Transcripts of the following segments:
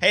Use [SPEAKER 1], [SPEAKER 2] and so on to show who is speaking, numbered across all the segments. [SPEAKER 1] Hey,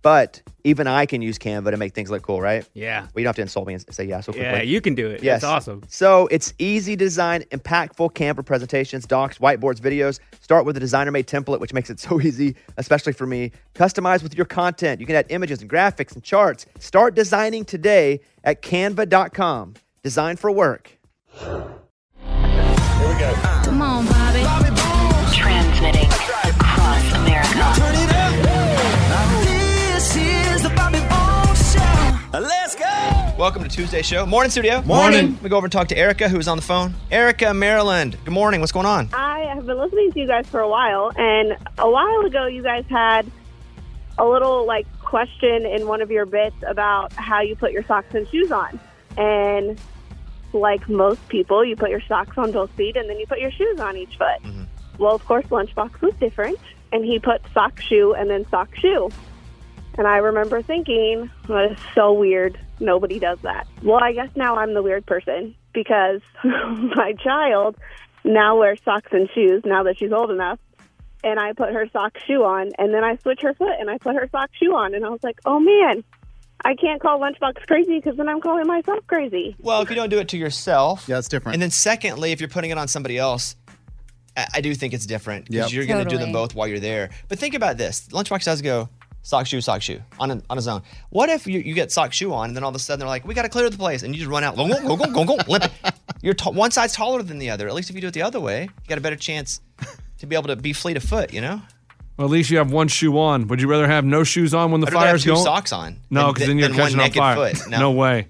[SPEAKER 2] But even I can use Canva to make things look cool, right?
[SPEAKER 3] Yeah.
[SPEAKER 2] Well, you don't have to insult me and say yeah so quickly.
[SPEAKER 3] Yeah, you can do it.
[SPEAKER 2] Yes.
[SPEAKER 3] It's awesome.
[SPEAKER 2] So it's easy design, impactful Canva presentations, docs, whiteboards, videos. Start with a designer made template, which makes it so easy, especially for me. Customize with your content. You can add images and graphics and charts. Start designing today at canva.com. Design for work.
[SPEAKER 4] Here we go.
[SPEAKER 5] Come on, Bobby. Transmitting across America. Turn it up. This is the Bobby Bones Show.
[SPEAKER 1] Let's go. Welcome to Tuesday show. Morning studio. We go over and talk to Erica who is on the phone. Erica, Maryland. Good morning. What's going on?
[SPEAKER 6] I have been listening to you guys for a while, and a while ago, you guys had a little like question in one of your bits about how you put your socks and shoes on. And like most people, you put your socks on both feet and then you put your shoes on each foot. Well, of course, Lunchbox was different, and he put sock shoe and then sock shoe. And I remember thinking, well, that is so weird. Nobody does that. Well, I guess now I'm the weird person because my child now wears socks and shoes now that she's old enough. And I put her sock shoe on, and then I switch her foot and I put her sock shoe on. And I was like, oh man, I can't call Lunchbox crazy because then I'm calling myself crazy.
[SPEAKER 1] Well, if you don't do it to yourself.
[SPEAKER 7] Yeah, it's different.
[SPEAKER 1] And then secondly, if you're putting it on somebody else, I, I do think it's different because
[SPEAKER 7] Yep.
[SPEAKER 1] you're going to do them
[SPEAKER 7] Totally.
[SPEAKER 1] both while you're there. But think about this. Lunchbox does go sock shoe, sock shoe on, a, on his own. What if you, you get sock shoe on and then all of a sudden they're like, we got to clear the place and you just run out. Go, go, go, go, go, limp it. You're t- one side's taller than the other. At least if you do it the other way, you got a better chance to be able to be fleet of foot, you know?
[SPEAKER 8] Well, at least you have one shoe on. Would you rather have no shoes on when the
[SPEAKER 1] I'd rather have
[SPEAKER 8] fire's
[SPEAKER 1] two
[SPEAKER 8] going?
[SPEAKER 1] socks on
[SPEAKER 8] No,
[SPEAKER 1] than-
[SPEAKER 8] because then you're
[SPEAKER 1] than one
[SPEAKER 8] catching on
[SPEAKER 1] naked
[SPEAKER 8] fire.
[SPEAKER 1] foot. No.
[SPEAKER 8] No. way.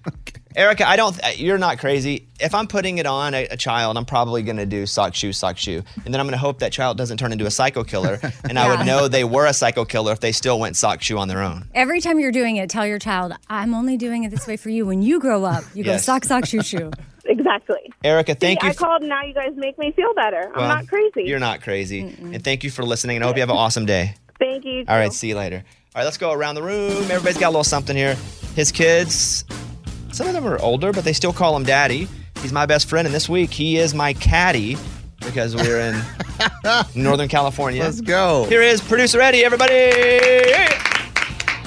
[SPEAKER 1] Erica, I don't. th- You're not crazy. If I'm putting it on a, a child, I'm probably going to do sock shoe, sock shoe, and then I'm going to hope that child doesn't turn into a psycho killer. And I would
[SPEAKER 9] Yeah.
[SPEAKER 1] know they were a psycho killer if they still went sock shoe on their own.
[SPEAKER 9] Every time you're doing it, tell your child, I'm only doing it this way for you. When you grow up, you
[SPEAKER 1] Yes.
[SPEAKER 9] go sock, sock, shoe, shoe.
[SPEAKER 6] Exactly.
[SPEAKER 1] Erica, thank
[SPEAKER 6] See,
[SPEAKER 1] you.
[SPEAKER 6] I called, now you guys make me feel better.
[SPEAKER 1] Well,
[SPEAKER 6] I'm not crazy.
[SPEAKER 1] You're not crazy, and thank you for listening. And I hope you have an awesome day.
[SPEAKER 6] Thank you.
[SPEAKER 1] All right, see you later. All right, let's go around the room. Everybody's got a little something here. His kids, some of them are older, but they still call him daddy. He's my best friend, and this week he is my caddy because we're in Northern California.
[SPEAKER 7] Let's go.
[SPEAKER 1] Here is producer Eddie, everybody.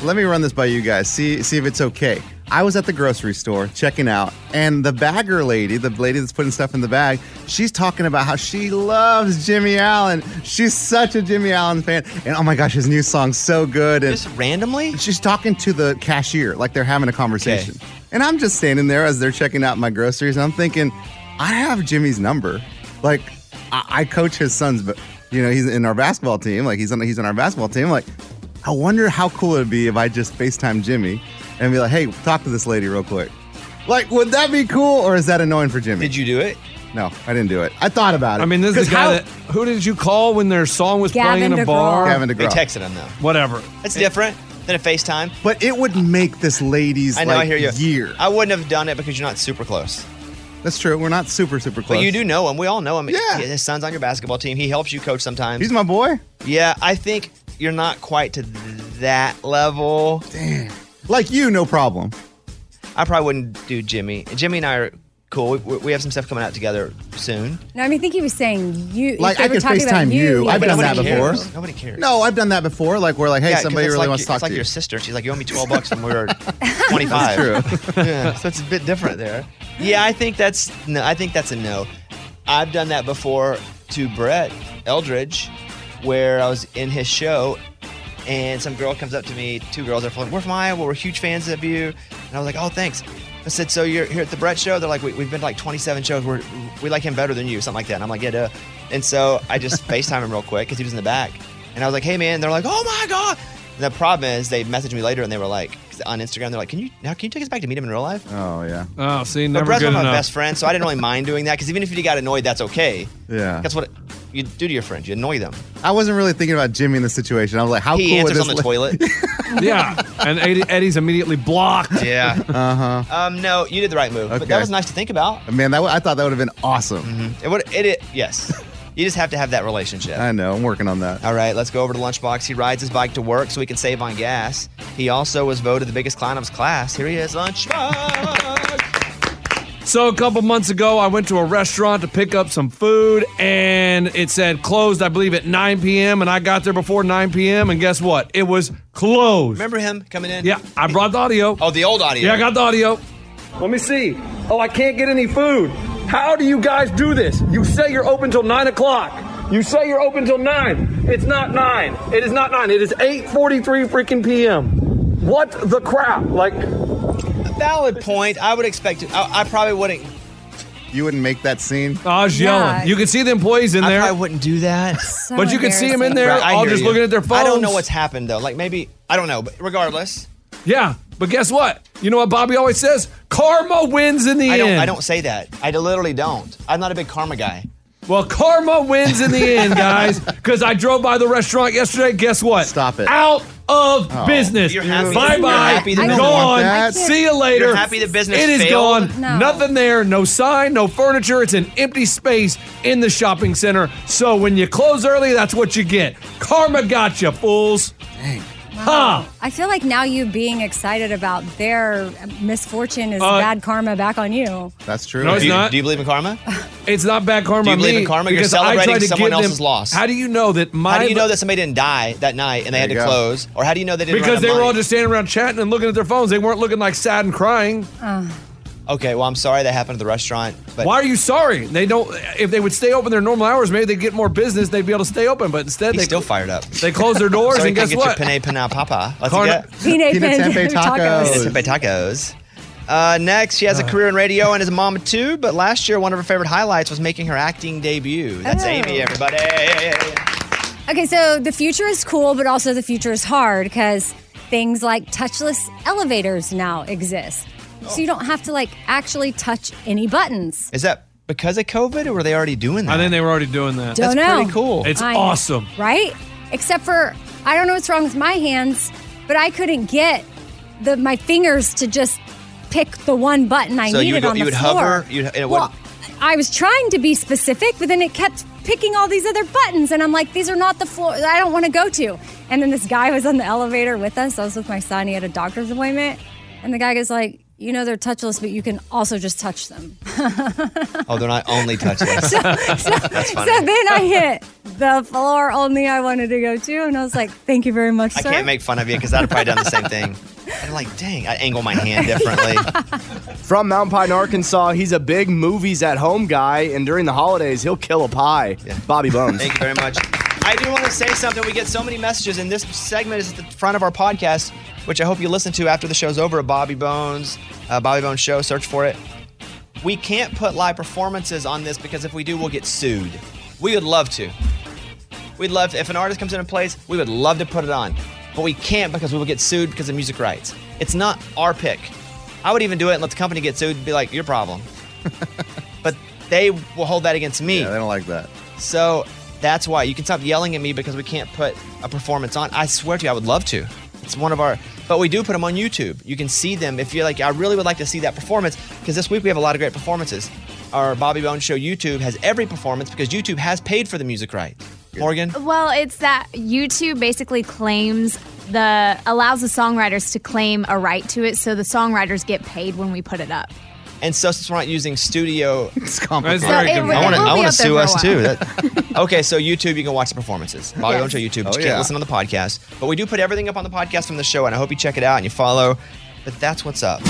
[SPEAKER 7] Let me run this by you guys. See see if it's okay. I was at the grocery store checking out, and the bagger lady, the lady that's putting stuff in the bag, she's talking about how she loves Jimmy Allen. She's such a Jimmy Allen fan, and oh my gosh, his new song's so good. And
[SPEAKER 1] Just randomly,
[SPEAKER 7] she's talking to the cashier like they're having a conversation, and I'm just standing there as they're checking out my groceries, and I'm thinking, I have Jimmy's number. Like, I, I coach his sons, but you know, he's in our basketball team. Like, he's on he's on our basketball team. Like, I wonder how cool it'd be if I just FaceTime Jimmy and be like, hey, talk to this lady real quick. Like, would that be cool or is that annoying for Jimmy? Did
[SPEAKER 1] you do it?
[SPEAKER 7] No, I didn't do it. I thought about it.
[SPEAKER 8] I mean, this is
[SPEAKER 7] 'Cause
[SPEAKER 8] the guy
[SPEAKER 7] how-
[SPEAKER 8] that. Who did you call when their song was playing in a bar?
[SPEAKER 7] Gavin
[SPEAKER 1] They
[SPEAKER 7] DeGraw.
[SPEAKER 1] texted him though.
[SPEAKER 8] Whatever.
[SPEAKER 1] It's different than a FaceTime.
[SPEAKER 7] But it would make this lady's
[SPEAKER 1] I know.
[SPEAKER 7] like,
[SPEAKER 1] I hear you.
[SPEAKER 7] year.
[SPEAKER 1] I wouldn't have done it because you're not super close.
[SPEAKER 7] That's true. We're not super, super close.
[SPEAKER 1] But you do know him. We all know him.
[SPEAKER 7] Yeah.
[SPEAKER 1] His son's on your basketball team. He helps you coach sometimes.
[SPEAKER 7] He's my boy.
[SPEAKER 1] Yeah, I think you're not quite to that level.
[SPEAKER 7] Damn. Like you, no problem.
[SPEAKER 1] I probably wouldn't do Jimmy. Jimmy and I are Cool. We- We, we have some stuff coming out together soon.
[SPEAKER 9] No, I mean, I think he was saying you.
[SPEAKER 7] Like,
[SPEAKER 9] they
[SPEAKER 7] I
[SPEAKER 9] were
[SPEAKER 7] could
[SPEAKER 9] talking about
[SPEAKER 7] FaceTime you.
[SPEAKER 9] yeah.
[SPEAKER 7] I've
[SPEAKER 1] But
[SPEAKER 7] done
[SPEAKER 1] nobody
[SPEAKER 7] that before.
[SPEAKER 1] cares. Nobody cares.
[SPEAKER 7] No, I've done that before. Like we're like, hey,
[SPEAKER 1] 'cause
[SPEAKER 7] somebody
[SPEAKER 1] it's
[SPEAKER 7] really
[SPEAKER 1] like
[SPEAKER 7] wants
[SPEAKER 1] your-
[SPEAKER 7] to talk
[SPEAKER 1] It's like
[SPEAKER 7] to you.
[SPEAKER 1] your sister. She's like, you owe me 12 bucks when we were 25.
[SPEAKER 7] true.
[SPEAKER 1] yeah, so it's a bit different there. Yeah, I think that's no. I think that's a no. I've done that before to Brett Eldridge, where I was in his show, and some girl comes up to me. Two girls are like, "We're from Iowa. We're huge fans of you." And I was like, "Oh, thanks." I said, "So you're here at the Brett show?" They're like, we, "We've been to like 27 shows. We're, we like him better than you, something like that." And I'm like, "Yeah, duh." And so I just Facetime him real quick because he was in the back, and I was like, "Hey, man." They're like, "Oh my god." And the problem is they messaged me later and they were like 'cause on Instagram they're like, "Can you now can you take us back to meet him in real life?"
[SPEAKER 7] Oh yeah,
[SPEAKER 8] Oh, see,
[SPEAKER 1] But
[SPEAKER 8] never
[SPEAKER 1] Brett's
[SPEAKER 8] good
[SPEAKER 1] one of my
[SPEAKER 8] enough.
[SPEAKER 1] best friends, so I didn't really mind doing that because even if you got annoyed, that's okay.
[SPEAKER 7] yeah.
[SPEAKER 1] That's what you do to your friends. You annoy them.
[SPEAKER 7] I wasn't really thinking about Jimmy in the situation. I was like, how
[SPEAKER 1] he
[SPEAKER 7] cool would
[SPEAKER 1] answers
[SPEAKER 7] this
[SPEAKER 1] on the
[SPEAKER 7] look-
[SPEAKER 1] toilet.
[SPEAKER 8] yeah, and Eddie, Eddie's immediately blocked.
[SPEAKER 1] yeah.
[SPEAKER 7] Uh
[SPEAKER 1] Um, no, you did the right move. But that
[SPEAKER 7] Okay.
[SPEAKER 1] was nice to think about.
[SPEAKER 7] huh. Man, that w- I thought that would have been awesome.
[SPEAKER 1] It would, it, it, yes. You just have to have that relationship.
[SPEAKER 7] I know. I'm working on that.
[SPEAKER 1] All right, let's go over to Lunchbox. He rides his bike to work so he can save on gas. He also was voted the biggest clown of his class. Here he is, Lunchbox.
[SPEAKER 8] So a couple months ago, I went to a restaurant to pick up some food, and it said closed, I believe, at 9 p.m. And I got there before 9 p.m. And guess what? It was closed.
[SPEAKER 1] Remember him coming in?
[SPEAKER 8] Yeah, I brought the audio.
[SPEAKER 1] Oh, the old audio.
[SPEAKER 8] Yeah, I got the audio.
[SPEAKER 4] Let me see. Oh, I can't get any food. How do you guys do this? You say you're open till nine o'clock. You say you're open till nine. It's not nine. It is not nine. It is eight forty-three freaking p.m. What the crap? Like,
[SPEAKER 1] valid point. I would expect it. I, I probably wouldn't.
[SPEAKER 7] You wouldn't make that scene.
[SPEAKER 8] I was
[SPEAKER 9] Yeah.
[SPEAKER 8] yelling. You could see the employees in
[SPEAKER 1] I
[SPEAKER 8] there,
[SPEAKER 1] probably wouldn't do that.
[SPEAKER 9] So
[SPEAKER 8] but you could see them in there,
[SPEAKER 1] Right, I
[SPEAKER 8] all
[SPEAKER 1] hear
[SPEAKER 8] just
[SPEAKER 1] you.
[SPEAKER 8] looking at their phones.
[SPEAKER 1] I don't know what's happened though. Like maybe I don't know, but regardless,
[SPEAKER 8] Yeah, but guess what? You know what Bobby always says? Karma wins in the
[SPEAKER 1] I
[SPEAKER 8] end.
[SPEAKER 1] don't. I don't say that. I literally don't. I'm not a big karma guy.
[SPEAKER 8] Well, karma wins in the end, guys. Because I drove by the restaurant yesterday. Guess what?
[SPEAKER 7] Stop it.
[SPEAKER 8] Out of business.
[SPEAKER 1] Oh. You're happy-
[SPEAKER 8] Bye
[SPEAKER 1] you're
[SPEAKER 8] bye.
[SPEAKER 1] happy the
[SPEAKER 9] business-
[SPEAKER 8] Gone.
[SPEAKER 7] I can't-
[SPEAKER 8] See you later.
[SPEAKER 1] You're happy the business
[SPEAKER 8] It is
[SPEAKER 1] failed?
[SPEAKER 8] gone.
[SPEAKER 9] No.
[SPEAKER 8] Nothing there. No sign. No furniture. It's an empty space in the shopping center. So when you close early, that's what you get. Karma got you, fools. Ha!
[SPEAKER 9] I feel like now you being excited about their misfortune is
[SPEAKER 8] Uh,
[SPEAKER 9] bad karma back on you.
[SPEAKER 7] That's true.
[SPEAKER 8] No, it's
[SPEAKER 1] Do you,
[SPEAKER 8] not.
[SPEAKER 1] do you believe in karma?
[SPEAKER 8] It's not bad karma.
[SPEAKER 1] Do you
[SPEAKER 8] on
[SPEAKER 1] believe
[SPEAKER 8] me
[SPEAKER 1] in karma? You're
[SPEAKER 8] because I tried
[SPEAKER 1] celebrating
[SPEAKER 8] to
[SPEAKER 1] someone
[SPEAKER 8] give them-
[SPEAKER 1] else's loss.
[SPEAKER 8] How do you know that my?
[SPEAKER 1] How do you know that somebody didn't die that night and they had to
[SPEAKER 7] There you go.
[SPEAKER 1] close, or how do you know they didn't? run out
[SPEAKER 8] Because
[SPEAKER 1] of
[SPEAKER 8] they were
[SPEAKER 1] money?
[SPEAKER 8] all just standing around chatting and looking at their phones. They weren't looking like sad and crying.
[SPEAKER 1] Uh. Okay, well, I'm sorry that happened at the restaurant, but
[SPEAKER 8] Why are you sorry? They don't. If they would stay open their normal hours, maybe they'd get more business. They'd be able to stay open. But instead,
[SPEAKER 1] he's
[SPEAKER 8] they
[SPEAKER 1] still fired up.
[SPEAKER 8] They close their doors
[SPEAKER 1] Sorry,
[SPEAKER 8] and
[SPEAKER 1] you can't
[SPEAKER 8] guess
[SPEAKER 1] get
[SPEAKER 8] what?
[SPEAKER 1] your penne panna papa. Let's
[SPEAKER 8] Karma-
[SPEAKER 1] get
[SPEAKER 9] Pina,
[SPEAKER 7] Pina tempeh tacos.
[SPEAKER 1] Penne tacos. Uh, next, she has a career in radio and is a mom too. But last year, one of her favorite highlights was making her acting debut. That's
[SPEAKER 9] Oh.
[SPEAKER 1] Amy, everybody.
[SPEAKER 9] Okay, so the future is cool, but also the future is hard because things like touchless elevators now exist. So you don't have to like actually touch any buttons.
[SPEAKER 1] Is that because of COVID, or were they already doing that?
[SPEAKER 8] I think they were already doing that.
[SPEAKER 9] Don't
[SPEAKER 1] That's
[SPEAKER 9] know.
[SPEAKER 1] pretty cool.
[SPEAKER 8] It's awesome.
[SPEAKER 9] Right? Except for I don't know what's wrong with my hands, but I couldn't get the my fingers to just pick the one button I
[SPEAKER 1] So you
[SPEAKER 9] needed
[SPEAKER 1] would-
[SPEAKER 9] on
[SPEAKER 1] you
[SPEAKER 9] the
[SPEAKER 1] would
[SPEAKER 9] floor.
[SPEAKER 1] hover, you'd- and it
[SPEAKER 9] well, I was trying to be specific, but then it kept picking all these other buttons, and I'm like, these are not the floor that I don't want to go to. And then this guy was on the elevator with us. I was with my son. He had a doctor's appointment, and the guy goes like, "You know they're touchless, but you can also just touch them."
[SPEAKER 1] oh, they're not only touchless.
[SPEAKER 9] So then I hit the floor only I wanted to go to, and I was like, "Thank you very much,
[SPEAKER 1] I
[SPEAKER 9] sir."
[SPEAKER 1] can't make fun of you because I'd have probably done the same thing. I'm like, dang, I angle my hand differently.
[SPEAKER 10] From Mountain Pie in Arkansas, he's a big movies at home guy, and during the holidays, he'll kill a pie. Bobby Bones.
[SPEAKER 1] Thank you very much. I do want to say something. We get so many messages, and this segment is at the front of our podcast, which I hope you listen to after the show's over. Bobby Bones, uh, Bobby Bones Show, search for it. We can't put live performances on this because if we do, we'll get sued. We would love to. We'd love to. If an artist comes in and plays, we would love to put it on. But we can't because we will get sued because of music rights. It's not our pick. I would even do it and let the company get sued and be like, your problem. but they will hold that against me.
[SPEAKER 7] Yeah, they don't like that.
[SPEAKER 1] So that's why you can stop yelling at me because we can't put a performance on. I swear to you, I would love to. It's one of our, but we do put them on YouTube. You can see them if you're like, I really would like to see that performance because this week we have a lot of great performances. Our Bobby Bones Show YouTube has every performance because YouTube has paid for the music right. Morgan,
[SPEAKER 11] Well, it's that YouTube basically claims the allows the songwriters to claim a right to it, so the songwriters get paid when we put it up.
[SPEAKER 1] and Sussex we're not using studio.
[SPEAKER 7] It's
[SPEAKER 1] complicated.
[SPEAKER 5] It's very So it confusing. will-
[SPEAKER 1] I want to
[SPEAKER 5] it will
[SPEAKER 1] I
[SPEAKER 5] be
[SPEAKER 1] wanna
[SPEAKER 5] up there
[SPEAKER 1] sue
[SPEAKER 5] for a
[SPEAKER 1] us
[SPEAKER 5] while.
[SPEAKER 1] too. That- okay, so YouTube, you can watch the performances. Follow
[SPEAKER 5] Yes.
[SPEAKER 1] on to YouTube.
[SPEAKER 5] Oh,
[SPEAKER 1] Just
[SPEAKER 5] yeah.
[SPEAKER 1] can't listen on the podcast. But we do put everything up on the podcast from the show, and I hope you check it out and you follow. But that's what's up.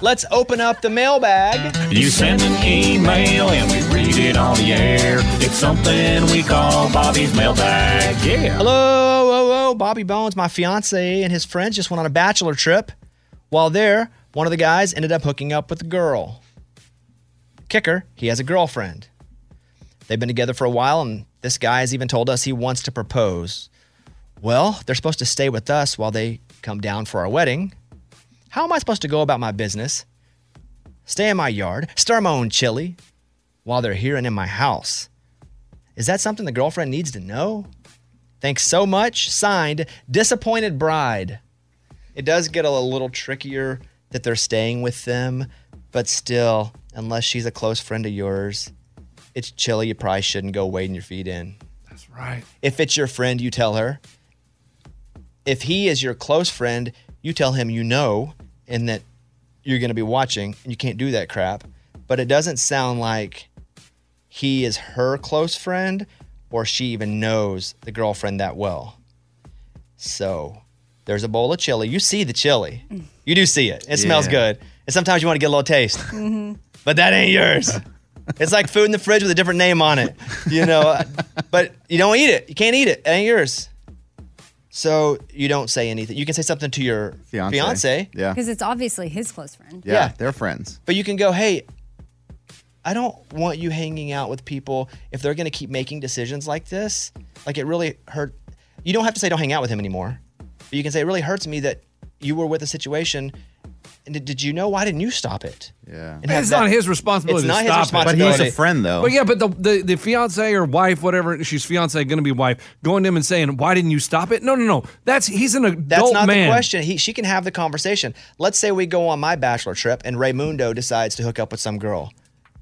[SPEAKER 1] Let's open up the mailbag.
[SPEAKER 12] You send an email and we read it on the air. It's something we call Bobby's mailbag. Yeah.
[SPEAKER 1] Hello, oh, oh, Bobby Bones, my fiance and his friends just went on a bachelor trip. While there, one of the guys ended up hooking up with a girl. Kicker, he has a girlfriend. They've been together for a while, and this guy has even told us he wants to propose. Well, they're supposed to stay with us while they come down for our wedding. How am I supposed to go about my business? Stay in my yard, stir my own chili while they're here and in my house. Is that something the girlfriend needs to know? Thanks so much. Signed, Disappointed Bride. It does get a little trickier that they're staying with them, but still, unless she's a close friend of yours, it's chilly. You probably shouldn't go wading your feet in. That's
[SPEAKER 8] right.
[SPEAKER 1] If it's your friend, you tell her. If he is your close friend, you tell him you know and that you're going to be watching and you can't do that crap. But it doesn't sound like he is her close friend or she even knows the girlfriend that well. So there's a bowl of chili. You see the chili. You do see it. It smells
[SPEAKER 13] Yeah.
[SPEAKER 1] good. And sometimes you want to get a little taste,
[SPEAKER 9] Mm-hmm.
[SPEAKER 1] but that ain't yours. It's like food in the fridge with a different name on it, you know. but you don't eat it. You can't eat it. It ain't yours. So you don't say anything. You can say something to your fiance.
[SPEAKER 7] Yeah.
[SPEAKER 9] Because it's obviously his close friend.
[SPEAKER 7] Yeah, they're friends.
[SPEAKER 1] But you can go, hey, I don't want you hanging out with people if they're going to keep making decisions like this. Like it really hurt. You don't have to say don't hang out with him anymore. But you can say it really hurts me that you were with a situation. And did, did you know why didn't you stop it?
[SPEAKER 7] Yeah.
[SPEAKER 1] have
[SPEAKER 8] it's
[SPEAKER 1] that-
[SPEAKER 8] not his responsibility.
[SPEAKER 1] It's
[SPEAKER 8] to
[SPEAKER 1] not his
[SPEAKER 8] stop it.
[SPEAKER 1] responsibility. But he's a friend, though.
[SPEAKER 8] But yeah, but the, the the fiance or wife, whatever she's fiance, going to be wife, going to him and saying, "Why didn't you stop it?" No, no, no. That's he's an adult
[SPEAKER 1] That's not
[SPEAKER 8] man.
[SPEAKER 1] the question. He, she can have the conversation. Let's say we go on my bachelor trip and Raymundo decides to hook up with some girl.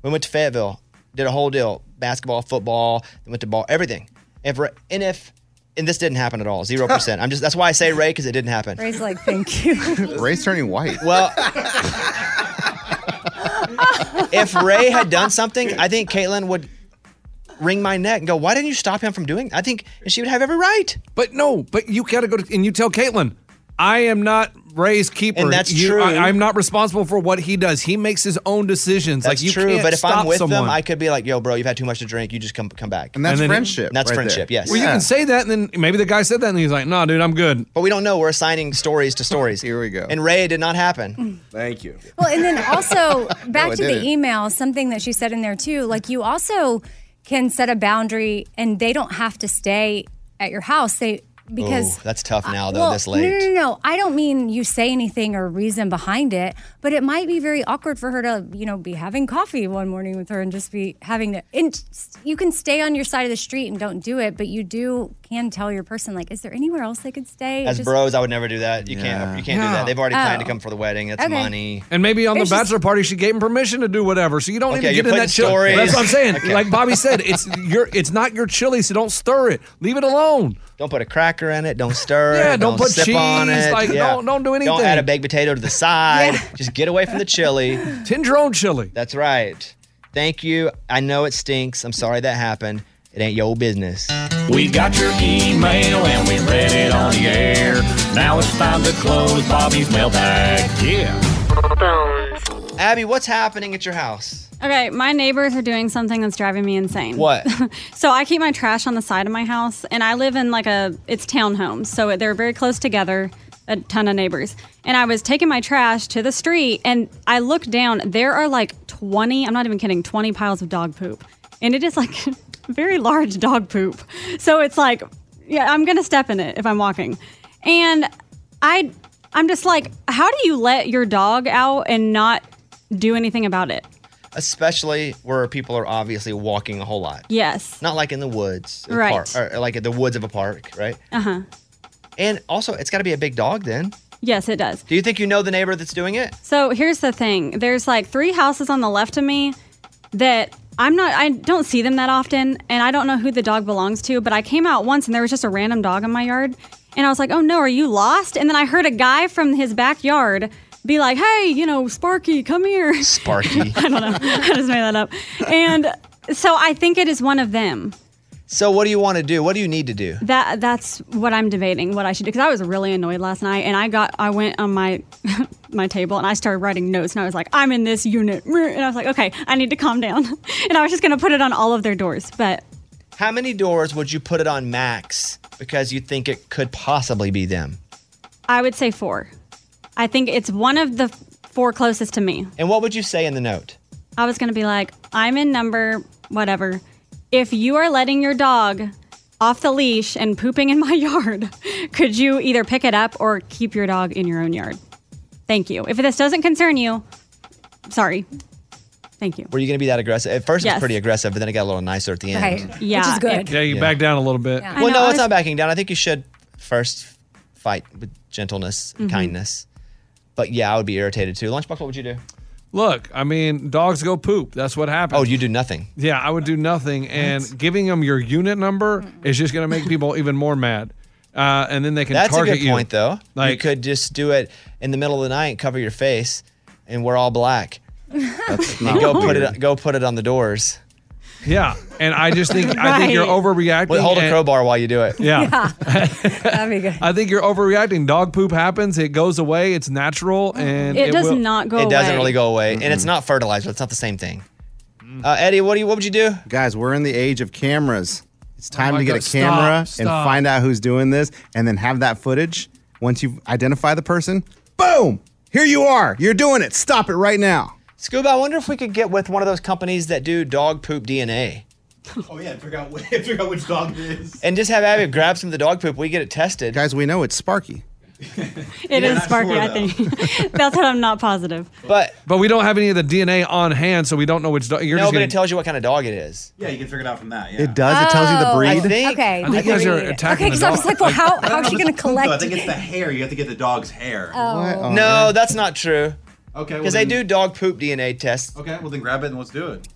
[SPEAKER 1] We went to Fayetteville, did a whole deal basketball, football, then went to ball, everything. If, Ray- and if, and this didn't happen at all, 0%. I'm just, that's why I say Ray because it didn't happen.
[SPEAKER 9] Ray's like, thank you.
[SPEAKER 7] Ray's turning white.
[SPEAKER 1] Well, if Ray had done something, I think Caitlyn would wring my neck and go, "Why didn't you stop him from doing?" I think, and she would have every right.
[SPEAKER 8] But no, but you gotta go to, and you tell Caitlin, I am not Ray's keeper.
[SPEAKER 1] And that's
[SPEAKER 8] You-
[SPEAKER 1] true.
[SPEAKER 8] I, am not responsible for what he does. He makes his own decisions.
[SPEAKER 1] That's
[SPEAKER 8] like you
[SPEAKER 1] true,
[SPEAKER 8] can't
[SPEAKER 1] but if
[SPEAKER 8] stop
[SPEAKER 1] I'm with
[SPEAKER 8] someone.
[SPEAKER 1] them, I could be like, "Yo, bro, you've had too much to drink. You just come come back."
[SPEAKER 8] then-
[SPEAKER 1] And that's friendship. Yes.
[SPEAKER 8] Well, you can say that, and then maybe the guy said that, and he's like, "No, dude, I'm good."
[SPEAKER 1] But we don't know. We're assigning stories to stories. Here we go. And Ray it did not happen.
[SPEAKER 9] Mm.
[SPEAKER 10] Thank you.
[SPEAKER 9] Well, and then also back
[SPEAKER 1] No, it
[SPEAKER 9] to the
[SPEAKER 1] didn't.
[SPEAKER 9] email, something that she said in there too. Like you also can set a boundary, and they don't have to stay at your house. They because
[SPEAKER 1] Ooh, that's tough now though.
[SPEAKER 9] well,
[SPEAKER 1] this late.
[SPEAKER 9] No, no, no, no. I don't mean you say anything or reason behind it, but it might be very awkward for her to, you know, be having coffee one morning with her and just be having to. And you can stay on your side of the street and don't do it, but you do can tell your person like, is there anywhere else they could stay? It
[SPEAKER 1] As
[SPEAKER 9] just-
[SPEAKER 1] bros, I would never do that. You can't. You can't do
[SPEAKER 8] Yeah.
[SPEAKER 1] that. They've already planned to
[SPEAKER 9] Oh.
[SPEAKER 1] come for the wedding. It's
[SPEAKER 9] Okay.
[SPEAKER 1] money.
[SPEAKER 8] And maybe on
[SPEAKER 9] It's
[SPEAKER 8] the
[SPEAKER 9] just-
[SPEAKER 8] bachelor party, she gave him permission to do whatever. So you don't
[SPEAKER 1] Okay,
[SPEAKER 8] even
[SPEAKER 1] you're
[SPEAKER 8] get in that
[SPEAKER 1] putting
[SPEAKER 8] chili.
[SPEAKER 1] stories-
[SPEAKER 8] That's what I'm saying.
[SPEAKER 1] Okay.
[SPEAKER 8] Like Bobby said, it's your, it's not your chili, so don't stir it. Leave it alone.
[SPEAKER 1] Don't put a cracker in it. Don't stir it.
[SPEAKER 8] Yeah, don't put
[SPEAKER 1] sip
[SPEAKER 8] cheese,
[SPEAKER 1] on it.
[SPEAKER 8] like,
[SPEAKER 1] yeah.
[SPEAKER 8] don't- don't do
[SPEAKER 1] Don't
[SPEAKER 8] anything.
[SPEAKER 1] add a baked potato to the side. Just get away from the chili.
[SPEAKER 8] Tend your own chili.
[SPEAKER 1] That's right. Thank you. I know it stinks. I'm sorry that happened. It ain't your business.
[SPEAKER 12] We got your email and we read it on the air. Now it's time to close Bobby's mailbag. Yeah.
[SPEAKER 1] Abby, what's happening at your house?
[SPEAKER 14] Okay, my neighbors are doing something that's driving me insane.
[SPEAKER 1] What?
[SPEAKER 14] So I keep my trash on the side of my house, and I live in like a it's townhomes, so they're very close together, a ton of neighbors. And I was taking my trash to the street, and I look down. There are like twenty. I'm not even kidding. Twenty piles of dog poop, and it is like very large dog poop. So it's like, yeah, I'm gonna step in it if I'm walking, and I. I'm just like, how do you let your dog out and not do anything about it?
[SPEAKER 1] Especially where people are obviously walking a whole lot.
[SPEAKER 14] Yes.
[SPEAKER 1] Not like in the woods.
[SPEAKER 14] Right.
[SPEAKER 1] Park, or like at the woods of a park, right?
[SPEAKER 14] Uh huh.
[SPEAKER 1] And also, it's got to be a big dog then.
[SPEAKER 14] Yes, it does.
[SPEAKER 1] Do you think you know the neighbor that's doing it?
[SPEAKER 14] So here's the thing there's like three houses on the left of me that I'm not, I don't see them that often, and I don't know who the dog belongs to, but I came out once and there was just a random dog in my yard. And I was like, oh no, are you lost? And then I heard a guy from his backyard be like, hey, you know, Sparky, come here.
[SPEAKER 13] Sparky.
[SPEAKER 14] I don't know. I just made that up. And so I think it is one of them.
[SPEAKER 1] So what do you want to do? What do you need to do?
[SPEAKER 14] That that's what I'm debating what I should do because I was really annoyed last night and I got I went on my my table and I started writing notes and I was like I'm in this unit and I was like okay I need to calm down and I was just gonna put it on all of their doors but
[SPEAKER 1] How many doors would you put it on max because you think it could possibly be them?
[SPEAKER 14] I would say four I think it's one of the four closest to me
[SPEAKER 1] And what would you say in the note?
[SPEAKER 14] I was gonna be like I'm in number whatever if you are letting your dog off the leash and pooping in my yard could you either pick it up or keep your dog in your own yard Thank you. If this doesn't concern you, sorry. Thank you.
[SPEAKER 1] Were you going to be that aggressive? At first, it
[SPEAKER 14] Yes.
[SPEAKER 1] was pretty aggressive, but then it got a little nicer at the end.
[SPEAKER 14] Yeah.
[SPEAKER 8] Yeah, you back down a little bit.
[SPEAKER 14] Yeah. I
[SPEAKER 1] Well,
[SPEAKER 14] know, I
[SPEAKER 1] no, it's
[SPEAKER 14] was-
[SPEAKER 1] not backing down. I think you should first fight with gentleness,
[SPEAKER 14] Mm-hmm.
[SPEAKER 1] and
[SPEAKER 8] Mhm.
[SPEAKER 1] kindness. But yeah, I would be irritated too. Lunchbox, what would you do?
[SPEAKER 8] Look, I mean, dogs go poop. That's what happens. Oh,
[SPEAKER 1] you do nothing.
[SPEAKER 8] Yeah, I would do nothing. And giving them your unit number is just going to make people even more mad. Uh, and then they can
[SPEAKER 1] That's a
[SPEAKER 8] target
[SPEAKER 1] good
[SPEAKER 8] you.
[SPEAKER 1] point, though. you
[SPEAKER 8] Like-
[SPEAKER 1] could just do it in the middle of the night, cover your face, and we're all black. and go put it go put it on the doors.
[SPEAKER 8] Yeah, and I just think I think you're
[SPEAKER 1] Right.
[SPEAKER 8] overreacting.
[SPEAKER 1] Well, hold a
[SPEAKER 8] and-
[SPEAKER 1] crowbar while you do it.
[SPEAKER 8] Yeah.
[SPEAKER 9] That'd be good.
[SPEAKER 8] I think you're overreacting. Dog poop happens. It goes away. It's natural, and
[SPEAKER 14] Mm-hmm. It
[SPEAKER 8] it,
[SPEAKER 14] does
[SPEAKER 8] will-
[SPEAKER 14] not go
[SPEAKER 1] it doesn't
[SPEAKER 14] away.
[SPEAKER 1] really go away, and it's not fertilizer. It's not the same thing. Uh, Eddie, what do you what would you do?
[SPEAKER 7] Guys, we're in the age of cameras. It's time
[SPEAKER 1] Oh my
[SPEAKER 7] to get
[SPEAKER 1] God,
[SPEAKER 7] a
[SPEAKER 1] stop,
[SPEAKER 7] camera and
[SPEAKER 1] stop.
[SPEAKER 7] find out who's doing this, and then have that footage. Once you identify the person, boom! Here you are. You're doing it. Stop it right now.
[SPEAKER 1] Scuba, I wonder if we could get with one of those companies that do dog poop DNA.
[SPEAKER 15] Oh yeah, figure out, which, figure out which dog it is.
[SPEAKER 1] And just have Abby grab some of the dog poop. We get it tested.
[SPEAKER 7] Guys, we know it's Sparky.
[SPEAKER 14] It
[SPEAKER 1] We're
[SPEAKER 14] is
[SPEAKER 1] not
[SPEAKER 14] Sparky,
[SPEAKER 1] sure,
[SPEAKER 14] I think. That's what I'm not positive.
[SPEAKER 1] But
[SPEAKER 8] but we don't have any of the DNA on hand, so we don't know which dog. You're
[SPEAKER 1] No,
[SPEAKER 8] just
[SPEAKER 1] but
[SPEAKER 8] gonna-
[SPEAKER 1] it tells you what kind of dog it is.
[SPEAKER 15] Yeah, you can figure it out from that. Yeah.
[SPEAKER 7] It does. It tells you
[SPEAKER 14] Oh,
[SPEAKER 9] Oh,
[SPEAKER 7] the breed.
[SPEAKER 1] I think-
[SPEAKER 9] okay.
[SPEAKER 8] I think you guys are attacking
[SPEAKER 9] okay,
[SPEAKER 8] the
[SPEAKER 9] because I was
[SPEAKER 8] dog.
[SPEAKER 9] like, well, how, how is she going to collect?
[SPEAKER 15] No, I think it's the hair. You have to get the dog's hair.
[SPEAKER 9] Oh.
[SPEAKER 1] No, that's not true.
[SPEAKER 15] Okay. well
[SPEAKER 1] Because they do
[SPEAKER 15] then-
[SPEAKER 1] dog poop DNA tests.
[SPEAKER 15] Okay, well then grab it and let's do it.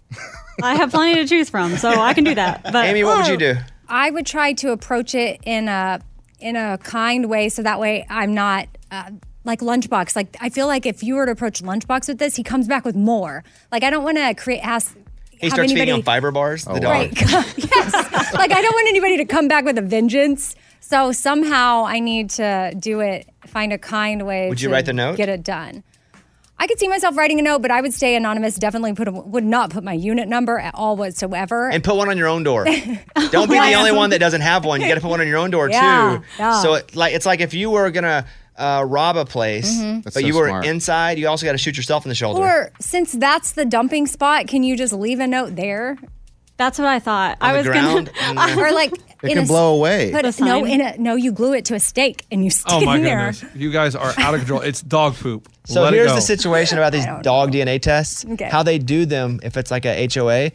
[SPEAKER 14] I have plenty to choose from, so I can do that. But oh.
[SPEAKER 1] Amy, what would you
[SPEAKER 9] oh,
[SPEAKER 1] do?
[SPEAKER 9] I would try to approach it in a in a kind way, so that way I'm not uh, like lunchbox. Like I feel like if you were to approach lunchbox with this, he comes back with more. Like I don't want to create ask.
[SPEAKER 1] He
[SPEAKER 9] have
[SPEAKER 1] starts
[SPEAKER 9] anybody,
[SPEAKER 1] feeding on fiber bars.
[SPEAKER 7] Oh,
[SPEAKER 1] the dog.
[SPEAKER 9] Right. yes. like I don't want anybody to come back with a vengeance. So somehow I need to do it. Find a kind way.
[SPEAKER 1] Would you
[SPEAKER 9] to
[SPEAKER 1] write the note?
[SPEAKER 9] Get it done. I could see myself writing a note, but I would stay anonymous. Definitely put a, would not put my unit number at all whatsoever.
[SPEAKER 1] And put one on your own door. Don't be the
[SPEAKER 9] Right.
[SPEAKER 1] only one that doesn't have one. You got to put one on your own door
[SPEAKER 9] Oh, Yeah,
[SPEAKER 1] too.
[SPEAKER 9] yeah.
[SPEAKER 1] So it, like it's like if you were gonna uh, rob a place,
[SPEAKER 9] Mhm.
[SPEAKER 1] but
[SPEAKER 9] That's so
[SPEAKER 1] you were
[SPEAKER 9] smart.
[SPEAKER 1] inside, you also got to shoot yourself in the shoulder.
[SPEAKER 9] Or since that's the dumping spot, can you just leave a note there?
[SPEAKER 14] That's what I thought.
[SPEAKER 1] On I the was gonna- ground? Mm.
[SPEAKER 9] or like
[SPEAKER 7] It
[SPEAKER 9] in
[SPEAKER 7] can
[SPEAKER 9] a-
[SPEAKER 7] blow away.
[SPEAKER 9] Put
[SPEAKER 7] The
[SPEAKER 9] a, no,
[SPEAKER 7] sign?
[SPEAKER 9] in a no, you glue it to a stake and you stick
[SPEAKER 8] Oh
[SPEAKER 9] it
[SPEAKER 8] my
[SPEAKER 9] in there.
[SPEAKER 8] goodness, you guys are out of control. It's dog poop.
[SPEAKER 1] So
[SPEAKER 8] Let it
[SPEAKER 1] here's
[SPEAKER 8] go.
[SPEAKER 1] the situation about these dog DNA tests.
[SPEAKER 9] Okay.
[SPEAKER 1] How they do them, if it's like a HOA,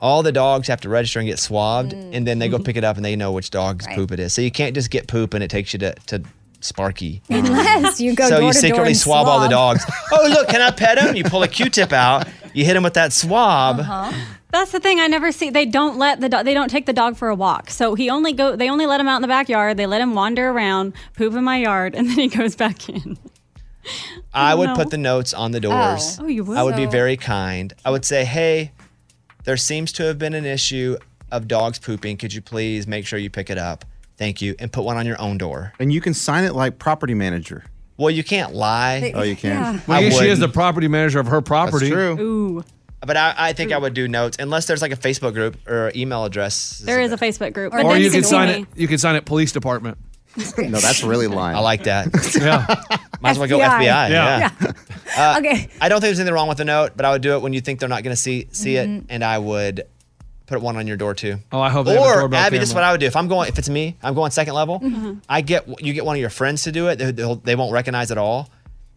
[SPEAKER 1] all the dogs have to register and get swabbed, and then they go pick it up and they know which dog's
[SPEAKER 9] Mm. Mm-hmm. Right.
[SPEAKER 1] poop it is. So you can't just get poop and it takes you to, to Sparky.
[SPEAKER 9] Unless you go
[SPEAKER 1] so
[SPEAKER 9] door to
[SPEAKER 1] you
[SPEAKER 9] door
[SPEAKER 1] secretly
[SPEAKER 9] and
[SPEAKER 1] swab, all the dogs. oh, look, can I pet him? You pull a Q-tip out, you hit him with that swab.
[SPEAKER 9] Uh-huh.
[SPEAKER 14] That's the thing I never see. They don't let the dog. They don't take the dog for a walk. So he only go. They only let him out in the backyard. They let him wander around, poop in my yard, and then he goes back in.
[SPEAKER 1] I would
[SPEAKER 14] No.
[SPEAKER 1] put the notes on the doors.
[SPEAKER 14] Oh. Oh, you would.
[SPEAKER 1] I would be
[SPEAKER 14] So-
[SPEAKER 1] very kind. I would say, hey, there seems to have been an issue of dogs pooping. Could you please make sure you pick it up? Thank you. And put one on your own door.
[SPEAKER 7] And you can sign it like property manager.
[SPEAKER 1] Well, you can't lie.
[SPEAKER 7] Oh, you can.
[SPEAKER 8] Well,
[SPEAKER 1] I
[SPEAKER 8] yeah, she is the
[SPEAKER 1] wouldn't.
[SPEAKER 8] property manager of her property.
[SPEAKER 14] Ooh.
[SPEAKER 1] But I, I think I would do notes unless there's like a Facebook group or email address.
[SPEAKER 14] There is a Facebook group, but
[SPEAKER 8] Or
[SPEAKER 14] then
[SPEAKER 8] you
[SPEAKER 14] you can
[SPEAKER 8] could
[SPEAKER 14] see
[SPEAKER 8] sign
[SPEAKER 14] me.
[SPEAKER 8] it. You could sign it. Police department.
[SPEAKER 7] no, that's really lying.
[SPEAKER 1] I like that.
[SPEAKER 8] yeah.
[SPEAKER 1] Might as well go FBI.
[SPEAKER 8] FBI.
[SPEAKER 1] Yeah.
[SPEAKER 8] Yeah.
[SPEAKER 1] Uh,
[SPEAKER 9] okay.
[SPEAKER 1] I don't think there's anything wrong with the note, but I would do it when you think they're not going to see see it, and I would put one on your door too.
[SPEAKER 8] Oh, I hope. They have a
[SPEAKER 1] Or Abby,
[SPEAKER 8] doorbell
[SPEAKER 1] this is
[SPEAKER 8] camera.
[SPEAKER 1] what I would do. If I'm going, if it's me, I'm going second level. I get you get one of your friends to do it. They, they'll- they won't recognize at all,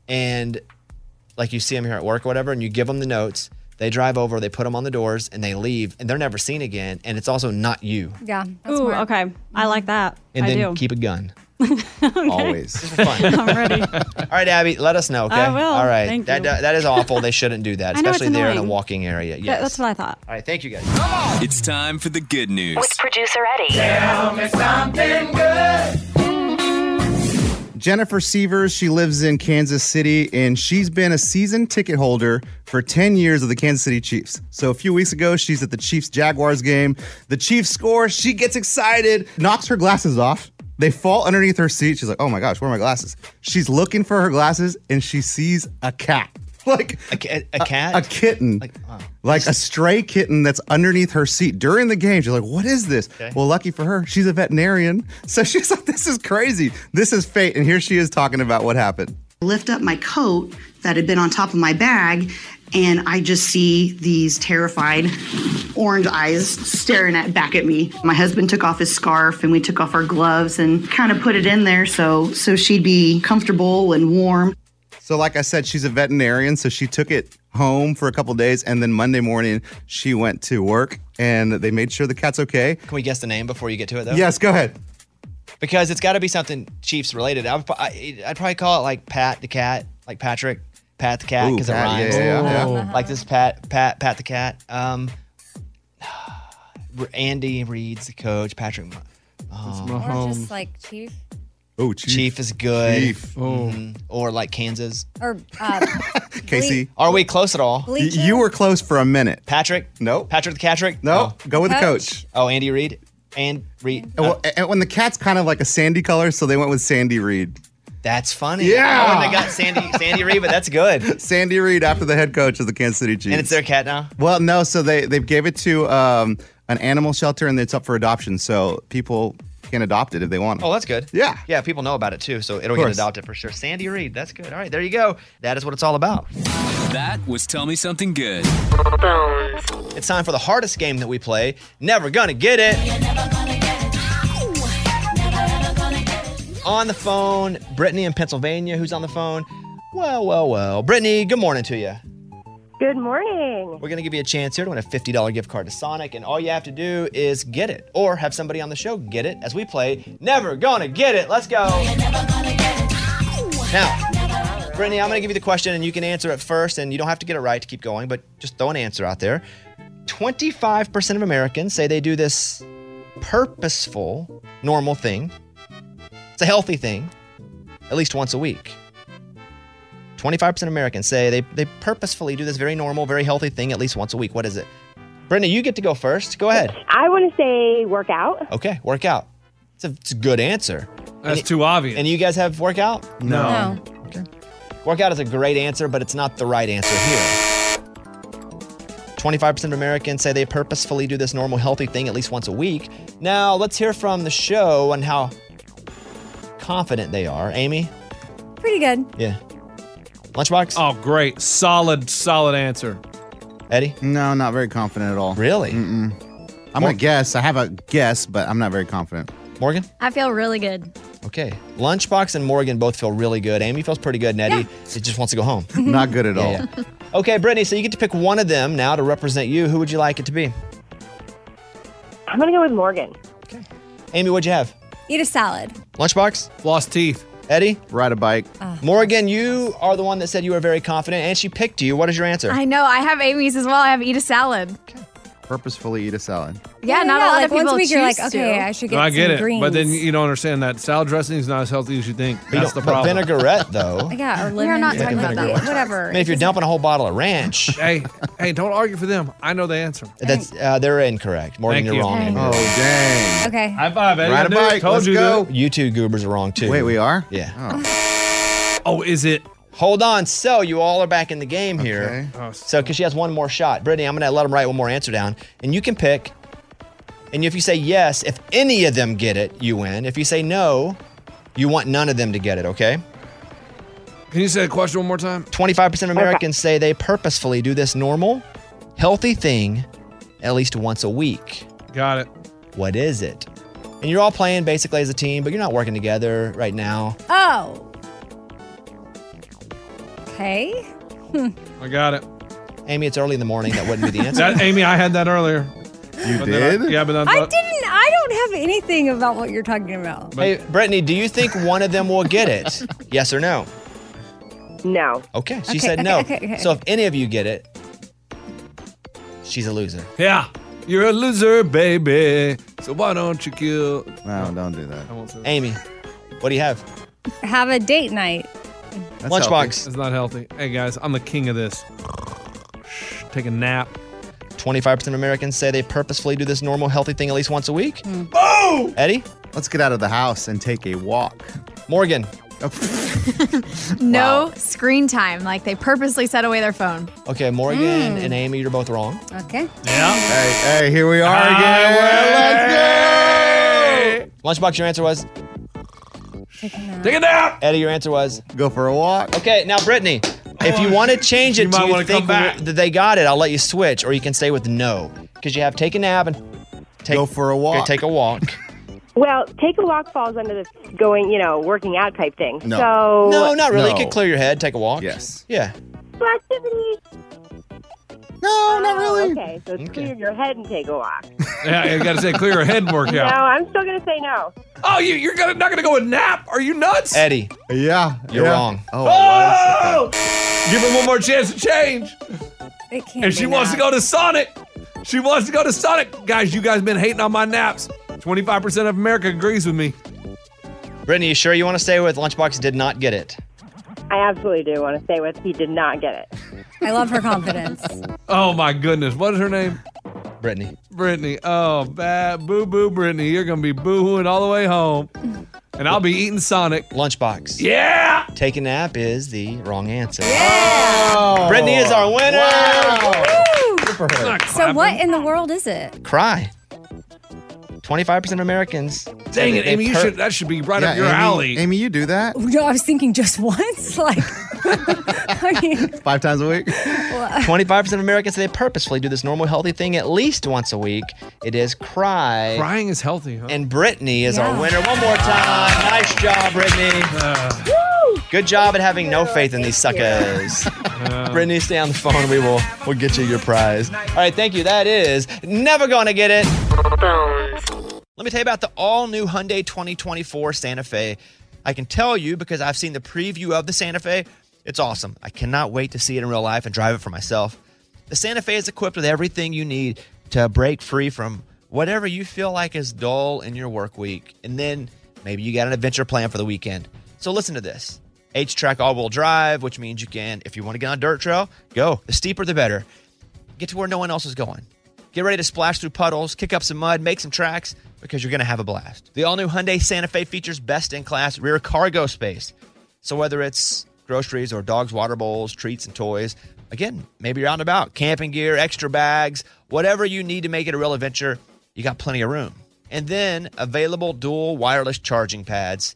[SPEAKER 1] and like you see them here at work or whatever, and you give them the notes. They drive over, they put them on the doors, and they leave, and they're never seen again. And it's also not you.
[SPEAKER 9] Yeah.
[SPEAKER 14] Ooh. Okay. I like that.
[SPEAKER 1] And
[SPEAKER 14] I
[SPEAKER 1] then
[SPEAKER 14] do.
[SPEAKER 1] keep a gun. Always. This is fun.
[SPEAKER 14] I'm ready.
[SPEAKER 1] All right, Abby, let us know, okay?
[SPEAKER 14] I will.
[SPEAKER 1] All right.
[SPEAKER 14] Thank
[SPEAKER 1] that,
[SPEAKER 14] you.
[SPEAKER 1] that- that is awful. They shouldn't do that,
[SPEAKER 14] I know, it's
[SPEAKER 1] especially there in a
[SPEAKER 14] annoying.
[SPEAKER 1] walking area.
[SPEAKER 14] Th-
[SPEAKER 1] Yes.
[SPEAKER 14] That's what I thought.
[SPEAKER 1] All right, thank you guys.
[SPEAKER 12] It's time for the good news.
[SPEAKER 5] With producer Eddie.
[SPEAKER 12] Tell
[SPEAKER 5] me something good.
[SPEAKER 7] Jennifer Severs, she lives in Kansas City, and she's been a season ticket holder for 10 years of the Kansas City Chiefs. So a few weeks ago, she's at the Chiefs Jaguars game. The Chiefs score, she gets excited, knocks her glasses off. They fall underneath her seat. She's like, oh my gosh, where are my glasses? She's looking for her glasses, and she sees a cat. Like
[SPEAKER 1] a, cat?
[SPEAKER 7] A, kitten. Like, a stray kitten that's underneath her seat during the game. She's like, what is this?
[SPEAKER 1] Okay.
[SPEAKER 7] Well, lucky for her, she's a veterinarian. So she's like, this is crazy. This is fate. And here she is talking about what happened.
[SPEAKER 16] lift up my coat that had been on top of my bag and I just see these terrified orange eyes staring at back at me. My husband took off his scarf and we took off our gloves and kind of put it in there so so she'd be comfortable and warm.
[SPEAKER 7] So, like I said, she's a veterinarian. So she took it home for a couple days. And then Monday morning, she went to work and they made sure the cat's okay.
[SPEAKER 1] Can we guess the name before you get to it, though?
[SPEAKER 7] Yes, go ahead.
[SPEAKER 1] Because it's got to be something Chiefs related. I would, pro- I, I'd probably call it like Pat the Cat, like Patrick, Pat the Cat,
[SPEAKER 7] Ooh,
[SPEAKER 1] because it
[SPEAKER 7] Pat, yeah,
[SPEAKER 1] rhymes.
[SPEAKER 7] yeah, yeah, Uh-huh. yeah.
[SPEAKER 1] Like this Pat, Pat, Pat the Cat. Um, Andy Reed's the coach, Patrick. Mah- Oh.
[SPEAKER 9] Or just like Chief.
[SPEAKER 7] Oh,
[SPEAKER 1] Chief. is good.
[SPEAKER 7] Chief.
[SPEAKER 1] Mhm.
[SPEAKER 14] Oh.
[SPEAKER 1] Or like Kansas.
[SPEAKER 9] Or uh,
[SPEAKER 7] Casey.
[SPEAKER 1] Are we close at all?
[SPEAKER 7] Y- you were close for a minute.
[SPEAKER 1] Patrick?
[SPEAKER 7] No.
[SPEAKER 1] Patrick the Catrick?
[SPEAKER 7] No. Go with the coach.
[SPEAKER 1] Oh, Andy Reid? And uh, Reid.
[SPEAKER 7] And, well, and when the cat's kind of like a sandy color, so they went with Sandy Reed.
[SPEAKER 1] That's funny.
[SPEAKER 7] Yeah.
[SPEAKER 1] I wouldn't have got Sandy, Sandy Reid, but that's good.
[SPEAKER 7] Sandy Reed after the head coach of the Kansas City Chiefs.
[SPEAKER 1] And it's their cat now?
[SPEAKER 7] Well, no, so they they gave it to um, an animal shelter and it's up for adoption, so people can adopt it if they want.
[SPEAKER 1] Oh, that's good.
[SPEAKER 7] Yeah.
[SPEAKER 1] Yeah, people know about it too, so it'll
[SPEAKER 7] Of
[SPEAKER 1] get
[SPEAKER 7] course.
[SPEAKER 1] adopted for sure. Sandy Reid, that's good. All right, there you go. That is what it's all about.
[SPEAKER 5] That was Tell Me Something Good.
[SPEAKER 1] It's time for the hardest game that we play. Never gonna get it. On the phone, Brittany in Pennsylvania, who's on the phone. Well, well, well. Brittany, good morning to you.
[SPEAKER 17] Good morning.
[SPEAKER 1] We're going to give you a chance here to win a $50 gift card to Sonic, and all you have to do is get it or have somebody on the show get it as we play Never Gonna Get It. Let's go. Now, Brittany, I'm going to give you the question, and you can answer it first, and you don't have to get it right to keep going, but just throw an answer out there. 25% of Americans say they do this purposeful, normal thing. It's a healthy thing, at least once a week. 25% of Americans say they, they purposefully do this very normal, very healthy thing at least once a week. What is it? Brenda, you get to go first. Go ahead.
[SPEAKER 17] I want to say workout.
[SPEAKER 1] Okay, workout. It's a, it's a good answer.
[SPEAKER 8] That's too obvious.
[SPEAKER 1] And you guys have workout?
[SPEAKER 17] No.
[SPEAKER 1] Workout is a great answer, but it's not the right answer here. 25% of Americans say they purposefully do this normal, healthy thing at least once a week. Now, let's hear from the show on how confident they are. Amy?
[SPEAKER 9] Pretty good.
[SPEAKER 1] Yeah. Lunchbox?
[SPEAKER 8] Oh, great. Solid, solid answer.
[SPEAKER 1] Eddie?
[SPEAKER 7] No, not very confident at all.
[SPEAKER 1] Really?
[SPEAKER 7] Mm-mm. I'm
[SPEAKER 1] Mor-
[SPEAKER 7] gonna guess. I have a guess, but I'm not very confident.
[SPEAKER 1] Morgan?
[SPEAKER 11] I feel really good.
[SPEAKER 1] Okay. Lunchbox and Morgan both feel really good. Amy feels pretty good, and Eddie she just wants to go home.
[SPEAKER 7] Not good at all.
[SPEAKER 1] Okay, Brittany, so you get to pick one of them now to represent you. Who would you like it to be?
[SPEAKER 17] I'm going to go with Morgan.
[SPEAKER 1] Amy, what'd you have?
[SPEAKER 9] Eat a salad.
[SPEAKER 1] Lunchbox?
[SPEAKER 8] Floss teeth.
[SPEAKER 1] Eddie?
[SPEAKER 7] Ride a bike.
[SPEAKER 8] Uh.
[SPEAKER 1] Morgan, you are the one that said you were very confident, and she picked you. What is your answer?
[SPEAKER 11] I know. I have Amy's as well. I have eat a salad.
[SPEAKER 7] Purposefully eat a salad.
[SPEAKER 11] Yeah, not a lot
[SPEAKER 9] like
[SPEAKER 11] of people
[SPEAKER 9] once a week you're like,
[SPEAKER 11] choose
[SPEAKER 9] okay,
[SPEAKER 11] to.
[SPEAKER 9] I should get
[SPEAKER 8] No, I get
[SPEAKER 9] some
[SPEAKER 8] it,
[SPEAKER 9] greens.
[SPEAKER 8] but then you don't understand that salad dressing is not as healthy as you think.
[SPEAKER 1] you
[SPEAKER 8] That's the
[SPEAKER 1] don't- but
[SPEAKER 8] problem.
[SPEAKER 1] vinaigrette, though.
[SPEAKER 9] yeah, or
[SPEAKER 11] We are
[SPEAKER 9] lemon.
[SPEAKER 11] not talking about
[SPEAKER 9] whatever.
[SPEAKER 11] that.
[SPEAKER 9] Whatever.
[SPEAKER 1] I mean, if you're dumping a whole bottle of ranch,
[SPEAKER 8] hey, hey, don't argue for them. I know the answer.
[SPEAKER 1] that's uh, they're incorrect. Morgan,
[SPEAKER 8] Thank
[SPEAKER 1] you're
[SPEAKER 8] you.
[SPEAKER 1] wrong.
[SPEAKER 8] Okay.
[SPEAKER 1] Amy,
[SPEAKER 8] Oh,
[SPEAKER 1] you're wrong.
[SPEAKER 7] dang.
[SPEAKER 9] Okay.
[SPEAKER 8] High five, Eddie.
[SPEAKER 1] Ride
[SPEAKER 8] I
[SPEAKER 1] a
[SPEAKER 8] knew it.
[SPEAKER 1] bike.
[SPEAKER 8] Told
[SPEAKER 1] Let's
[SPEAKER 8] you
[SPEAKER 1] go.
[SPEAKER 8] that.
[SPEAKER 1] You two goobers are wrong too.
[SPEAKER 8] Wait, we
[SPEAKER 7] are?
[SPEAKER 1] Yeah.
[SPEAKER 8] Oh, is it?
[SPEAKER 1] Hold on. So you all are back in the game here.
[SPEAKER 8] Okay. Oh,
[SPEAKER 1] so because she has one more shot, Brittany, I'm gonna let them write one more answer down, and you can pick. And if you say yes, if any of them get it, you win. If you say no, you want none of them to get it. Okay.
[SPEAKER 8] Can you say the question one more time?
[SPEAKER 1] 25% of Americans say they purposefully do this normal, healthy thing at least once a week.
[SPEAKER 8] Got it.
[SPEAKER 1] What is it? And you're all playing basically as a team, but you're not working together right now.
[SPEAKER 9] Oh. Okay. Hmm.
[SPEAKER 8] I got it.
[SPEAKER 1] Amy, it's early in the morning. That wouldn't be the answer.
[SPEAKER 8] That, Amy, I had that earlier.
[SPEAKER 7] You
[SPEAKER 1] did?
[SPEAKER 8] yeah, but then
[SPEAKER 9] I didn't. I don't have anything about what you're talking about.
[SPEAKER 1] Hey, Brittany, do you think one of them will get it? yes or no?
[SPEAKER 17] No.
[SPEAKER 1] Okay, she
[SPEAKER 17] Okay,
[SPEAKER 1] said
[SPEAKER 17] okay,
[SPEAKER 1] no.
[SPEAKER 17] okay, okay.
[SPEAKER 1] So if any of you get it, she's a loser.
[SPEAKER 8] Yeah. You're a loser, baby. So why don't you kill?
[SPEAKER 7] No, don't do that.
[SPEAKER 1] Amy, what do you have?
[SPEAKER 9] have a date night.
[SPEAKER 8] Lunchbox. It's not healthy. Hey guys, I'm the king of this. Take a nap.
[SPEAKER 1] 25% of Americans say they purposefully do this normal healthy thing at least once a week.
[SPEAKER 17] Hmm.
[SPEAKER 1] Boom! Eddie?
[SPEAKER 7] Let's get out of the house and take a walk. Oh.
[SPEAKER 1] Morgan.
[SPEAKER 11] No screen time. Like they purposely set away their phone.
[SPEAKER 1] Okay, Morgan
[SPEAKER 17] Hmm.
[SPEAKER 11] Mm.
[SPEAKER 1] and Amy, you're both wrong.
[SPEAKER 9] Okay.
[SPEAKER 1] Yeah.
[SPEAKER 7] Hey, hey, here we are
[SPEAKER 1] again. Let's go. Lunchbox, your answer was
[SPEAKER 8] Take a nap.
[SPEAKER 1] Eddie, your answer was
[SPEAKER 7] go for a walk.
[SPEAKER 1] Okay, now Brittany, if you want to change it,
[SPEAKER 8] You
[SPEAKER 1] to
[SPEAKER 8] might
[SPEAKER 1] you
[SPEAKER 8] wanna
[SPEAKER 1] think
[SPEAKER 8] come back.
[SPEAKER 1] that they got it, I'll let you switch, or you can stay with no because you have take a nap and take, go
[SPEAKER 7] for a walk.
[SPEAKER 1] Take a walk.
[SPEAKER 18] Well, take a walk falls under the going, you know, working out type thing.
[SPEAKER 1] No.
[SPEAKER 18] So
[SPEAKER 1] no, not really. You could clear your head, take a walk. Yes. Yeah.
[SPEAKER 18] Activity.
[SPEAKER 7] No, not
[SPEAKER 18] really. Okay, so clear your head and take a walk.
[SPEAKER 8] Yeah, you gotta say clear your head
[SPEAKER 18] No,
[SPEAKER 8] workout.
[SPEAKER 18] I'm still gonna say no.
[SPEAKER 8] Oh, you, you're gonna, not gonna go a nap? Are you nuts?
[SPEAKER 1] Eddie.
[SPEAKER 7] Yeah.
[SPEAKER 8] You're
[SPEAKER 1] wrong.
[SPEAKER 7] Oh.
[SPEAKER 8] Give her one more chance to change.
[SPEAKER 9] It can't
[SPEAKER 8] If she
[SPEAKER 9] be
[SPEAKER 8] wants to
[SPEAKER 9] that.
[SPEAKER 8] go to Sonic, she wants to go to Sonic. Guys, you guys been hating on my naps. 25% of America agrees with me.
[SPEAKER 1] Brittany, you sure you want to stay with Lunchbox? Did not get it.
[SPEAKER 18] I absolutely do want to stay with. He did not get it.
[SPEAKER 9] I love her confidence.
[SPEAKER 8] Oh my goodness. What is her name?
[SPEAKER 1] Brittany.
[SPEAKER 8] Brittany. Oh, bad. Boo boo, Brittany. You're going to be boo hooing all the way home. And I'll be eating Sonic.
[SPEAKER 1] Lunchbox.
[SPEAKER 8] Yeah.
[SPEAKER 1] Take a nap is the wrong answer.
[SPEAKER 8] Oh.
[SPEAKER 1] Brittany is our winner.
[SPEAKER 9] So what in the world is it?
[SPEAKER 1] Cry. 25% of Americans.
[SPEAKER 8] Dang it, Amy, you should- that should be right up Yeah, your Amy- alley.
[SPEAKER 7] Amy, you do that?
[SPEAKER 9] No, I was thinking just once. Like, I mean,
[SPEAKER 7] Five times a week?
[SPEAKER 9] well,
[SPEAKER 1] 25% of Americans say they purposefully do this normal healthy thing at least once a week. It is cry.
[SPEAKER 8] Crying is healthy, huh?
[SPEAKER 1] And Brittany is
[SPEAKER 8] Yeah.
[SPEAKER 1] our winner. One more time. Nice job, Brittany. Good job at having no faith in these suckers. Brittany, stay on the phone. We will we'll get you your prize. All right, thank you. That is never gonna get it. Let me tell you about the all-new Hyundai 2024 Santa Fe. I can tell you because I've seen the preview of the Santa Fe. It's awesome. I cannot wait to see it in real life and drive it for myself. The Santa Fe is equipped with everything you need to break free from whatever you feel like is dull in your work week. And then maybe you got an adventure plan for the weekend. So listen to this. H track all wheel drive, which means you can, if you want to get on a dirt trail, go. The steeper, the better. Get to where no one else is going. Get ready to splash through puddles, kick up some mud, make some tracks, because you're going to have a blast. The all new Hyundai Santa Fe features best in class rear cargo space. So whether it's groceries or dogs' water bowls, treats, and toys, again, maybe you're out and about, camping gear, extra bags, whatever you need to make it a real adventure, you got plenty of room. And then available dual wireless charging pads.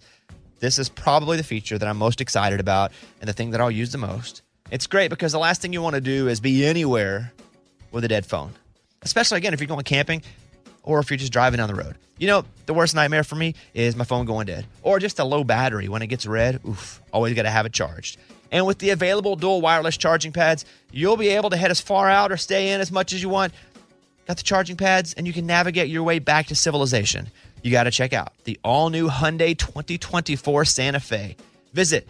[SPEAKER 1] This is probably the feature that I'm most excited about and the thing that I'll use the most. It's great because the last thing you want to do is be anywhere with a dead phone, especially again if you're going camping or if you're just driving down the road. You know, the worst nightmare for me is my phone going dead or just a low battery when it gets red. Oof, always got to have it charged. And with the available dual wireless charging pads, you'll be able to head as far out or stay in as much as you want. Got the charging pads, and you can navigate your way back to civilization. You got to check out the all new Hyundai 2024 Santa Fe. Visit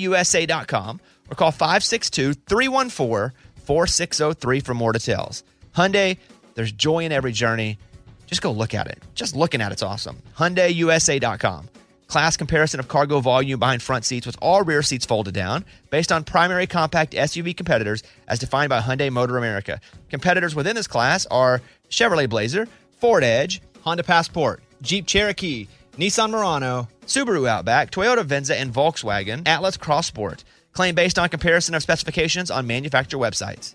[SPEAKER 1] HyundaiUSA.com or call 562 314 4603 for more details. Hyundai, there's joy in every journey. Just go look at it. Just looking at it's awesome. HyundaiUSA.com. Class comparison of cargo volume behind front seats with all rear seats folded down based on primary compact SUV competitors as defined by Hyundai Motor America. Competitors within this class are Chevrolet Blazer, Ford Edge, Honda Passport, Jeep Cherokee, Nissan Murano, Subaru Outback, Toyota Venza, and Volkswagen Atlas Cross Sport. Claim based on comparison of specifications on manufacturer websites.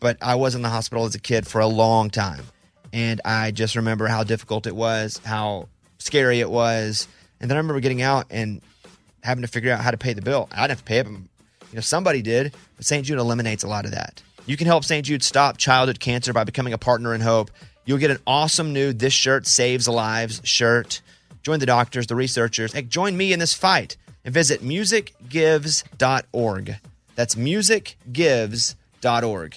[SPEAKER 1] but I was in the hospital as a kid for a long time. And I just remember how difficult it was, how scary it was. And then I remember getting out and having to figure out how to pay the bill. I didn't have to pay it, but you know, somebody did. But St. Jude eliminates a lot of that. You can help St. Jude stop childhood cancer by becoming a partner in hope. You'll get an awesome new This Shirt Saves Lives shirt. Join the doctors, the researchers, and join me in this fight. And visit musicgives.org. That's musicgives.org.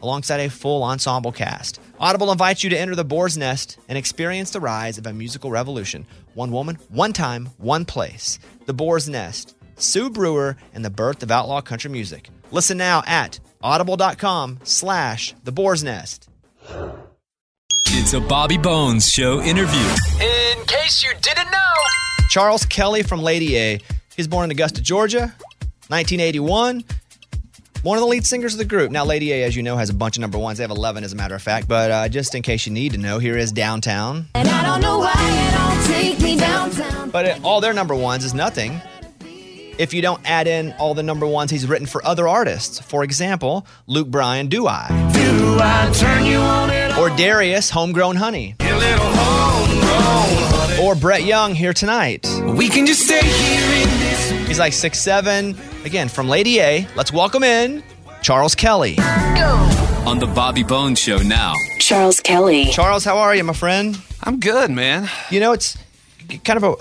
[SPEAKER 1] alongside a full ensemble cast. Audible invites you to enter the boar's nest and experience the rise of a musical revolution. One woman, one time, one place. The boar's nest, Sue Brewer, and the birth of outlaw country music. Listen now at audible.com slash the boar's nest.
[SPEAKER 19] It's a Bobby Bones Show interview.
[SPEAKER 5] In case you didn't know.
[SPEAKER 1] Charles Kelly from Lady A. He was born in Augusta, Georgia, 1981. One of the lead singers of the group. Now, Lady A, as you know, has a bunch of number ones. They have 11, as a matter of fact. But uh, just in case you need to know, here is Downtown.
[SPEAKER 5] And I don't know why it all take me downtown.
[SPEAKER 1] But it, all their number ones is nothing if you don't add in all the number ones he's written for other artists. For example, Luke Bryan, Do I? Do I turn you on Or Darius, Homegrown Honey. Or Brett Young, Here Tonight. We can just stay here in this. He's like six seven. Again, from Lady A, let's welcome in Charles Kelly.
[SPEAKER 19] On the Bobby Bones Show now.
[SPEAKER 1] Charles Kelly. Charles, how are you, my friend?
[SPEAKER 19] I'm good, man.
[SPEAKER 1] You know, it's kind of a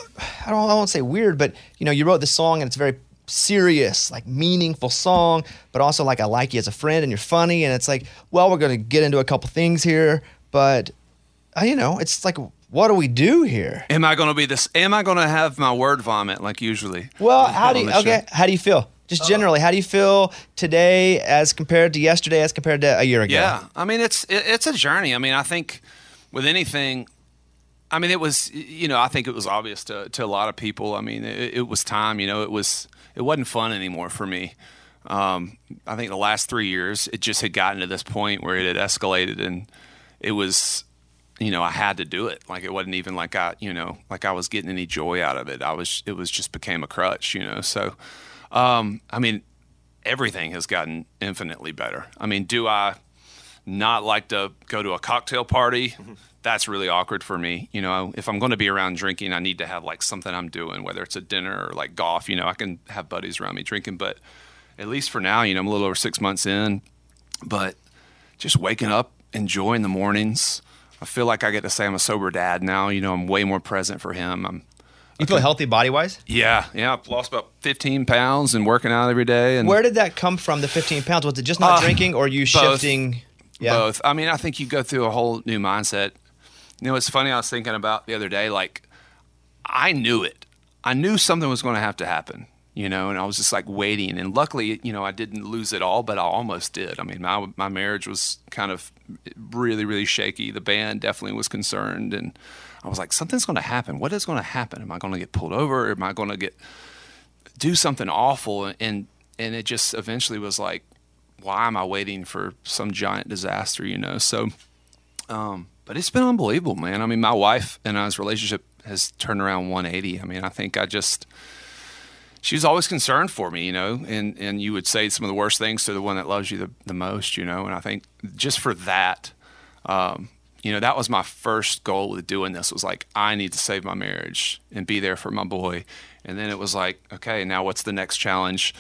[SPEAKER 1] I don't I won't say weird, but you know, you wrote this song and it's a very serious, like meaningful song, but also like I like you as a friend and you're funny and it's like, well, we're going to get into a couple things here, but uh, you know, it's like what do we do here?
[SPEAKER 20] Am I gonna be this? Am I gonna have my word vomit like usually?
[SPEAKER 1] Well, how do
[SPEAKER 20] on
[SPEAKER 1] you
[SPEAKER 20] this
[SPEAKER 1] okay, how do you feel? Just
[SPEAKER 19] Uh,
[SPEAKER 1] generally, how do you feel today as compared to yesterday as compared to a year ago?
[SPEAKER 20] Yeah, I mean it's it, it's a journey. I mean I think with anything, I mean it was you know I think it was obvious to to a lot of people. I mean it, it was time. You know it was it wasn't fun anymore for me. Um, I think the last three years it just had gotten to this point where it had escalated and it was you know I had to do it. Like it wasn't even like I you know like I was getting any joy out of it. I was it was just became a crutch. You know so um, I mean everything has gotten infinitely better. I mean do I not like to go to a cocktail party. That's really awkward for me. You know, if I'm going to be around drinking, I need to have like something I'm doing, whether it's a dinner or like golf. You know, I can have buddies around me drinking, but at least for now, you know, I'm a little over six months in, but just waking up, enjoying the mornings. I feel like I get to say I'm a sober dad now. You know, I'm way more present for him. I'm
[SPEAKER 1] You feel healthy body wise?
[SPEAKER 20] yeah, yeah. I've lost about 15 pounds and working out every day. And
[SPEAKER 1] Where did that come from? The 15 pounds? Was it just not
[SPEAKER 20] Uh,
[SPEAKER 1] drinking, or you
[SPEAKER 20] both.
[SPEAKER 1] shifting?
[SPEAKER 20] Both. I mean, I think you go through a whole new mindset. You know, it's funny. I was thinking about the other day. Like, I knew it. I knew something was going to have to happen. You know, and I was just like waiting. And luckily, you know, I didn't lose it all, but I almost did. I mean, my my marriage was kind of really, really shaky. The band definitely was concerned, and I was like, something's going to happen. What is going to happen? Am I going to get pulled over? Am I going to get do something awful? And and it just eventually was like, why am I waiting for some giant disaster, you know? So, um, but it's been unbelievable, man. I mean, my wife and I's relationship has turned around 180. I mean, I think I just, she was always concerned for me, you know, and, and you would say some of the worst things to the one that loves you the, the most, you know, and I think just for that, um, you know, that was my first goal with doing this was like, I need to save my marriage and be there for my boy. And then it was like, okay, now what's the next challenge?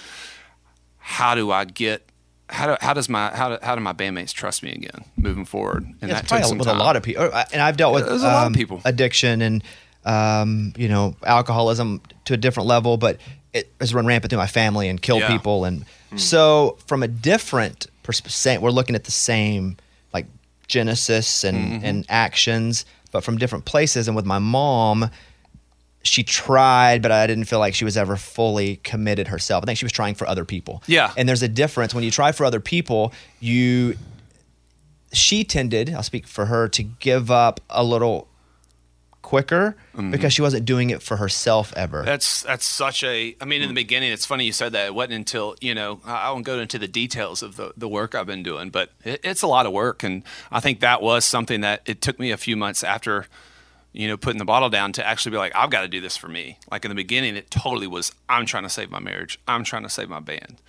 [SPEAKER 20] how do I get how do, how does my how do, how do my bandmates trust me again moving forward? And
[SPEAKER 1] Yeah, it's probably with a lot of people, and I've dealt with
[SPEAKER 20] There's a lot
[SPEAKER 1] um,
[SPEAKER 20] of people.
[SPEAKER 1] addiction and um, you know alcoholism to a different level, but it has run rampant through my family and killed
[SPEAKER 20] Yeah. Hmm.
[SPEAKER 1] people. And so, from a different perspective, we're looking at the same like genesis and
[SPEAKER 20] Mhm.
[SPEAKER 1] and actions, but from different places. And with my mom. She tried, but I didn't feel like she was ever fully committed herself. I think she was trying for other people.
[SPEAKER 20] Yeah.
[SPEAKER 1] And there's a difference when you try for other people, you she tended, I'll speak for her, to give up a little quicker because she wasn't doing it for herself ever.
[SPEAKER 20] That's that's such a. I mean, in the beginning, it's funny you said that. It wasn't until you know I I won't go into the details of the, the work I've been doing, but it, it's a lot of work, and I think that was something that it took me a few months after, you know, putting the bottle down to actually be like, I've got to do this for me. Like in the beginning, it totally was. I'm trying to save my marriage. I'm trying to save my band,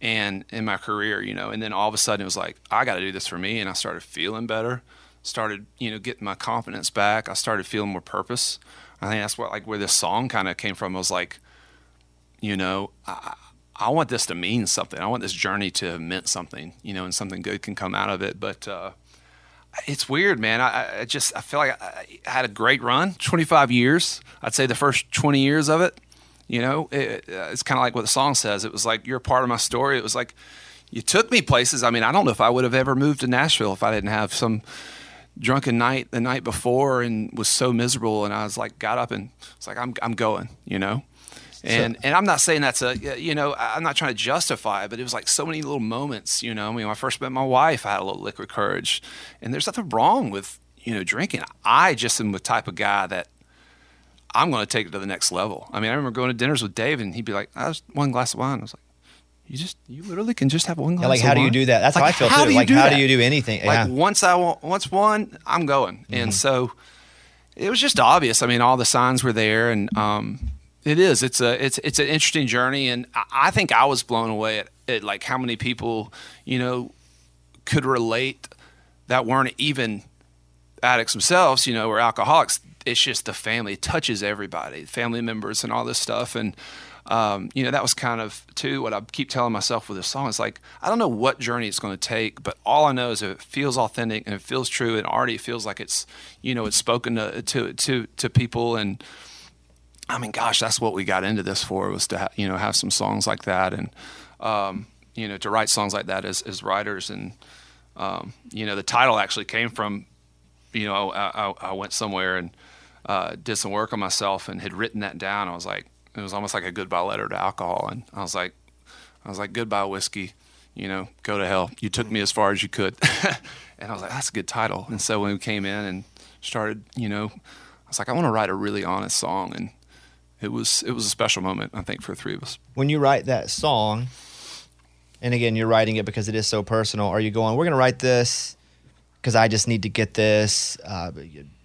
[SPEAKER 20] and in my career, you know. And then all of a sudden, it was like, I got to do this for me, and I started feeling better. Started, you know, getting my confidence back. I started feeling more purpose. I think that's what like where this song kind of came from. I was like, you know, I, I want this to mean something. I want this journey to have meant something, you know, and something good can come out of it. But uh, it's weird, man. I- I, I just I feel like I, I had a great run, 25 years. I'd say the first 20 years of it, you know, it, uh, it's kind of like what the song says. It was like you're a part of my story. It was like you took me places. I mean, I don't know if I would have ever moved to Nashville if I didn't have some drunken night the night before and was so miserable and I was like got up and it's like I'm I'm going, you know. And and I'm not saying that's a you know I- I'm not trying to justify it, but it was like so many little moments, you know. I mean, when I first met my wife, I had a little liquid courage, and there's nothing wrong with you know drinking. I just am the type of guy that I'm going to take it to the next level. I mean, I remember going to dinners with Dave, and he'd be like, "I was one glass of wine." I was like, "You just you literally can just have one glass."
[SPEAKER 1] Yeah, like
[SPEAKER 20] of
[SPEAKER 1] how do you
[SPEAKER 20] wine?"
[SPEAKER 1] do that? That's how I feel too.
[SPEAKER 20] do you
[SPEAKER 1] Like, how
[SPEAKER 20] that?
[SPEAKER 1] do you do anything?
[SPEAKER 20] Like
[SPEAKER 1] Yeah. Mm-hmm.
[SPEAKER 20] once I want, once one, I'm going. And so it was just obvious. I mean, all the signs were there, and um, it is. It's a it's it's an interesting journey, and I, I think I was blown away at, at like how many people you know could relate that weren't even addicts themselves, you know, or alcoholics. It's just the family it touches everybody, family members, and all this stuff. And um, you know, that was kind of too what I keep telling myself with this song. It's like I don't know what journey it's going to take, but all I know is if it feels authentic and it feels true, and already it feels like it's you know it's spoken to to to, to people. And I mean, gosh, that's what we got into this for was to ha- you know have some songs like that and um, you know to write songs like that as as writers. And um, you know, the title actually came from you know, I, I, I went somewhere and uh, did some work on myself and had written that down. I was like, it was almost like a goodbye letter to alcohol, and I was like, I was like, goodbye whiskey, you know, go to hell. You took me as far as you could, and I was like, that's a good title. And so when we came in and started, you know, I was like, I want to write a really honest song, and it was it was a special moment, I think, for the three of us.
[SPEAKER 1] when you write that song, and again, you're writing it because it is so personal, are you going, we're going to write this because I just need to get this uh,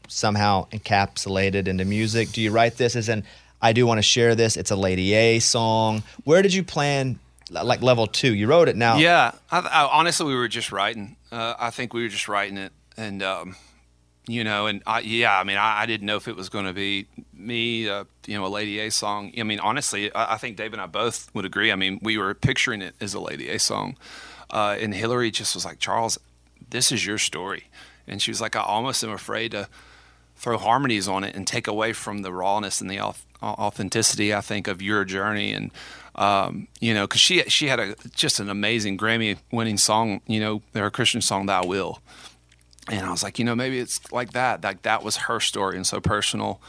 [SPEAKER 1] somehow encapsulated into music? Do you write this as an, I do want to share this? It's a Lady A song. Where did you plan, like level two? You wrote it now.
[SPEAKER 20] Yeah, I, I, honestly, we were just writing. Uh, I think we were just writing it, and um, you know, and I, yeah, I mean, I, I didn't know if it was going to be me, uh, you know, a Lady A song. I mean, honestly, I, I think Dave and I both would agree. I mean, we were picturing it as a Lady A song, uh, and Hillary just was like, Charles, this is your story, and she was like, I almost am afraid to throw harmonies on it and take away from the rawness and the au- authenticity I think of your journey and um, you know because she she had a just an amazing Grammy winning song you know her Christian song Thou Will and I was like you know maybe it's like that like that was her story and so personal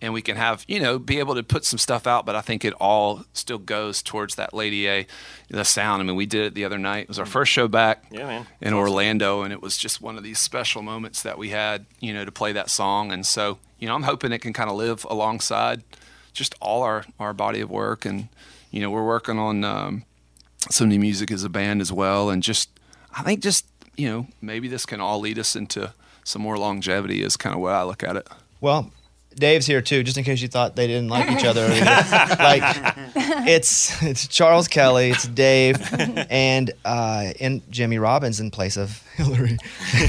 [SPEAKER 20] and we can have you know be able to put some stuff out but I think it all still goes towards that Lady A the sound I mean we did it the other night it was our first show back
[SPEAKER 21] Yeah, man.
[SPEAKER 20] in Orlando, and it was just one of these special moments that we had, you know, to play that song. And so, you know, I'm hoping it can kind of live alongside just all our our body of work, and you know, we're working on um, some new music as a band as well, and just I think just you know maybe this can all lead us into some more longevity is kind of where I look at it.
[SPEAKER 1] Well, Dave's here too, just in case you thought they didn't like each other. like it's it's Charles Kelly, it's Dave, and uh, and Jimmy Robbins in place of Hillary,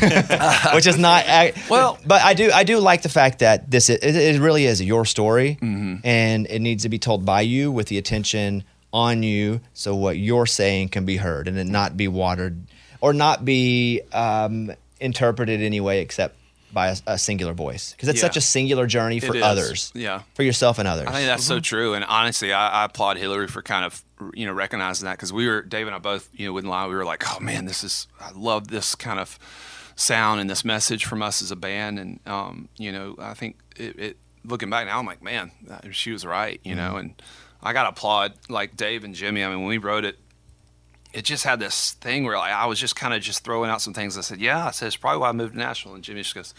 [SPEAKER 1] which is not ac- well. But I do I do like the fact that this is, it, it really is your story,
[SPEAKER 20] Mm-hmm.
[SPEAKER 1] and it needs to be told by you with the attention on you, so what you're saying can be heard and it not be watered or not be um, interpreted any way except by a, a singular voice because it's
[SPEAKER 20] Yeah.
[SPEAKER 1] such a singular journey
[SPEAKER 20] It
[SPEAKER 1] for
[SPEAKER 20] is.
[SPEAKER 1] others,
[SPEAKER 20] Yeah.
[SPEAKER 1] for yourself and others.
[SPEAKER 20] I think that's so true. And honestly, I, I applaud Hillary for kind of you know recognizing that because we were Dave and I both you know wouldn't lie. We were like, oh man, this is I love this kind of sound and this message from us as a band. And um, you know, I think it, it looking back now, I'm like, man, that- she was right. You know, and I got to applaud like Dave and Jimmy. I mean, when we wrote it, it just had this thing where like, I was just kind of just throwing out some things. I said, yeah, I said, it's probably why I moved to Nashville. And Jimmy just goes,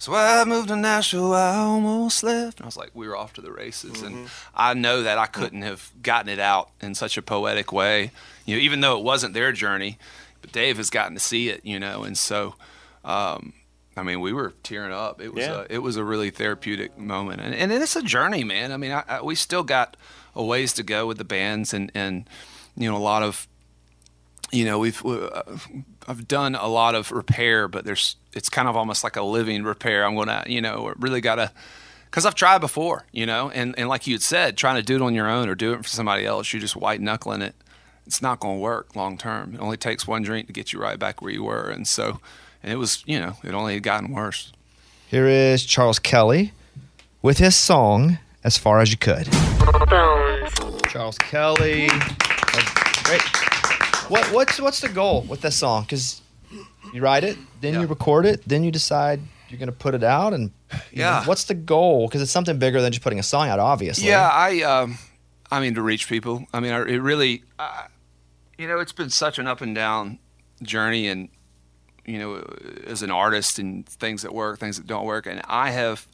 [SPEAKER 20] so I moved to Nashville, I almost left. And I was like, we were off to the races. And I know that I couldn't have gotten it out in such a poetic way, you know, even though it wasn't their journey, but Dave has gotten to see it, you know. And so, um, I mean, we were tearing up. It was
[SPEAKER 21] Yeah.
[SPEAKER 20] a, it was a really therapeutic moment, and, and it's a journey, man. I mean, I, I, we still got a ways to go with the bands, and and you know, a lot of you know we've we, uh, I've done a lot of repair, but there's it's kind of almost like a living repair. I'm gonna you know really gotta because I've tried before, you know, and and like you had said, trying to do it on your own or do it for somebody else, you're just white knuckling it. It's not going to work long term. It only takes one drink to get you right back where you were, and so and it was you know it only had gotten worse.
[SPEAKER 1] Here is Charles Kelly with his song As Far As You Could. Charles Kelly. That's Great. What, what's, what's the goal with this song? Because you write it, then you record it, then you decide you're going to put it out. And you know,
[SPEAKER 20] Yeah.
[SPEAKER 1] what's the goal? Because it's something bigger than just putting a song out, obviously.
[SPEAKER 20] Yeah, I, um, I mean, to reach people. I mean, I, it really, uh, you know, it's been such an up and down journey, and you know, as an artist, and things that work, things that don't work, and I have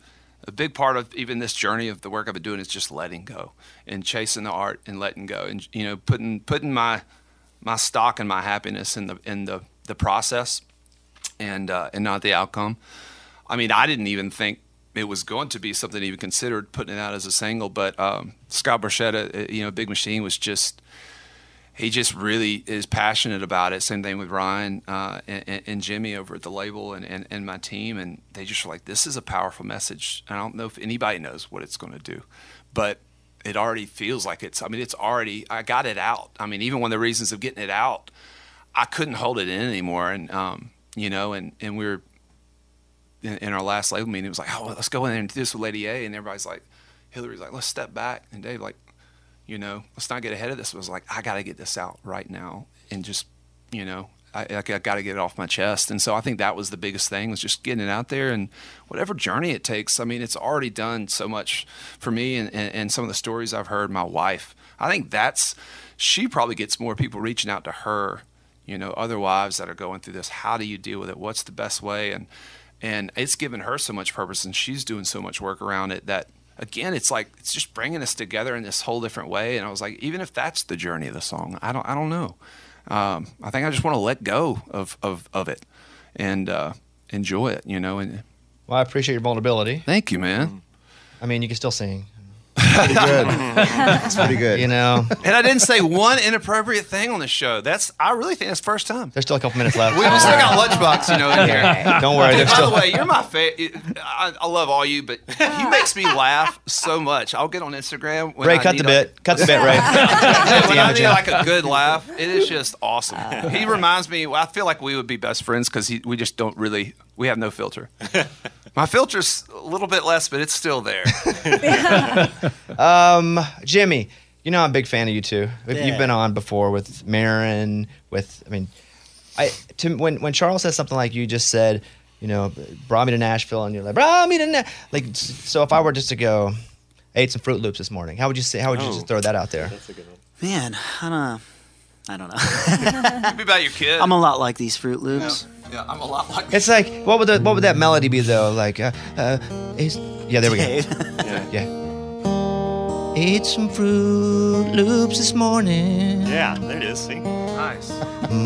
[SPEAKER 20] a big part of even this journey of the work I've been doing is just letting go and chasing the art and letting go, and you know, putting putting my my stock and my happiness in the in the the process, and uh, and not the outcome. I mean, I didn't even think it was going to be something even considered putting it out as a single. But um, Scott Borchetta, uh, you know, Big Machine was just he just really is passionate about it. Same thing with Ryan uh, and, and- and Jimmy over at the label and, and, and my team, and they just were like, "This is a powerful message." And I don't know if anybody knows what it's going to do, but it already feels like it's. I mean, it's already. I got it out. I mean, even one of the reasons of getting it out, I couldn't hold it in anymore, and um, you know, and and we were in, in our last label meeting, it was like, oh, let's go in there and do this with Lady A. And everybody's like, Hillary's like, let's step back. And Dave, like, you know, let's not get ahead of this. It was like, I got to get this out right now and just, you know, I, I, got to get it off my chest. And so I think that was the biggest thing was just getting it out there and whatever journey it takes. I mean, it's already done so much for me and, and, and some of the stories I've heard. My wife, I think that's, she probably gets more people reaching out to her, you know, other wives that are going through this. How do you deal with it? What's the best way? And, and it's given her so much purpose and she's doing so much work around it that again it's like it's just bringing us together in this whole different way and i was like even if that's the journey of the song i don't i don't know um, i think i just want to let go of of of it and uh enjoy it you know and
[SPEAKER 1] Well, I appreciate your vulnerability.
[SPEAKER 20] Thank you, man.
[SPEAKER 1] I mean, you can still sing.
[SPEAKER 20] pretty
[SPEAKER 1] good. It's pretty good. You know,
[SPEAKER 20] and i didn't say one inappropriate thing on the show that's i really think that's the first time
[SPEAKER 1] there's still a couple minutes left.
[SPEAKER 20] we we still got lunchbox, you know, in here.
[SPEAKER 1] Don't worry,
[SPEAKER 20] Dude,
[SPEAKER 1] there's
[SPEAKER 20] by
[SPEAKER 1] still.
[SPEAKER 20] the way, you're my favorite. I, I love all you, but he makes me laugh so much. I'll get on Instagram. When
[SPEAKER 1] Ray,
[SPEAKER 20] I
[SPEAKER 1] cut
[SPEAKER 20] need
[SPEAKER 1] the bit. Cut the bit, Ray.
[SPEAKER 20] A, when I
[SPEAKER 1] Damage
[SPEAKER 20] need
[SPEAKER 1] it.
[SPEAKER 20] like a good laugh, it is just awesome.
[SPEAKER 5] Uh,
[SPEAKER 20] He reminds me. I feel like we would be best friends because we just don't really. We have no filter. My filter's a little bit less, but it's still there.
[SPEAKER 1] um, Jimmy, you know I'm a big fan of you two. If
[SPEAKER 20] Yeah.
[SPEAKER 1] You've been on before with Marin, with I mean, I to, when when Charles says something like you just said, you know, brought me to Nashville, and you're like brought me to Na-. like. s- So if I were just to go, I ate some Fruit Loops this morning. How would you say? How would you
[SPEAKER 21] Oh.
[SPEAKER 1] just throw that out there?
[SPEAKER 21] a good one. Man, I don't. I don't know.
[SPEAKER 20] Maybe about your kid.
[SPEAKER 21] I'm a lot like these Fruit Loops.
[SPEAKER 20] yeah, I'm a lot like.
[SPEAKER 1] It's like what would the, what would that melody be though? Like, uh, uh, it's- yeah, there we go.
[SPEAKER 21] Yeah.
[SPEAKER 1] yeah. Ate some Fruit Loops this morning.
[SPEAKER 21] Yeah, there it is. See? Nice.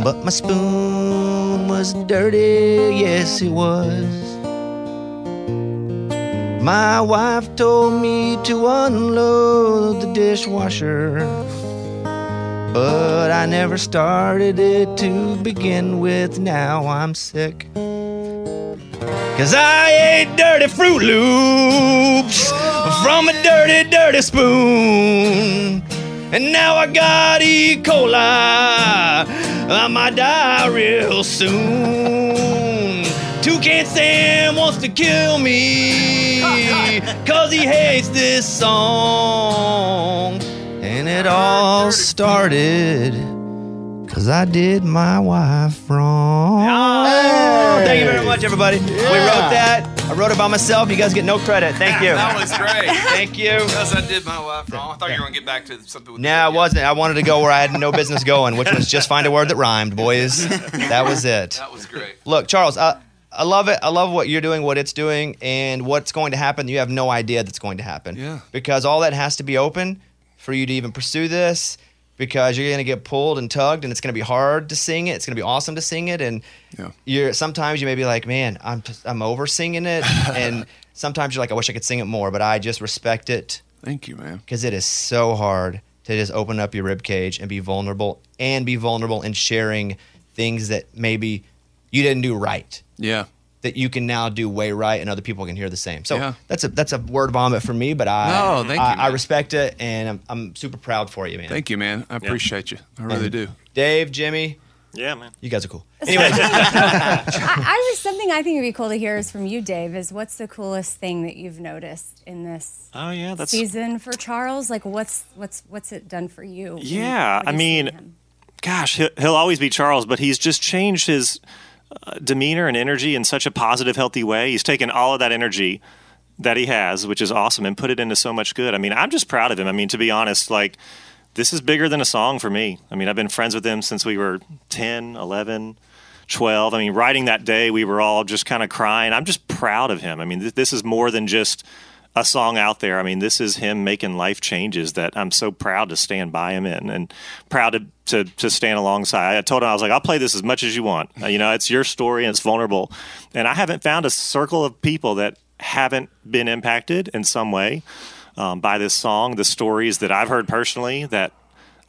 [SPEAKER 1] But my spoon was dirty, yes it was. My wife told me to unload the dishwasher, but I never started it to begin with. Now I'm sick. Cause I ate dirty Fruit Loops from a dirty, dirty spoon. And now I got E. coli. I might die real soon. Toucan Sam wants to kill me. Cause he hates this song. And it all started. Cause I did Oh, my wife wrong. Thank you very much, everybody. We wrote that. I wrote it by myself. You guys get no credit. Thank you.
[SPEAKER 20] that was great.
[SPEAKER 1] Thank you.
[SPEAKER 20] Because I did my wife wrong. I thought you were going to get back to something with
[SPEAKER 1] No, I wasn't. I wanted to go where I had no business going, which was just find a word that rhymed, boys. That was it.
[SPEAKER 20] That was great.
[SPEAKER 1] Look, Charles, I, I love it. I love what you're doing, what it's doing, and what's going to happen. You have no idea that's going to happen.
[SPEAKER 20] Yeah.
[SPEAKER 1] Because all that has to be open for you to even pursue this because you're going to get pulled and tugged and it's going to be hard to sing it. It's going to be awesome to sing it. And you're sometimes you may be like, man, I'm, I'm over singing it. and sometimes you're like, I wish I could sing it more, but I just respect it.
[SPEAKER 20] Thank you, man.
[SPEAKER 1] Because it is so hard to just open up your rib cage and be vulnerable and be vulnerable in sharing things that maybe you didn't do right
[SPEAKER 20] Yeah.
[SPEAKER 1] that you can now do way right, and other people can hear the same. So
[SPEAKER 20] Yeah.
[SPEAKER 1] that's a that's a word vomit for me, but I
[SPEAKER 20] No, thank you,
[SPEAKER 1] I, I respect it, and I'm, I'm super proud for you, man.
[SPEAKER 20] Thank you, man. I appreciate you. I really do.
[SPEAKER 1] Dave, Jimmy,
[SPEAKER 21] yeah, man,
[SPEAKER 1] you guys are cool.
[SPEAKER 9] I, I was something I think would be cool to hear is from you, Dave. Is what's the coolest thing that you've noticed in this
[SPEAKER 21] Oh yeah, that's
[SPEAKER 9] season for Charles? Like, what's what's what's it done for you?
[SPEAKER 21] Yeah, I mean, gosh, he'll, he'll always be Charles, but he's just changed his uh, demeanor and energy in such a positive, healthy way. He's taken all of that energy that he has, which is awesome, and put it into so much good. I mean, I'm just proud of him. I mean, to be honest, like this is bigger than a song for me. I mean, I've been friends with him since we were 10, 11, 12. I mean, writing that day, we were all just kind of crying. I'm just proud of him. I mean, th- this is more than just a song out there. I mean, this is him making life changes that I'm so proud to stand by him in and proud to, to, to stand alongside. I told him, I was like, I'll play this as much as you want. Uh, You know, it's your story and it's vulnerable. And I haven't found a circle of people that haven't been impacted in some way um, by this song, the stories that I've heard personally that.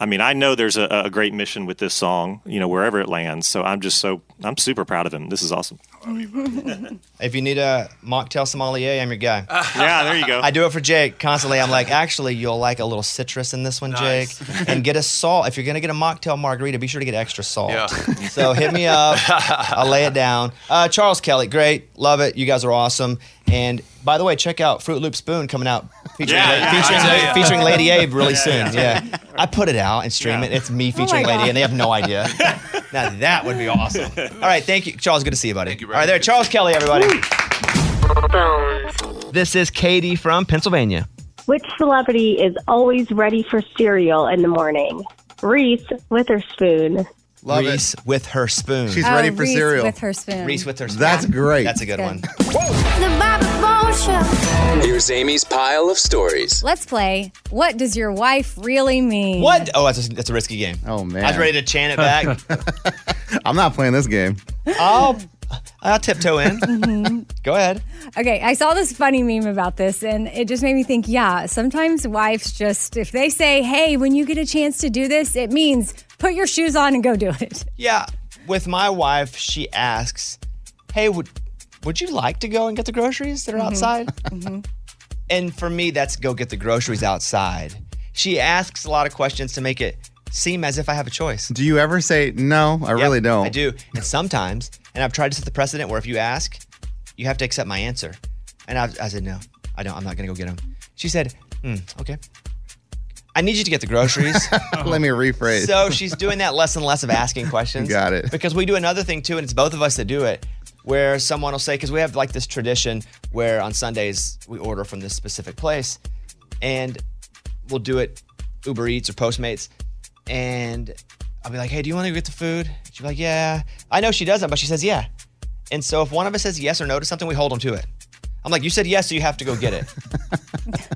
[SPEAKER 21] I mean, I know there's a, a great mission with this song, you know, wherever it lands. So I'm just so, I'm super proud of him. This is awesome.
[SPEAKER 1] if you need a mocktail sommelier, I'm your guy.
[SPEAKER 21] Yeah, there you go.
[SPEAKER 1] I do it for Jake constantly. I'm like, actually, you'll like a little citrus in this one, Jake, and get a salt. If you're gonna get a mocktail margarita, be sure to get extra salt. so hit me up. I'll lay it down. Uh, Charles Kelly, great, love it. You guys are awesome. And by the way, check out Fruit Loop Spoon coming out featuring
[SPEAKER 21] Yeah,
[SPEAKER 1] La-
[SPEAKER 21] yeah,
[SPEAKER 1] featuring,
[SPEAKER 21] I tell ya.
[SPEAKER 1] featuring Lady Abe really
[SPEAKER 21] Yeah,
[SPEAKER 1] soon.
[SPEAKER 21] yeah.
[SPEAKER 1] Yeah. I put it out and stream it. It's me
[SPEAKER 21] Oh my
[SPEAKER 1] featuring Lady,
[SPEAKER 21] God.
[SPEAKER 1] and they have no idea. now that would be awesome. All right, thank you, Charles. Good to see you, buddy. All right, there, Charles Kelly, everybody. This is Katie from Pennsylvania.
[SPEAKER 22] Which celebrity is always ready for cereal in the morning? Reese Witherspoon.
[SPEAKER 1] Love Reese with her spoon.
[SPEAKER 22] She's Oh, ready for Reese cereal. with her spoon.
[SPEAKER 1] Reese with her spoon. That's great. That's a good one.
[SPEAKER 23] Here's Amy's pile of stories.
[SPEAKER 9] Let's play. What does your wife really mean?
[SPEAKER 1] What? Oh, that's a, that's a risky game.
[SPEAKER 7] Oh man,
[SPEAKER 1] I was ready to chant it back.
[SPEAKER 7] I'm not playing this game.
[SPEAKER 1] I'll I'll tiptoe in.
[SPEAKER 9] Mm-hmm.
[SPEAKER 1] Go ahead.
[SPEAKER 9] Okay, I saw this funny meme about this, and it just made me think. Yeah, sometimes wives just if they say, "Hey, when you get a chance to do this," it means put your shoes on and go do it.
[SPEAKER 1] Yeah, with my wife, she asks, "Hey, would would you like to go and get the groceries
[SPEAKER 22] Mm-hmm.
[SPEAKER 1] that are outside?" Mm-hmm. And for me, that's go get the groceries outside. She asks a lot of questions to make it seem as if I have a choice.
[SPEAKER 7] Do you ever say no? I really don't.
[SPEAKER 1] I do. And sometimes, and I've tried to set the precedent where if you ask, you have to accept my answer. And I, I said, no, I don't. I'm not going to go get them. She said, hmm, okay. I need you to get the groceries.
[SPEAKER 7] Let me rephrase.
[SPEAKER 1] So she's doing that less and less of asking questions.
[SPEAKER 7] Got it.
[SPEAKER 1] Because we do another thing too, and it's both of us that do it, where someone will say, because we have like this tradition where on Sundays we order from this specific place, and we'll do it Uber Eats or Postmates, and I'll be like, hey, do you want to get the food? She'll be like, yeah. I know she doesn't, but she says, yeah. And so if one of us says yes or no to something, we hold them to it. I'm like, you said yes, so you have to go get it.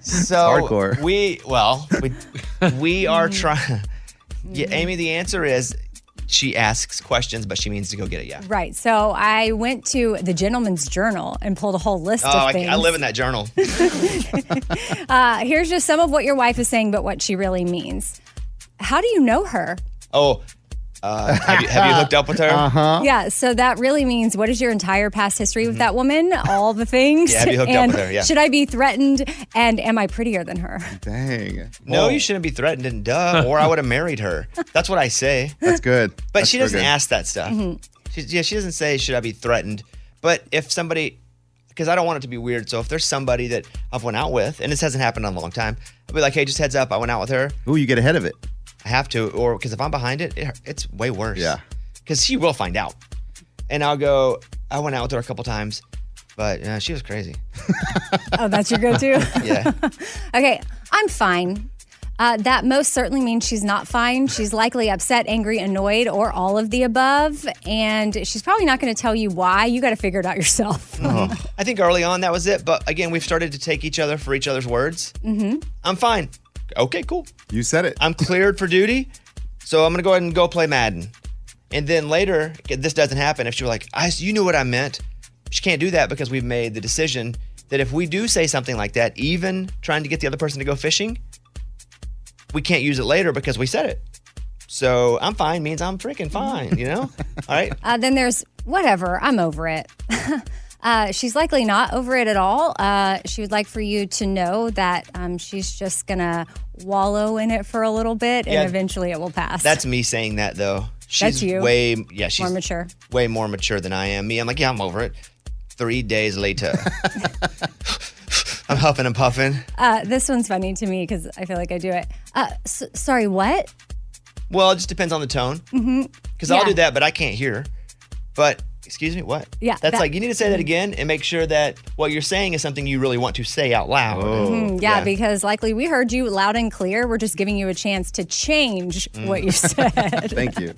[SPEAKER 1] so
[SPEAKER 7] hardcore.
[SPEAKER 1] we, well, we, we are trying. Yeah, Amy, the answer is she asks questions, but she means to go get it. Yeah.
[SPEAKER 9] Right. So I went to the Gentleman's Journal and pulled a whole list
[SPEAKER 1] Oh,
[SPEAKER 9] of
[SPEAKER 1] I,
[SPEAKER 9] things.
[SPEAKER 1] I live in that journal.
[SPEAKER 9] Uh, here's just some of what your wife is saying, but what she really means. How do you know her?
[SPEAKER 1] Oh, uh, have, you, have you hooked up with her? Uh
[SPEAKER 7] Uh-huh.
[SPEAKER 1] huh. Mm-hmm.
[SPEAKER 9] Yeah, so that really means what is your entire past history with that woman? All the things.
[SPEAKER 1] Yeah, have you hooked up
[SPEAKER 9] and
[SPEAKER 1] with her? Yeah.
[SPEAKER 9] Should I be threatened? And am I prettier than her?
[SPEAKER 1] Dang. No, you shouldn't be threatened and duh, or I would have married her. That's what I say.
[SPEAKER 7] That's good.
[SPEAKER 1] But she doesn't ask that stuff.
[SPEAKER 9] Mm-hmm.
[SPEAKER 1] She, yeah, she doesn't say, should I be threatened? But if somebody, because I don't want it to be weird. So if there's somebody that I've went out with, and this hasn't happened in a long time, I'll be like, hey, just heads up, I went out with her.
[SPEAKER 7] Ooh, you get ahead of it.
[SPEAKER 1] I have to, or because if I'm behind it, it, it's way worse. Yeah. Because she will find out. And I'll go, I went out with her a couple times. But yeah, she was crazy.
[SPEAKER 9] Oh, that's your go-to.
[SPEAKER 1] Yeah.
[SPEAKER 9] okay, I'm fine. Uh, that most certainly means she's not fine. She's likely upset, angry, annoyed, or all of the above. And she's probably not going to tell you why. You got to figure it out yourself.
[SPEAKER 7] Oh.
[SPEAKER 1] I think early on that was it. But again, we've started to take each other for each other's words.
[SPEAKER 9] Mm-hmm.
[SPEAKER 1] I'm fine. Okay, cool.
[SPEAKER 7] You said it.
[SPEAKER 1] I'm cleared for duty. So I'm going to go ahead and go play Madden. And then later, this doesn't happen. If she were like, I, you knew what I meant, she can't do that because we've made the decision that if we do say something like that, even trying to get the other person to go fishing, we can't use it later because we said it. So I'm fine means I'm freaking fine, you know? All right.
[SPEAKER 9] Uh, then there's whatever. I'm over it. uh, she's likely not over it at all. Uh, she would like for you to know that um, she's just going to wallow in it for a little bit and
[SPEAKER 1] Yeah.
[SPEAKER 9] eventually it will pass.
[SPEAKER 1] That's me saying that though. She's
[SPEAKER 9] That's you.
[SPEAKER 1] way yeah, she's
[SPEAKER 9] more mature.
[SPEAKER 1] way more mature than I am. Me, I'm like, yeah, I'm over it. Three days later. I'm huffing and puffing.
[SPEAKER 9] Uh, this one's funny to me because I feel like I do it. Uh, s- sorry, what?
[SPEAKER 1] Well, it just depends on the tone.
[SPEAKER 9] Mm-hmm.
[SPEAKER 1] Because
[SPEAKER 9] Yeah.
[SPEAKER 1] I'll do that, but I can't hear. But excuse me, what?
[SPEAKER 9] Yeah,
[SPEAKER 1] That's
[SPEAKER 9] that-
[SPEAKER 1] like you need to say that again and make sure that what you're saying is something you really want to say out loud.
[SPEAKER 9] Mhm, yeah, because likely we heard you loud and clear. We're just giving you a chance to change
[SPEAKER 1] Mm.
[SPEAKER 9] what you said.
[SPEAKER 7] Thank you.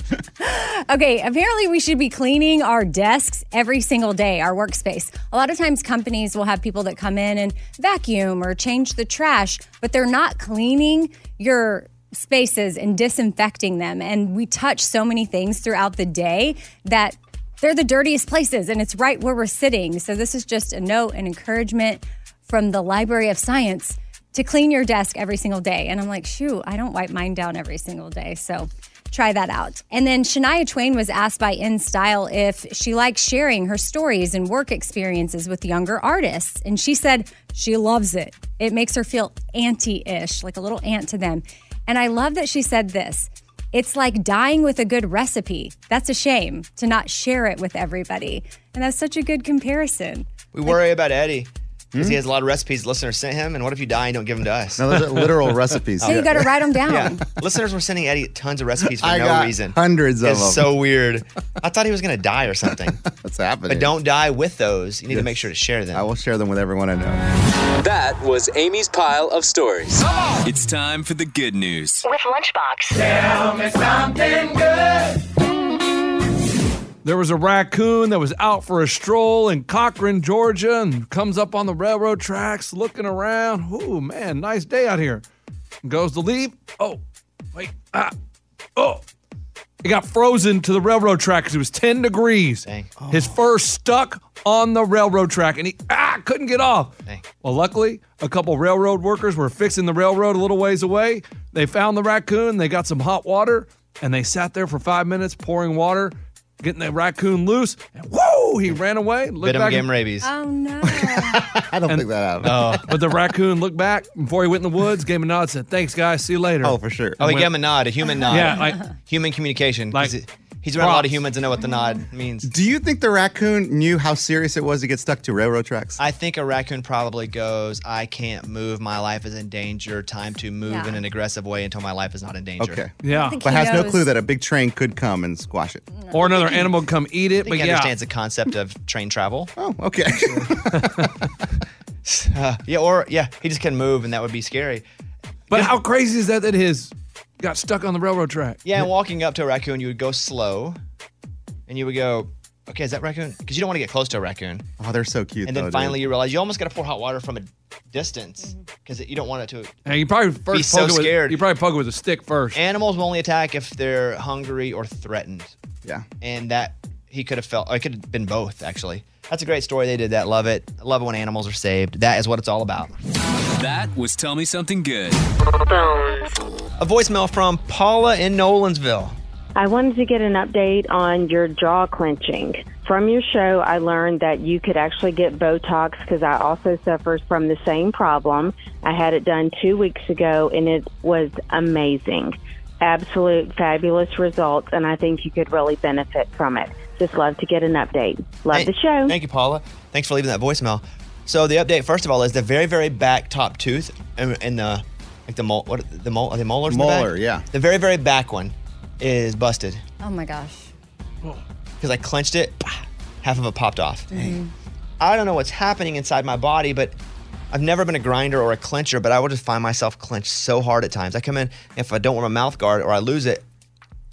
[SPEAKER 9] okay, apparently we should be cleaning our desks every single day, our workspace. A lot of times companies will have people that come in and vacuum or change the trash, but they're not cleaning your spaces and disinfecting them. And we touch so many things throughout the day that they're the dirtiest places and it's right where we're sitting. So this is just a note and encouragement from the Library of Science to clean your desk every single day. And I'm like, shoo, I don't wipe mine down every single day. So try that out. And then Shania Twain was asked by InStyle if she likes sharing her stories and work experiences with younger artists. And she said she loves it. It makes her feel auntie ish, like a little aunt to them. And I love that she said this. It's like dying with a good recipe. That's a shame to not share it with everybody. And that's such a good comparison.
[SPEAKER 1] We worry about Eddie because he has a lot of recipes listeners sent him. And what if you die and don't give them to us?
[SPEAKER 7] Hmm? No, those are literal recipes.
[SPEAKER 9] So you got to write them down.
[SPEAKER 1] Yeah. listeners were sending Eddie tons of recipes for
[SPEAKER 7] I
[SPEAKER 1] no
[SPEAKER 7] got
[SPEAKER 1] reason.
[SPEAKER 7] hundreds of
[SPEAKER 1] it's
[SPEAKER 7] them.
[SPEAKER 1] so weird. I thought he was going to die or something.
[SPEAKER 7] That's happening.
[SPEAKER 1] But don't die with those. You need to make sure to share them. Oh, I
[SPEAKER 7] will share them with everyone I know.
[SPEAKER 23] That was Amy's pile of stories.
[SPEAKER 19] It's time for the good news.
[SPEAKER 5] With Lunchbox.
[SPEAKER 19] Tell
[SPEAKER 5] me something good.
[SPEAKER 8] There was a raccoon that was out for a stroll in Cochrane, Georgia, and comes up on the railroad tracks looking around. Ooh, man, nice day out here. Goes to leave. Oh, wait. Ah, oh. It got frozen to the railroad track because it was 10 degrees. His fur stuck on the railroad track and he ah, couldn't get off. Well, luckily, a couple railroad workers were fixing the railroad a little ways away. They found the raccoon, they got some hot water, and they sat there for five minutes pouring water, getting the raccoon loose. And whoa, he ran away. Looked
[SPEAKER 1] Bit him,
[SPEAKER 8] back
[SPEAKER 1] gave
[SPEAKER 8] and-
[SPEAKER 1] him rabies.
[SPEAKER 5] Uh.
[SPEAKER 9] Oh,
[SPEAKER 21] Um,
[SPEAKER 9] no.
[SPEAKER 7] I don't think that happened.
[SPEAKER 8] but the raccoon looked back before he went in the woods, gave him a nod, said, Thanks, guys. See you later. Oh,
[SPEAKER 7] for sure.
[SPEAKER 1] Oh, he gave him a nod, a human nod.
[SPEAKER 8] Yeah, like
[SPEAKER 1] human communication. Like, he's around a lot of humans to know what the nod means.
[SPEAKER 7] Do you think the raccoon knew how serious it was to get stuck to railroad tracks?
[SPEAKER 1] I think a raccoon probably goes, I can't move. My life is in danger. Time to move
[SPEAKER 7] Yeah.
[SPEAKER 1] in an aggressive way until my life is not in danger.
[SPEAKER 7] Okay.
[SPEAKER 8] Yeah.
[SPEAKER 7] But has no clue that a big train could come and squash it.
[SPEAKER 1] Mm.
[SPEAKER 8] Or another animal come eat it.
[SPEAKER 1] I think
[SPEAKER 8] But
[SPEAKER 1] he
[SPEAKER 8] yeah.
[SPEAKER 1] understands the concept of train travel.
[SPEAKER 7] Oh, okay.
[SPEAKER 1] Uh, yeah, or yeah, he just couldn't move, and that would be scary.
[SPEAKER 8] But how crazy is that that his got stuck on the railroad track?
[SPEAKER 1] Yeah, and walking up to a raccoon, you would go slow, and you would go, "Okay, is that raccoon?" Because you don't want to get close to a raccoon.
[SPEAKER 7] Oh, they're so cute.
[SPEAKER 1] And then
[SPEAKER 7] though, dude.
[SPEAKER 1] finally, you realize you almost got to pour hot water from a distance
[SPEAKER 8] Mm-hmm.
[SPEAKER 1] because you don't want it to.
[SPEAKER 8] And you probably first
[SPEAKER 1] Be so
[SPEAKER 8] poke it with-
[SPEAKER 1] scared.
[SPEAKER 8] you probably poke it with a stick first.
[SPEAKER 1] Animals will only attack if they're hungry or threatened.
[SPEAKER 7] Yeah.
[SPEAKER 1] and that he could have felt. It could have been both, actually. That's a great story. They did that. Love it. I love it when animals are saved. That is what it's all about.
[SPEAKER 19] That was Tell Me Something Good.
[SPEAKER 1] A voicemail from Paula in Nolansville.
[SPEAKER 24] I wanted to get an update on your jaw clenching. From your show, I learned that you could actually get Botox because I also suffer from the same problem. I had it done two weeks ago and it was amazing. Absolute fabulous results, and I think you could really benefit from it. Just love to get an update. Love the show.
[SPEAKER 1] Thank you, Paula. Thanks for leaving that voicemail. So the update, first of all, is the very, very back top tooth and, and the like the mol what the mol are they molars? in the back?
[SPEAKER 7] Molar, yeah.
[SPEAKER 1] The very, very back one is busted
[SPEAKER 9] Oh my gosh.
[SPEAKER 1] because I clenched it. Half of it popped off.
[SPEAKER 9] Mhm.
[SPEAKER 1] I don't know what's happening inside my body, but I've never been a grinder or a clincher, but I will just find myself clenched so hard at times. I come in, if I don't wear my mouth guard or I lose it,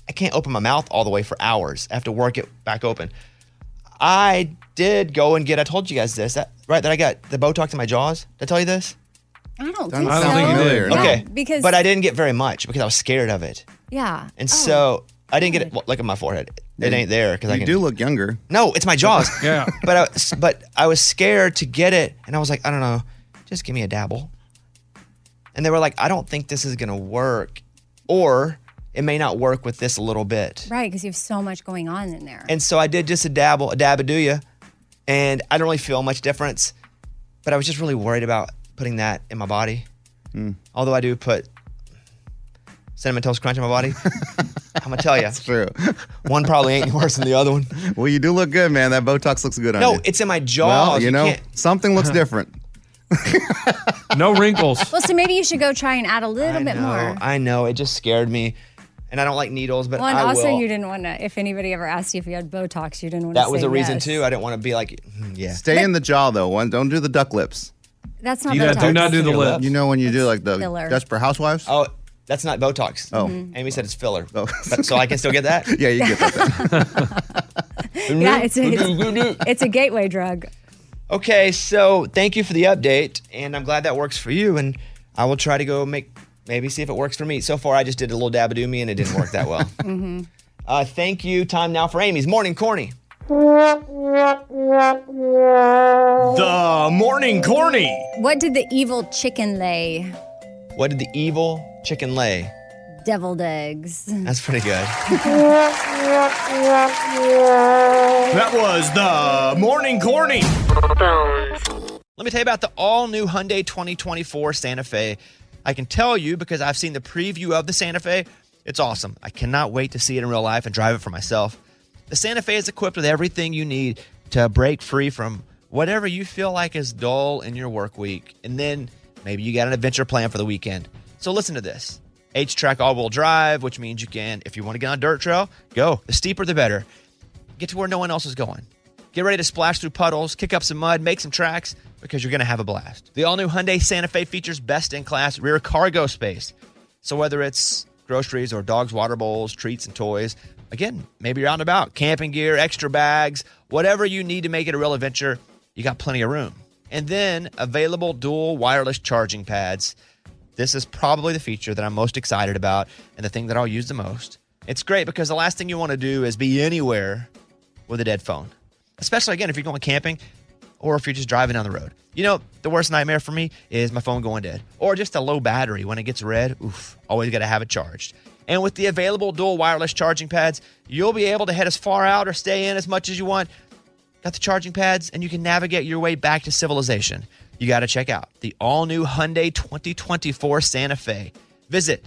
[SPEAKER 1] I can't open my mouth all the way for hours. I have to work it back open. I did go and get, I told you guys this, that, right, that I got the Botox in my jaws. Did I tell you this?
[SPEAKER 9] I don't
[SPEAKER 1] I
[SPEAKER 9] think so. Yeah,
[SPEAKER 1] Okay.
[SPEAKER 9] because
[SPEAKER 1] but I didn't get very much because I was scared of it.
[SPEAKER 9] yeah.
[SPEAKER 1] And so I didn't get it. Well, look at my forehead. It ain't there because I
[SPEAKER 7] You
[SPEAKER 1] can,
[SPEAKER 7] do look younger.
[SPEAKER 1] No, it's my jaws.
[SPEAKER 7] Yeah.
[SPEAKER 1] but I, was- but I was scared to get it, and I was like, I don't know, just give me a dabble. And they were like, I don't think this is gonna work, or it may not work with this a little bit.
[SPEAKER 9] Right, because you have so much going on in there.
[SPEAKER 1] And so I did just a dabble, a dab do ya, and I don't really feel much difference. But I was just really worried about putting that in my body.
[SPEAKER 7] Hmm.
[SPEAKER 1] Although I do put cinnamon toast crunch in my body. I'm gonna tell you, that's
[SPEAKER 7] true.
[SPEAKER 1] One probably ain't worse than the other one.
[SPEAKER 7] Well, you do look good, man. That Botox looks good on you.
[SPEAKER 1] No, it's in my jaws.
[SPEAKER 7] Well, you
[SPEAKER 1] You
[SPEAKER 7] know,
[SPEAKER 1] can't-
[SPEAKER 7] something looks different.
[SPEAKER 1] no wrinkles.
[SPEAKER 9] well, so maybe you should go try and add a little bit
[SPEAKER 1] No,
[SPEAKER 9] more.
[SPEAKER 1] I know. It just scared me. And I don't like needles, but
[SPEAKER 9] well, and
[SPEAKER 1] I
[SPEAKER 9] also
[SPEAKER 1] will.
[SPEAKER 9] you didn't want to. If anybody ever asked you if you had Botox, you didn't want to.
[SPEAKER 1] that was
[SPEAKER 9] say
[SPEAKER 1] a reason
[SPEAKER 9] yes.
[SPEAKER 1] too. I didn't want to be like, hmm, yeah.
[SPEAKER 7] Stay in the jaw though. One, don't do the duck lips.
[SPEAKER 9] That's not.
[SPEAKER 1] You gotta
[SPEAKER 9] Botox.
[SPEAKER 1] do not do the Your lips.
[SPEAKER 7] You know when you do like the
[SPEAKER 9] filler.
[SPEAKER 7] Desperate Housewives?
[SPEAKER 1] Oh, that's not Botox.
[SPEAKER 7] Oh.
[SPEAKER 9] Mm-hmm.
[SPEAKER 1] Amy said it's filler. But- so I can still get that.
[SPEAKER 7] yeah, you get that.
[SPEAKER 9] Yeah, it's a, it's, it's a gateway drug.
[SPEAKER 1] Okay, so thank you for the update, and I'm glad that works for you. And I will try to go make maybe see if it works for me. So far, I just did a little dabadoo me, and it didn't work that well.
[SPEAKER 5] Mm-hmm.
[SPEAKER 1] uh, thank you. Time now for Amy's morning corny.
[SPEAKER 9] The
[SPEAKER 1] morning corny.
[SPEAKER 9] What did the evil chicken lay?
[SPEAKER 1] What did the evil chicken lay?
[SPEAKER 9] Deviled eggs.
[SPEAKER 1] That's pretty good.
[SPEAKER 9] that
[SPEAKER 1] was the morning corny. Let me tell you about the all new Hyundai 2024 Santa Fe. I can tell you because I've seen the preview of the Santa Fe. It's awesome. I cannot wait to see it in real life and drive it for myself. The Santa Fe is equipped with everything you need to break free from whatever you feel like is dull in your work week. And then maybe you got an adventure plan for the weekend. So listen to this. H track all wheel drive, which means you can, if you want to get on a dirt trail, go. The steeper, the better get to where no one else is going. Get ready to splash through puddles, kick up some mud, make some tracks because you're going to have a blast. The all new Hyundai Santa Fe features best in class rear cargo space. So whether it's groceries or dogs' water bowls, treats, and toys, again, maybe you're out and about, camping gear, extra bags, whatever you need to make it a real adventure, you got plenty of room. And then available dual wireless charging pads. This is probably the feature that I'm most excited about and the thing that I'll use the most. It's great because the last thing you want to do is be anywhere with a dead phone, especially again if you're going camping or if you're just driving down the road. You know, the worst nightmare for me is my phone going dead or just a low battery when it gets red. Oof, always got to have it charged. And with the available dual wireless charging pads, you'll be able to head as far out or stay in as much as you want. Got the charging pads, and you can navigate your way back to civilization. You got to check out the all new Hyundai 2024 Santa Fe. Visit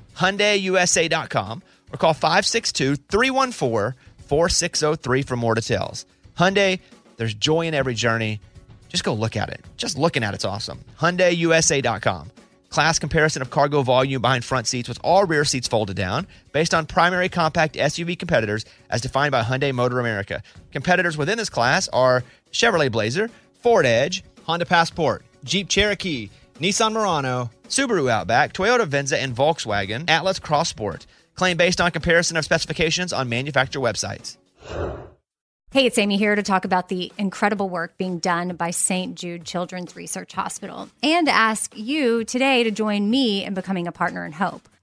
[SPEAKER 1] HyundaiUSA.com or call 562 314 4603 for more details. Hyundai, there's joy in every journey. Just go look at it. Just looking at it's awesome. HyundaiUSA.com. Class comparison of cargo volume behind front seats with all rear seats folded down based on primary compact SUV competitors as defined by Hyundai Motor America. Competitors within this class are Chevrolet Blazer, Ford Edge, Honda Passport, Jeep Cherokee, Nissan Murano, Subaru Outback, Toyota Venza, and Volkswagen Atlas Crossport. Claim based on comparison of specifications on manufacturer websites.
[SPEAKER 9] Hey, it's Amy here to talk about the incredible work being done by St. Jude Children's Research Hospital and ask you today to join me in becoming a partner in hope.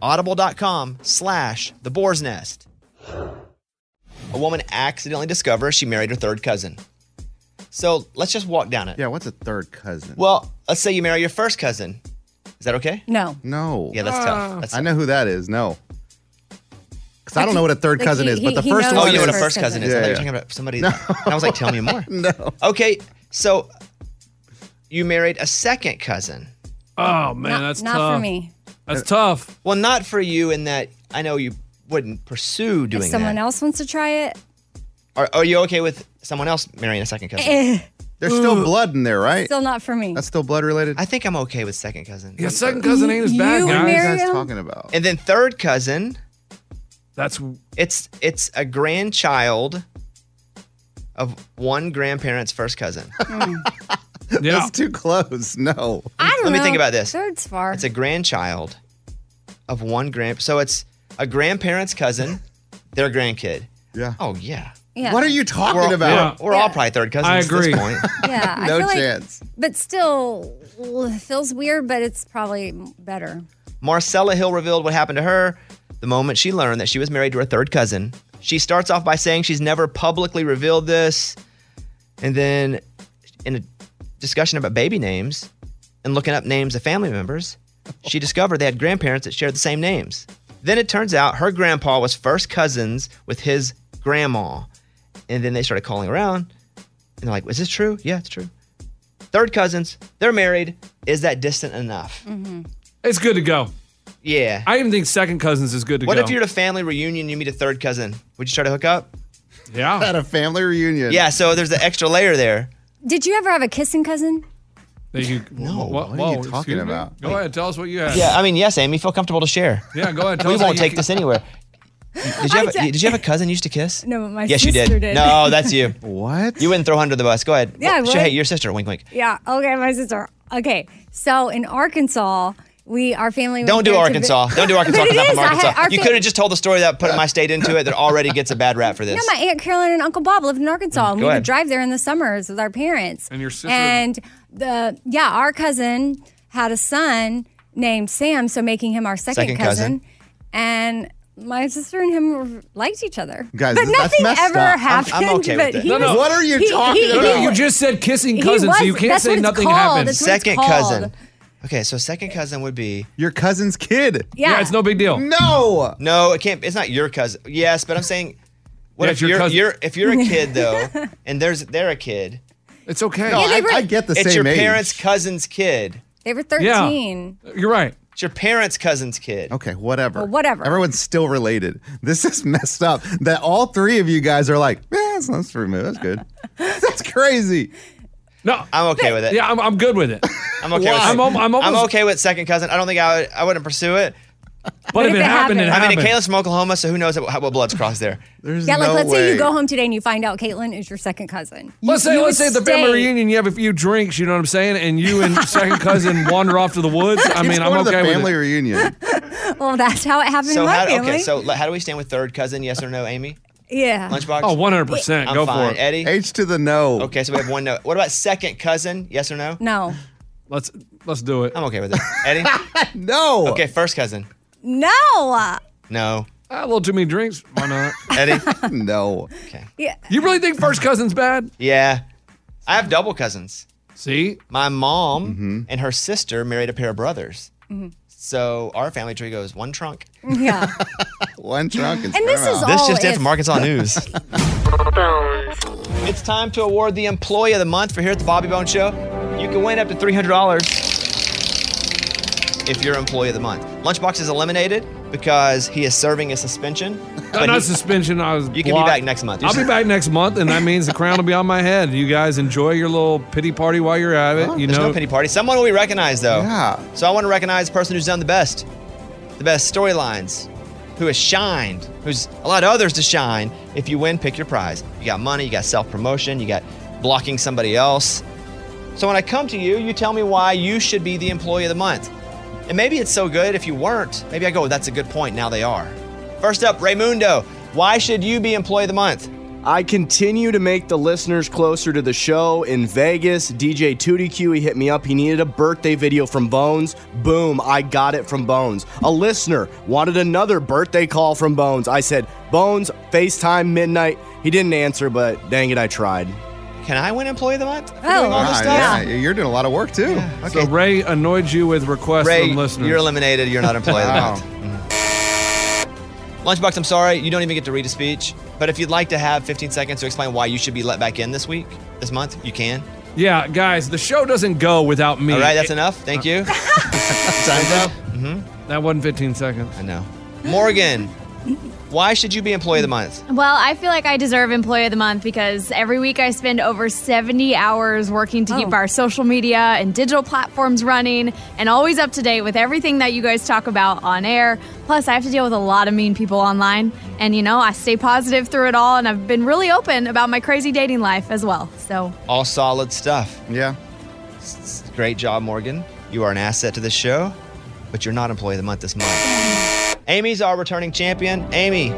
[SPEAKER 1] audible.com slash the boar's nest. A woman accidentally discovers she married her third cousin. So let's just walk down it. Yeah, what's a third cousin? Well, let's say you marry your first cousin. Is that okay?
[SPEAKER 9] No.
[SPEAKER 7] No.
[SPEAKER 1] Yeah, that's tough. That's
[SPEAKER 7] I know who that is. No. Because I don't know what a third
[SPEAKER 1] Ah. Like,
[SPEAKER 7] cousin
[SPEAKER 1] he-
[SPEAKER 7] is, but the
[SPEAKER 1] he- he
[SPEAKER 7] first
[SPEAKER 1] knows
[SPEAKER 7] one.
[SPEAKER 1] Oh, you know
[SPEAKER 7] is-
[SPEAKER 1] what a first cousin is. I thought you were talking about somebody- I was like, tell me more.
[SPEAKER 7] no.
[SPEAKER 1] Okay, so you married a second cousin.
[SPEAKER 8] Oh man, Not- that's not for tough. me. That's tough.
[SPEAKER 1] Well, not for you in that I know you wouldn't pursue
[SPEAKER 9] If
[SPEAKER 1] doing
[SPEAKER 9] someone
[SPEAKER 1] that.
[SPEAKER 9] else wants to try it,
[SPEAKER 1] Are, are you okay with someone else marrying a second
[SPEAKER 9] Eh.
[SPEAKER 1] cousin?
[SPEAKER 9] There's still Ooh.
[SPEAKER 1] blood in there, right?
[SPEAKER 9] still not for me.
[SPEAKER 1] That's still blood related. I think I'm okay with second cousin.
[SPEAKER 9] Yeah, second cousin ain't as bad, You would guys. marry What are you guys him? talking
[SPEAKER 1] about? And then third cousin.
[SPEAKER 8] That's
[SPEAKER 1] it's it's a grandchild of one grandparent's first cousin. That's too close. No.
[SPEAKER 9] I don't
[SPEAKER 1] Let me
[SPEAKER 9] know.
[SPEAKER 1] think about this.
[SPEAKER 9] Third's far.
[SPEAKER 1] It's a grandchild of one grand. So it's a grandparent's cousin, their grandkid. Yeah. Oh yeah.
[SPEAKER 9] Yeah. What are you talking
[SPEAKER 1] We're all-
[SPEAKER 9] about?
[SPEAKER 1] We're, we're all probably third cousins
[SPEAKER 8] I
[SPEAKER 1] at
[SPEAKER 8] agree.
[SPEAKER 1] this point.
[SPEAKER 9] yeah, I
[SPEAKER 1] No
[SPEAKER 9] feel
[SPEAKER 1] chance.
[SPEAKER 9] Like, but still, l- feels weird, but it's probably better.
[SPEAKER 1] Marcella Hill revealed what happened to her the moment she learned that she was married to her third cousin. She starts off by saying she's never publicly revealed this. And then, in a discussion about baby names and looking up names of family members, she discovered they had grandparents that shared the same names. Then it turns out her grandpa was first cousins with his grandma. And then they started calling around and they're like, Is this true? Yeah, it's true. Third cousins, they're married. Is that distant enough?
[SPEAKER 8] It's good to go.
[SPEAKER 1] Yeah.
[SPEAKER 8] I even think second cousins is good to
[SPEAKER 1] What
[SPEAKER 8] go.
[SPEAKER 1] if you're at a family reunion, you meet a third cousin? Would you try to hook up?
[SPEAKER 8] Yeah.
[SPEAKER 1] At a family reunion. Yeah, so there's the extra layer there.
[SPEAKER 9] Did you ever have a kissing cousin?
[SPEAKER 8] That you, no, what,
[SPEAKER 1] are you
[SPEAKER 8] whoa,
[SPEAKER 1] talking
[SPEAKER 8] excuse me?
[SPEAKER 1] about?
[SPEAKER 8] Go ahead, tell us what you had.
[SPEAKER 1] Yeah, I mean, yes, Amy, feel comfortable to share.
[SPEAKER 8] Yeah, go ahead, tell
[SPEAKER 1] we
[SPEAKER 8] us how
[SPEAKER 1] won't
[SPEAKER 8] you
[SPEAKER 1] take
[SPEAKER 8] ki-
[SPEAKER 1] this anywhere. Did you, have,
[SPEAKER 9] I
[SPEAKER 1] a-
[SPEAKER 9] d-
[SPEAKER 1] did you have a cousin you used to kiss?
[SPEAKER 9] No, but my
[SPEAKER 1] yes, you
[SPEAKER 9] sister did.
[SPEAKER 1] did. No, that's you. what? You wouldn't throw her under the bus. Go ahead.
[SPEAKER 9] Yeah, I
[SPEAKER 1] Well, sh-
[SPEAKER 9] would.
[SPEAKER 1] Hey, your sister. Wink, wink.
[SPEAKER 9] Yeah. Okay, my sister. Okay. So in Arkansas, we our family.
[SPEAKER 1] Don't
[SPEAKER 9] went
[SPEAKER 1] do
[SPEAKER 9] there to vi-
[SPEAKER 1] Arkansas. Don't do Arkansas
[SPEAKER 9] But it is.
[SPEAKER 1] because I'm from
[SPEAKER 9] I had-
[SPEAKER 1] Arkansas.
[SPEAKER 9] our
[SPEAKER 1] You
[SPEAKER 9] fa-
[SPEAKER 1] could have just told the story without putting my state into it. That already gets a bad rap for this.
[SPEAKER 9] No, my aunt Carolyn in Uncle Bob lived in Arkansas, and
[SPEAKER 1] Mm, go
[SPEAKER 9] we
[SPEAKER 1] ahead.
[SPEAKER 9] would drive there in the summers with our parents.
[SPEAKER 1] And your sister-
[SPEAKER 9] And the yeah, our cousin had a son named Sam, so making him our second,
[SPEAKER 7] Second cousin.
[SPEAKER 9] And my sister and him were- liked each other,
[SPEAKER 7] Guys,
[SPEAKER 9] but
[SPEAKER 7] that's
[SPEAKER 9] nothing
[SPEAKER 7] messed
[SPEAKER 9] ever
[SPEAKER 7] up. I'm-
[SPEAKER 9] happened.
[SPEAKER 7] I'm okay with
[SPEAKER 9] but
[SPEAKER 7] it.
[SPEAKER 9] he
[SPEAKER 7] No, no.
[SPEAKER 9] was-
[SPEAKER 7] What are you
[SPEAKER 9] he-
[SPEAKER 7] talking
[SPEAKER 9] he-
[SPEAKER 7] about?
[SPEAKER 9] he-
[SPEAKER 7] No, you
[SPEAKER 8] just said kissing
[SPEAKER 9] He cousins, so was- you can't that's say what it's nothing called. happened. That's what it's
[SPEAKER 1] Second
[SPEAKER 9] called.
[SPEAKER 1] cousin. Okay, so second cousin would be
[SPEAKER 7] Your cousin's kid.
[SPEAKER 9] Yeah. Yeah, it's
[SPEAKER 8] no big deal.
[SPEAKER 1] No, no, it can't. It's not your cousin. Yes, but I'm saying, what
[SPEAKER 8] Yeah,
[SPEAKER 1] if
[SPEAKER 8] it's your
[SPEAKER 1] you're,
[SPEAKER 8] cousin.
[SPEAKER 1] you're if you're a kid though, and there's they're a kid.
[SPEAKER 8] It's okay.
[SPEAKER 9] Yeah, they were-
[SPEAKER 1] It's your parents' cousin's kid.
[SPEAKER 9] They were thirteen.
[SPEAKER 8] You're right.
[SPEAKER 1] It's your parents' cousin's kid.
[SPEAKER 7] Okay, whatever.
[SPEAKER 9] Well, whatever.
[SPEAKER 7] Everyone's still related. This is messed up. That all three of you guys are like, yeah, that's, that's for me. That's good. that's crazy.
[SPEAKER 8] No,
[SPEAKER 1] I'm okay with it.
[SPEAKER 8] Yeah, I'm, I'm good with it.
[SPEAKER 1] I'm okay. With
[SPEAKER 8] Why? I'm,
[SPEAKER 1] second-
[SPEAKER 8] al- I'm almost.
[SPEAKER 1] I'm okay with second cousin. I don't think I would. I wouldn't pursue it.
[SPEAKER 8] But if if it it happened, happened, it
[SPEAKER 1] I mean,
[SPEAKER 8] happened.
[SPEAKER 1] Kayla's from Oklahoma, so who knows what, what blood's crossed there? There's
[SPEAKER 9] yeah, like let's say you go home today and you find out Caitlin is your second cousin.
[SPEAKER 8] Let's
[SPEAKER 9] You-
[SPEAKER 8] say,
[SPEAKER 9] you
[SPEAKER 8] let's
[SPEAKER 9] would
[SPEAKER 8] say at the family
[SPEAKER 9] stay.
[SPEAKER 8] reunion, you have a few drinks, you know what I'm saying, and you and second cousin wander off to the woods. I
[SPEAKER 7] He's
[SPEAKER 8] mean,
[SPEAKER 7] going
[SPEAKER 8] I'm
[SPEAKER 7] to the
[SPEAKER 8] okay with
[SPEAKER 7] family
[SPEAKER 8] it.
[SPEAKER 7] reunion.
[SPEAKER 9] Well, that's how it happened
[SPEAKER 1] So
[SPEAKER 9] in my
[SPEAKER 1] how,
[SPEAKER 9] family.
[SPEAKER 1] okay, so le- how do we stand with third cousin? Yes or no, Amy?
[SPEAKER 9] yeah.
[SPEAKER 1] Lunchbox.
[SPEAKER 8] Oh, 100%.
[SPEAKER 1] I'm
[SPEAKER 8] Go for
[SPEAKER 1] fine.
[SPEAKER 8] it.
[SPEAKER 1] Eddie.
[SPEAKER 7] H to the no.
[SPEAKER 1] Okay, so we have one no. What about second cousin? Yes or no?
[SPEAKER 9] No.
[SPEAKER 8] Let's let's do it.
[SPEAKER 1] I'm okay with it. Eddie.
[SPEAKER 7] no.
[SPEAKER 1] Okay, first cousin.
[SPEAKER 9] No.
[SPEAKER 1] No.
[SPEAKER 8] Ah, A little too many drinks. Why not?
[SPEAKER 1] Eddie?
[SPEAKER 7] no.
[SPEAKER 9] Yeah.
[SPEAKER 8] You really think first cousin's bad?
[SPEAKER 1] Yeah. I have double cousins.
[SPEAKER 8] See?
[SPEAKER 7] Mm-hmm.
[SPEAKER 1] My mom and her sister married a pair of brothers. So our family tree goes one trunk,
[SPEAKER 9] Yeah.
[SPEAKER 1] one trunk,
[SPEAKER 9] And this is
[SPEAKER 1] this
[SPEAKER 9] all
[SPEAKER 1] just in
[SPEAKER 9] if-
[SPEAKER 1] from Arkansas News. it's time to award the Employee of the Month for here at the Bobby Bone Show. You can win up to three hundred dollars if you're Employee of the Month. Lunchbox is eliminated because he is serving a suspension.
[SPEAKER 8] Uh, not
[SPEAKER 1] he-
[SPEAKER 8] suspension. I was.
[SPEAKER 1] You can be back next month.
[SPEAKER 8] I'll be back next month, and that means the crown will be on my head. You guys enjoy your little pity party while you're at it. you
[SPEAKER 1] There's
[SPEAKER 8] know,
[SPEAKER 1] no pity party. Someone we recognize though.
[SPEAKER 8] Yeah.
[SPEAKER 1] So I want to recognize the person who's done the best, the best storylines, who has shined, who's allowed others to shine. If you win, pick your prize. You got money, you got self promotion, you got blocking somebody else. So when I come to you, you tell me why you should be the employee of the month. And maybe it's so good if you weren't. Maybe I go, that's a good point. Now they are. First up, Raymundo. Why should you be employee of the month?
[SPEAKER 10] I continue to make the listeners closer to the show in Vegas. DJ 2DQ, he hit me up. He needed a birthday video from Bones. Boom, I got it from Bones. A listener wanted another birthday call from Bones. I said, Bones, FaceTime midnight. He didn't answer, but dang it, I tried.
[SPEAKER 1] Can I win Employee of the Month?
[SPEAKER 8] you're doing a lot of work too. So Ray annoyed you with requests
[SPEAKER 1] Ray,
[SPEAKER 8] from listeners.
[SPEAKER 1] you're eliminated. You're not employee of the
[SPEAKER 8] Wow.
[SPEAKER 1] month. Lunchbox, I'm sorry, you don't even get to read a speech. But if you'd like to have 15 seconds to explain why you should be let back in this week, this month, you can.
[SPEAKER 8] Yeah, guys, the show doesn't go without me.
[SPEAKER 1] All right, that's enough. Thank you. Time's up.
[SPEAKER 8] uh, Mm-hmm. That wasn't 15 seconds.
[SPEAKER 1] I know. Morgan, why should you be employee of the month?
[SPEAKER 11] Well, I feel like I deserve Employee of the Month because every week I spend over 70 hours working to keep our social media and digital platforms running and always up to date with everything that you guys talk about on air. Plus, I have to deal with a lot of mean people online. And, you know, I stay positive through it all and I've been really open about my crazy dating life as well. So,
[SPEAKER 1] All solid stuff. Yeah. Great job, Morgan. You are an asset to this show, but you're not employee of the month this month. Amy's our returning champion. Amy,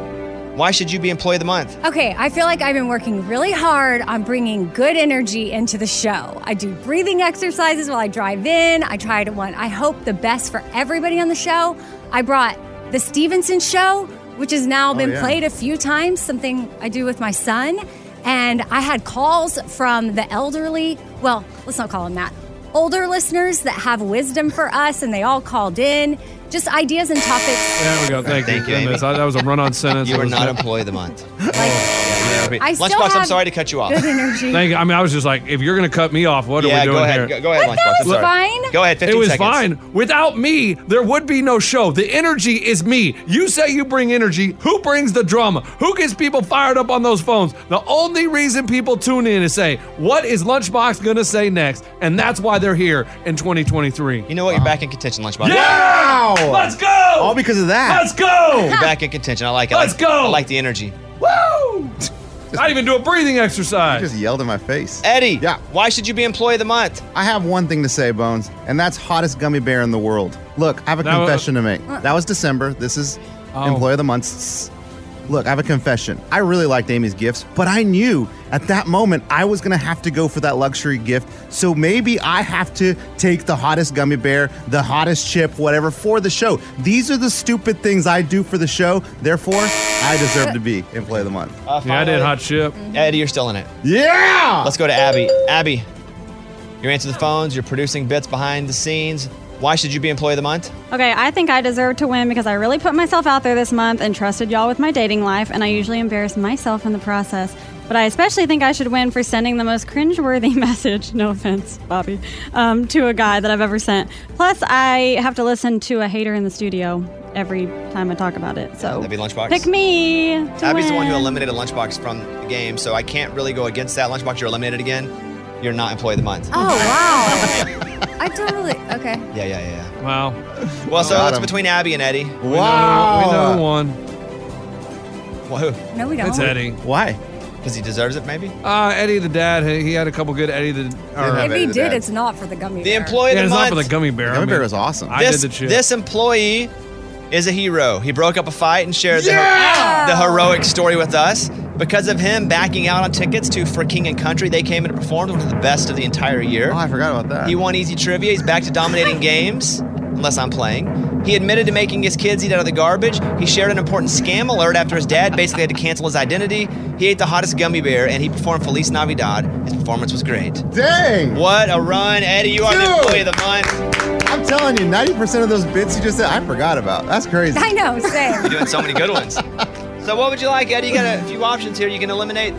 [SPEAKER 1] why should you be employee of the month?
[SPEAKER 9] Okay, I feel like I've been working really hard on bringing good energy into the show. I do breathing exercises while I drive in. I try to want, I hope the best for everybody on the show. I brought the Stevenson show, which has now been
[SPEAKER 17] yeah.
[SPEAKER 9] played a few times, something I do with my son. And I had calls from the elderly, well, let's not call them that, older listeners that have wisdom for us, and they all called in. Just ideas and topics.
[SPEAKER 8] There we go. Thank,
[SPEAKER 1] Thank you,
[SPEAKER 8] you. goodness. I- that was a run-on sentence.
[SPEAKER 1] You
[SPEAKER 8] It
[SPEAKER 1] are
[SPEAKER 8] was
[SPEAKER 1] not
[SPEAKER 8] good.
[SPEAKER 1] employee of the month.
[SPEAKER 9] I still
[SPEAKER 1] Lunchbox, I'm
[SPEAKER 9] have
[SPEAKER 1] sorry to cut you off.
[SPEAKER 9] Good energy.
[SPEAKER 8] Thank you. I mean, I was just like, if you're going to cut me off, what are
[SPEAKER 1] Yeah,
[SPEAKER 8] we
[SPEAKER 1] go
[SPEAKER 8] doing
[SPEAKER 1] ahead.
[SPEAKER 8] here?
[SPEAKER 1] Go- go ahead, I thought Lunchbox. it I'm was sorry. fine. Go ahead, 15
[SPEAKER 8] It was
[SPEAKER 1] seconds.
[SPEAKER 8] fine. Without me, there would be no show. The energy is me. You say you bring energy. Who brings the drama? Who gets people fired up on those phones? The only reason people tune in is say, what is Lunchbox going to say next? And that's why they're here in 2023.
[SPEAKER 1] You know what? You're back in contention, Lunchbox.
[SPEAKER 8] Yeah! Let's go! All
[SPEAKER 1] because of
[SPEAKER 8] that. Let's go!
[SPEAKER 1] You're back in contention. I like it.
[SPEAKER 8] Let's
[SPEAKER 1] I like,
[SPEAKER 8] go!
[SPEAKER 1] I like the energy.
[SPEAKER 8] Woo! Not even do a breathing exercise.
[SPEAKER 7] You just yelled in my face.
[SPEAKER 1] Eddie,
[SPEAKER 7] yeah.
[SPEAKER 1] why should you be employee of the month?
[SPEAKER 7] I have one thing to say, Bones, and that's hottest gummy bear in the world. Look, I have a
[SPEAKER 8] That was-
[SPEAKER 7] confession to make. That was December. This is employee of the month. Look, I have a confession. I really liked Amy's gifts, but I knew at that moment I was going to have to go for that luxury gift. So maybe I have to take the hottest gummy bear, the hottest chip, whatever for the show. These are the stupid things I do for the show. Therefore, I deserve to be employee of the month.
[SPEAKER 8] yeah, I did hot chip.
[SPEAKER 1] Mm-hmm. Eddie, you're still in it.
[SPEAKER 7] Yeah!
[SPEAKER 1] Let's go to Abby. Abby, you're answering the phones, you're producing bits behind the scenes. Why should you be employee of the month?
[SPEAKER 14] Okay, I think I deserve to win because I really put myself out there this month and trusted y'all with my dating life, and I usually embarrass myself in the process. But I especially think I should win for sending the most cringeworthy message, no offense, Bobby, um, to a guy that I've ever sent. Plus, I have to listen to a hater in the studio every time I talk about it. So
[SPEAKER 1] That'd be Lunchbox.
[SPEAKER 14] pick me. To
[SPEAKER 1] Abby's the one who
[SPEAKER 14] win.
[SPEAKER 1] eliminated Lunchbox from the game, so I can't really go against that. Lunchbox, you're eliminated again. You're not employee of the month.
[SPEAKER 9] Oh, wow. I totally, okay.
[SPEAKER 1] Yeah, yeah, yeah.
[SPEAKER 8] Wow.
[SPEAKER 1] Well, so
[SPEAKER 8] Got
[SPEAKER 1] it's
[SPEAKER 8] him.
[SPEAKER 1] between Abby and Eddie.
[SPEAKER 8] Wow. We know one.
[SPEAKER 1] Whoa.
[SPEAKER 9] No, we don't.
[SPEAKER 8] It's Eddie.
[SPEAKER 1] Why? Because he deserves it, maybe?
[SPEAKER 8] Uh, Eddie the dad, he he had a couple good Eddie the. or-
[SPEAKER 9] If he did, it's not for the gummy bear.
[SPEAKER 1] The employee
[SPEAKER 8] yeah,
[SPEAKER 1] of
[SPEAKER 8] it's
[SPEAKER 1] the
[SPEAKER 8] not
[SPEAKER 1] month.
[SPEAKER 8] for the gummy bear.
[SPEAKER 7] The gummy
[SPEAKER 8] I
[SPEAKER 7] bear
[SPEAKER 8] mean,
[SPEAKER 7] was awesome.
[SPEAKER 8] I
[SPEAKER 1] this,
[SPEAKER 8] did the chip.
[SPEAKER 1] this employee is a hero. He broke up a fight and shared the, her-
[SPEAKER 8] Yeah!
[SPEAKER 1] the heroic story with us. Because of him backing out on tickets to For King and Country, they came and performed one of the best of the entire year. Oh, I
[SPEAKER 7] forgot about that.
[SPEAKER 1] He won easy trivia. He's back to dominating games, unless I'm playing. He admitted to making his kids eat out of the garbage. He shared an important scam alert after his dad basically had to cancel his identity. He ate the hottest gummy bear and he performed Feliz Navidad. His performance was great.
[SPEAKER 7] Dang!
[SPEAKER 1] What a run, Eddie. You are the
[SPEAKER 7] Dude!
[SPEAKER 1] employee of the month.
[SPEAKER 7] I'm telling you, 90% of those bits you just said, I forgot about. That's crazy.
[SPEAKER 9] I know, same.
[SPEAKER 13] You're doing so many good ones.
[SPEAKER 1] So what would you like, Eddie? You got a few options here. You can eliminate.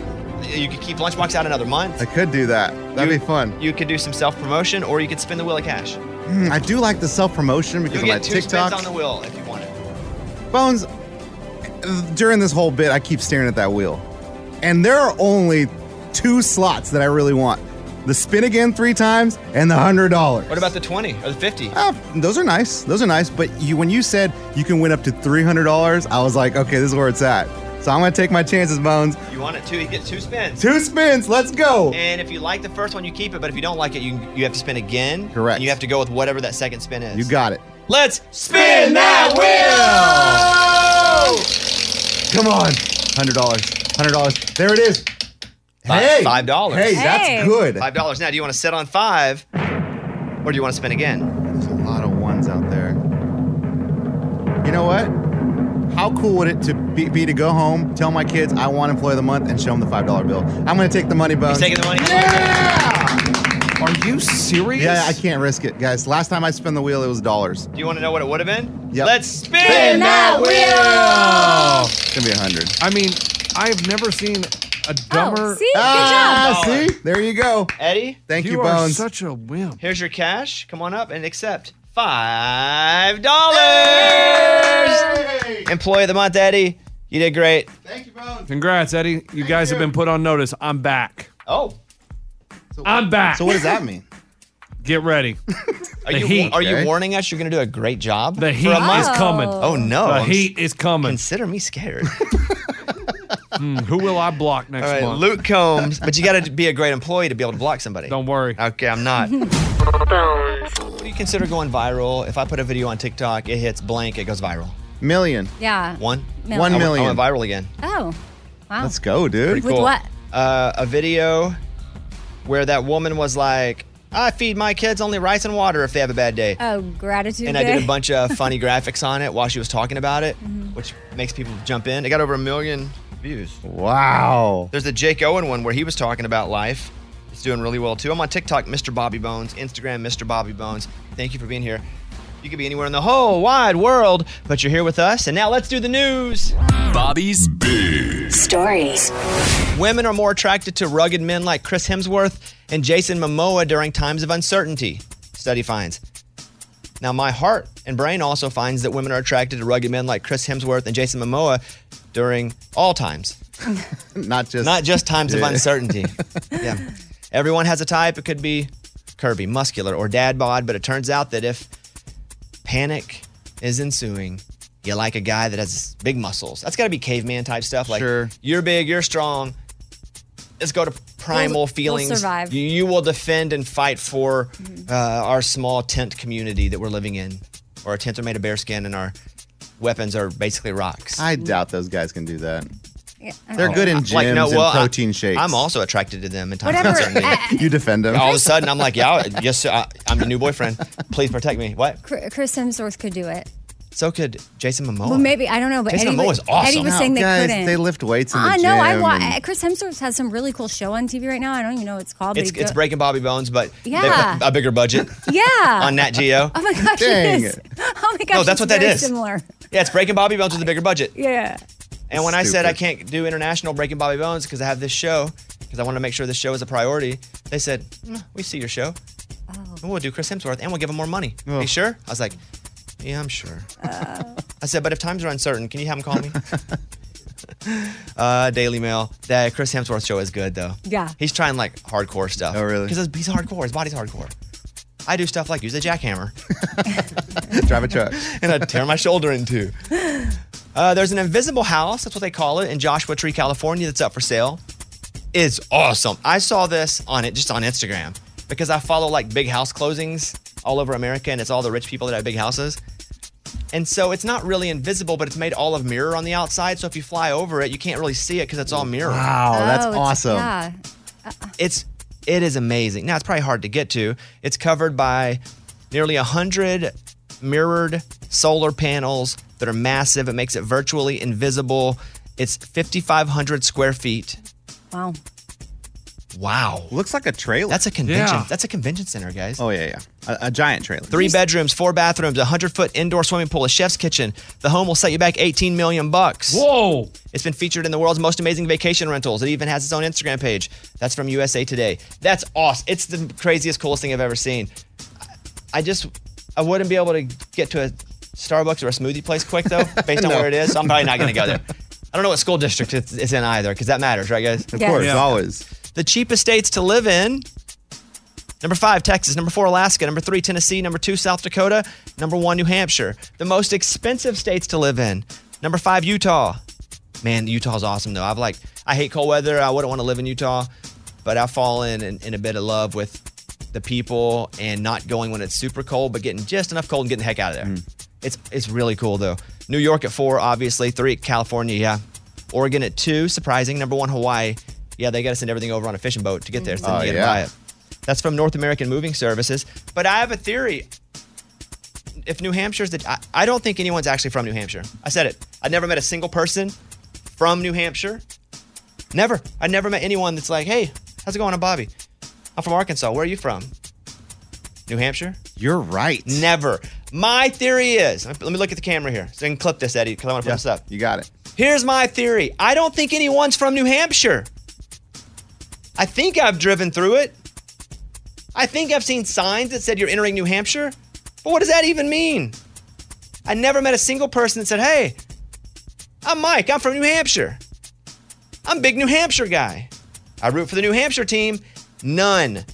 [SPEAKER 1] You could keep Lunchbox out another month.
[SPEAKER 7] I could do that. That'd be fun.
[SPEAKER 1] You could do some self-promotion, or you could spin the wheel of cash.
[SPEAKER 7] Hmm, I do like the self promotion because
[SPEAKER 1] You'll
[SPEAKER 7] of my
[SPEAKER 1] get two
[SPEAKER 7] TikTok.
[SPEAKER 1] spins on the wheel if you want it.
[SPEAKER 7] Bones, during this whole bit, I keep staring at that wheel. And there are only two slots that I really want the spin again three times and the $100.
[SPEAKER 1] What about the twenty or the fifty?
[SPEAKER 7] Ah, those are nice. Those are nice. But you, when you said you can win up to $300, I was like, okay, this is where it's at. So I'm going to take my chances, Bones.
[SPEAKER 1] You want it two? You get two spins.
[SPEAKER 7] Two spins. Let's go.
[SPEAKER 1] And if you like the first one, you keep it. But if you don't like it, you you have to spin again.
[SPEAKER 7] Correct.
[SPEAKER 1] And you have to go with whatever that second spin is.
[SPEAKER 7] You got it.
[SPEAKER 1] Let's spin that
[SPEAKER 7] wheel. Come on. $100. $100. There it is.
[SPEAKER 1] Hey, five dollars.
[SPEAKER 7] Hey, that's Hey. good.
[SPEAKER 1] Five dollars. Now, do you want to set on five, or do you want to spin again?
[SPEAKER 7] a lot of ones out there. You know what? How cool would it to be, be to go home, tell my kids I want employee of the month, and show them the five dollar bill? I'm gonna take the money, Bones.
[SPEAKER 1] Taking the money.
[SPEAKER 8] Are you serious?
[SPEAKER 7] Yeah, I can't risk it, guys. Last time I spun the wheel, it was dollars.
[SPEAKER 1] Do you want to know what it would have been?
[SPEAKER 7] Yep.
[SPEAKER 1] Let's spin,
[SPEAKER 7] Spin that
[SPEAKER 1] wheel.
[SPEAKER 7] It's gonna be a hundred.
[SPEAKER 8] I mean, I've never seen a
[SPEAKER 1] Oh,
[SPEAKER 8] dumber. Oh.
[SPEAKER 7] Oh, see? Good Ah, job. see? There you go.
[SPEAKER 1] Eddie,
[SPEAKER 7] Thank you, Bones.
[SPEAKER 8] a wimp.
[SPEAKER 1] Here's your cash. Come on up and accept five dollars. Employee of the month, Eddie. You did great.
[SPEAKER 8] Congrats, Eddie. You guys have been put on notice. I'm back.
[SPEAKER 1] Oh.
[SPEAKER 8] I'm back.
[SPEAKER 1] so what does that mean?
[SPEAKER 8] Get ready.
[SPEAKER 1] Are
[SPEAKER 8] The
[SPEAKER 1] you
[SPEAKER 8] heat.
[SPEAKER 1] are you
[SPEAKER 8] Okay.
[SPEAKER 1] warning us you're going to do a great job?
[SPEAKER 8] The heat
[SPEAKER 1] for a month?
[SPEAKER 8] is coming.
[SPEAKER 1] Oh no.
[SPEAKER 8] The
[SPEAKER 1] I'm s-
[SPEAKER 8] heat is coming.
[SPEAKER 1] Consider me scared.
[SPEAKER 8] Hmm, who will I block next
[SPEAKER 1] All right,
[SPEAKER 8] month?
[SPEAKER 1] Luke Combs, but you got to be a great employee to be able to block somebody. Don't
[SPEAKER 8] worry.
[SPEAKER 1] Okay, I'm not. What do you consider going viral? If I put a video on TikTok, it hits blank, it goes viral.
[SPEAKER 7] Million.
[SPEAKER 9] Yeah.
[SPEAKER 1] One.
[SPEAKER 9] Million. One
[SPEAKER 1] I went-
[SPEAKER 7] million.
[SPEAKER 1] I went viral again.
[SPEAKER 9] Oh, wow.
[SPEAKER 7] Let's go, dude.
[SPEAKER 9] With what?
[SPEAKER 1] Uh, a video where that woman was like, "I feed my kids only rice and water if they have a bad day,"
[SPEAKER 9] Oh, gratitude.
[SPEAKER 1] and I
[SPEAKER 9] day.
[SPEAKER 1] did a bunch of funny graphics on it while she was talking about it, which makes people jump in. It got over a million views.
[SPEAKER 7] Wow.
[SPEAKER 1] There's the Jake Owen one where he was talking about life. It's doing really well too. I'm on TikTok, Mr. Bobby Bones, Instagram, Mr. Bobby Bones. Thank you for being here. You could be anywhere in the whole wide world, but you're here with us. And now let's do the news.
[SPEAKER 19] Bobby's Big
[SPEAKER 1] Stories. Women are more attracted to rugged men like Chris Hemsworth and Jason Momoa during times of uncertainty, study finds. Now, my heart and brain also finds that women are attracted to rugged men like Chris Hemsworth and Jason Momoa during all times.
[SPEAKER 7] Not just
[SPEAKER 1] Not just times
[SPEAKER 7] Yeah.
[SPEAKER 1] of uncertainty. yeah. Everyone has a type. It could be curvy, muscular, or dad bod, but it turns out that if panic is ensuing, you like a guy that has big muscles. That's got to be caveman type stuff. Like, you're big, you're strong. Let's go to primal
[SPEAKER 9] We'll- we'll
[SPEAKER 1] feelings.
[SPEAKER 9] survive.
[SPEAKER 1] You, you will defend and fight for uh, our small tent community that we're living in. Or our tents are made of bear skin and our weapons are basically rocks.
[SPEAKER 7] I doubt those guys can do that.
[SPEAKER 9] Yeah.
[SPEAKER 7] They're
[SPEAKER 1] Oh.
[SPEAKER 7] good in gyms
[SPEAKER 1] Like, no, well, I-
[SPEAKER 7] and protein shakes.
[SPEAKER 1] I'm also attracted to them in times of
[SPEAKER 7] Whatever,
[SPEAKER 1] uncertainty.
[SPEAKER 7] you defend them.
[SPEAKER 1] All of a sudden, I'm like, yeah, yes, sir, I, I'm your new boyfriend. Please protect me. What?
[SPEAKER 9] Chr- Chris Hemsworth could do it.
[SPEAKER 1] So could Jason Momoa.
[SPEAKER 9] Well, maybe I don't know, but
[SPEAKER 1] Jason
[SPEAKER 9] Eddie,
[SPEAKER 1] Momoa
[SPEAKER 9] was,
[SPEAKER 1] is awesome.
[SPEAKER 9] Eddie was
[SPEAKER 1] No,
[SPEAKER 9] saying they
[SPEAKER 7] Oh. guys,
[SPEAKER 9] couldn't.
[SPEAKER 7] they lift weights in the
[SPEAKER 9] I
[SPEAKER 7] gym.
[SPEAKER 9] know. I
[SPEAKER 7] and-
[SPEAKER 9] wa- Chris Hemsworth has some really cool show on TV right now. I don't even know what it's called.
[SPEAKER 1] It's,
[SPEAKER 9] but he
[SPEAKER 1] it's
[SPEAKER 9] go-
[SPEAKER 1] breaking Bobby Bones, but they put
[SPEAKER 9] Yeah.
[SPEAKER 1] a bigger budget
[SPEAKER 9] Yeah.
[SPEAKER 1] on Nat Geo.
[SPEAKER 9] Oh my gosh!
[SPEAKER 1] Dang
[SPEAKER 9] it is.
[SPEAKER 1] it.
[SPEAKER 9] Oh my gosh!
[SPEAKER 1] that's
[SPEAKER 9] it's
[SPEAKER 1] what that
[SPEAKER 9] very
[SPEAKER 1] is.
[SPEAKER 9] Similar.
[SPEAKER 1] Yeah, it's Breaking Bobby Bones with a bigger budget.
[SPEAKER 9] Yeah.
[SPEAKER 1] And when I said
[SPEAKER 9] Stupid.
[SPEAKER 1] I can't do international Breaking Bobby Bones because I have this show, because I want to make sure this show is a priority, they said, "Mm, We see your show. And we'll do Chris Hemsworth and we'll give him more money. Are You sure? I was like, Yeah, I'm Oh. sure. I said, But if times are uncertain, can you have him call me? uh, Daily Mail. That Chris Hemsworth show is good, though.
[SPEAKER 9] Yeah.
[SPEAKER 1] He's trying like hardcore stuff. Oh, really? Because he's hardcore. His body's hardcore. I do stuff like use a jackhammer.
[SPEAKER 7] Drive a truck.
[SPEAKER 1] and I tear my shoulder in two. Uh, there's an invisible house, that's what they call it, in Joshua Tree, California, that's up for sale. It's awesome. I saw this on it just on Instagram because I follow like big house closings all over America and it's all the rich people that have big houses. And so it's not really invisible, but it's made all of mirror on the outside. So if you fly over it, you can't really see it because it's all mirror.
[SPEAKER 7] Wow, that's Oh, it's- awesome. yeah.
[SPEAKER 1] It's it is amazing. Now it's probably hard to get to. It's covered by nearly hundred mirrored solar panels that are massive. It makes it virtually invisible. It's 5,500 square feet.
[SPEAKER 9] Wow.
[SPEAKER 1] Wow.
[SPEAKER 7] Looks like a trailer.
[SPEAKER 1] That's a convention.
[SPEAKER 7] Yeah.
[SPEAKER 1] That's a convention center, guys.
[SPEAKER 7] Oh yeah, yeah, a, a giant trailer.
[SPEAKER 1] Three bedrooms, four bathrooms, a hundred foot indoor swimming pool, a chef's kitchen. The home will set you back eighteen million bucks.
[SPEAKER 8] Whoa!
[SPEAKER 1] It's been featured in the world's most amazing vacation rentals. It even has its own Instagram page. That's from USA Today. That's awesome. It's the craziest, coolest thing I've ever seen. I just, I wouldn't be able to get to a Starbucks or a smoothie place quick though, based on
[SPEAKER 13] No.
[SPEAKER 1] where it is. So I'm probably not going to go there. I don't know what school district it's, it's in either, because that matters, right, guys?
[SPEAKER 7] Of Yes. course, Yeah. always.
[SPEAKER 1] The cheapest states to live in Number five, Texas. Number four, Alaska. Number three, Tennessee. Number two, South Dakota. Number one, New Hampshire. The most expensive states to live in. Number five, Utah. Man, Utah's awesome though. I've like, I hate cold weather. I wouldn't want to live in Utah, but I've fallen in, in a bit of love with the people and not going when it's super cold, but getting just enough cold and getting the heck out of there.
[SPEAKER 7] Mm.
[SPEAKER 1] It's it's really cool though. New York at four, obviously. Three, California. Yeah. Oregon at two, surprising. Number one, Hawaii. Yeah, they got to send everything over on a fishing boat to get there. So
[SPEAKER 7] Oh,
[SPEAKER 1] you got to
[SPEAKER 7] yeah.
[SPEAKER 1] buy it. That's from North American Moving Services. But I have a theory. If New Hampshire's the, I, I don't think anyone's actually from New Hampshire. I said it. I never met a single person from New Hampshire. Never. I never met anyone that's like, hey, how's it going? I'm Bobby. I'm from Arkansas. Where are you from? New Hampshire?
[SPEAKER 7] You're right.
[SPEAKER 1] Never. My theory is let me look at the camera here so I can clip this, Eddie, because I want to put this up.
[SPEAKER 7] You got it.
[SPEAKER 1] Here's my theory I don't think anyone's from New Hampshire. I think I've driven through it. I think I've seen signs that said you're entering New Hampshire. But what does that even mean? I never met a single person that said, hey, I'm Mike. I'm from New Hampshire. I'm a big New Hampshire guy. I root for the New Hampshire team. None.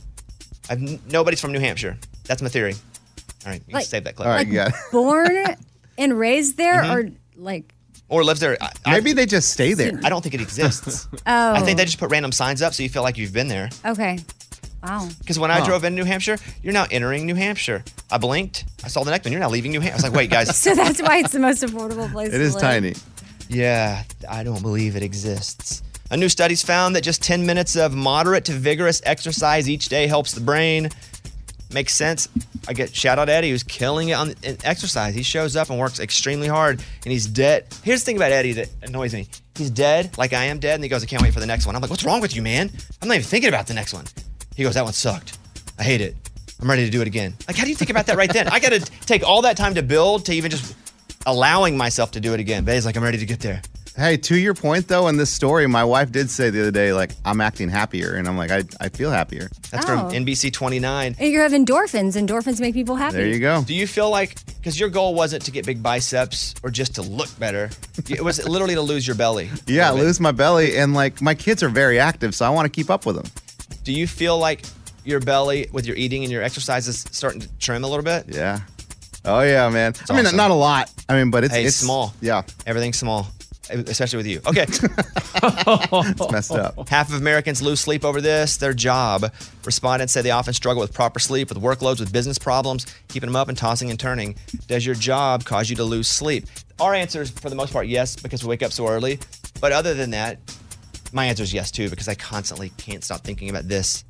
[SPEAKER 1] I've, nobody's from New Hampshire. That's my theory. All right, you
[SPEAKER 9] Like-
[SPEAKER 1] can save that clip.
[SPEAKER 9] All right, like- you got Born and raised there,
[SPEAKER 1] Mhm.
[SPEAKER 9] or like,
[SPEAKER 1] Or lives there. I, Maybe
[SPEAKER 7] they just stay
[SPEAKER 1] there. I don't think it exists.
[SPEAKER 9] oh,
[SPEAKER 1] I think they just put random signs up so you feel like you've been there.
[SPEAKER 9] okay, wow.
[SPEAKER 1] Because when I drove in New Hampshire, you're now entering New Hampshire. I blinked. I saw the next one. You're not leaving New Hampshire. I was like, wait, guys.
[SPEAKER 9] so that's why it's the most affordable place. to live.
[SPEAKER 1] Yeah, I don't believe it exists. A new study's found that just 10 minutes of moderate to vigorous exercise each day helps the brain. Makes sense. I get shout out Eddie who's killing it on in exercise. He shows up and works extremely hard and he's dead. Here's the thing about Eddie that annoys me. He's dead, like I am dead, and he goes, I can't wait for the next one. I'm like, what's wrong with you, man? I'm not even thinking about the next one. He goes, that one sucked. I hate it. I'm ready to do it again. Like, how do you think about that right then? I got to take all that time to build to even just allowing myself to do it again. But he's like, I'm ready to get there.
[SPEAKER 7] Hey, to your point though, in this story, my wife did say the other day, like, I'm acting happier, and I'm like, I, I feel happier.
[SPEAKER 1] That's
[SPEAKER 9] Oh.
[SPEAKER 1] from NBC 29.
[SPEAKER 9] And you have endorphins. Endorphins make people happy.
[SPEAKER 7] go.
[SPEAKER 1] Do you feel like because your goal wasn't to get big biceps or just to look better? It was literally to lose your belly.
[SPEAKER 7] Yeah, I lose my belly, and like my kids are very active, so I want to keep up with them.
[SPEAKER 1] Do you feel like your belly with your eating and your exercise is starting to trim a little bit?
[SPEAKER 7] Yeah. Oh yeah, man. I mean,
[SPEAKER 1] awesome.
[SPEAKER 7] not a lot. I mean, but it's
[SPEAKER 1] Hey,
[SPEAKER 7] it's
[SPEAKER 1] small.
[SPEAKER 7] Yeah,
[SPEAKER 1] everything's small, especially with you. Okay.
[SPEAKER 7] it's messed up.
[SPEAKER 1] Half of Americans lose sleep over this, their job. Respondents say they often struggle with proper sleep, with workloads, with business problems, keeping them up and tossing and turning. Does your job cause you to lose sleep? Our answer is, for the most part, yes, because we wake up so early. But other than that, my answer is yes, too, because I constantly can't stop thinking about this.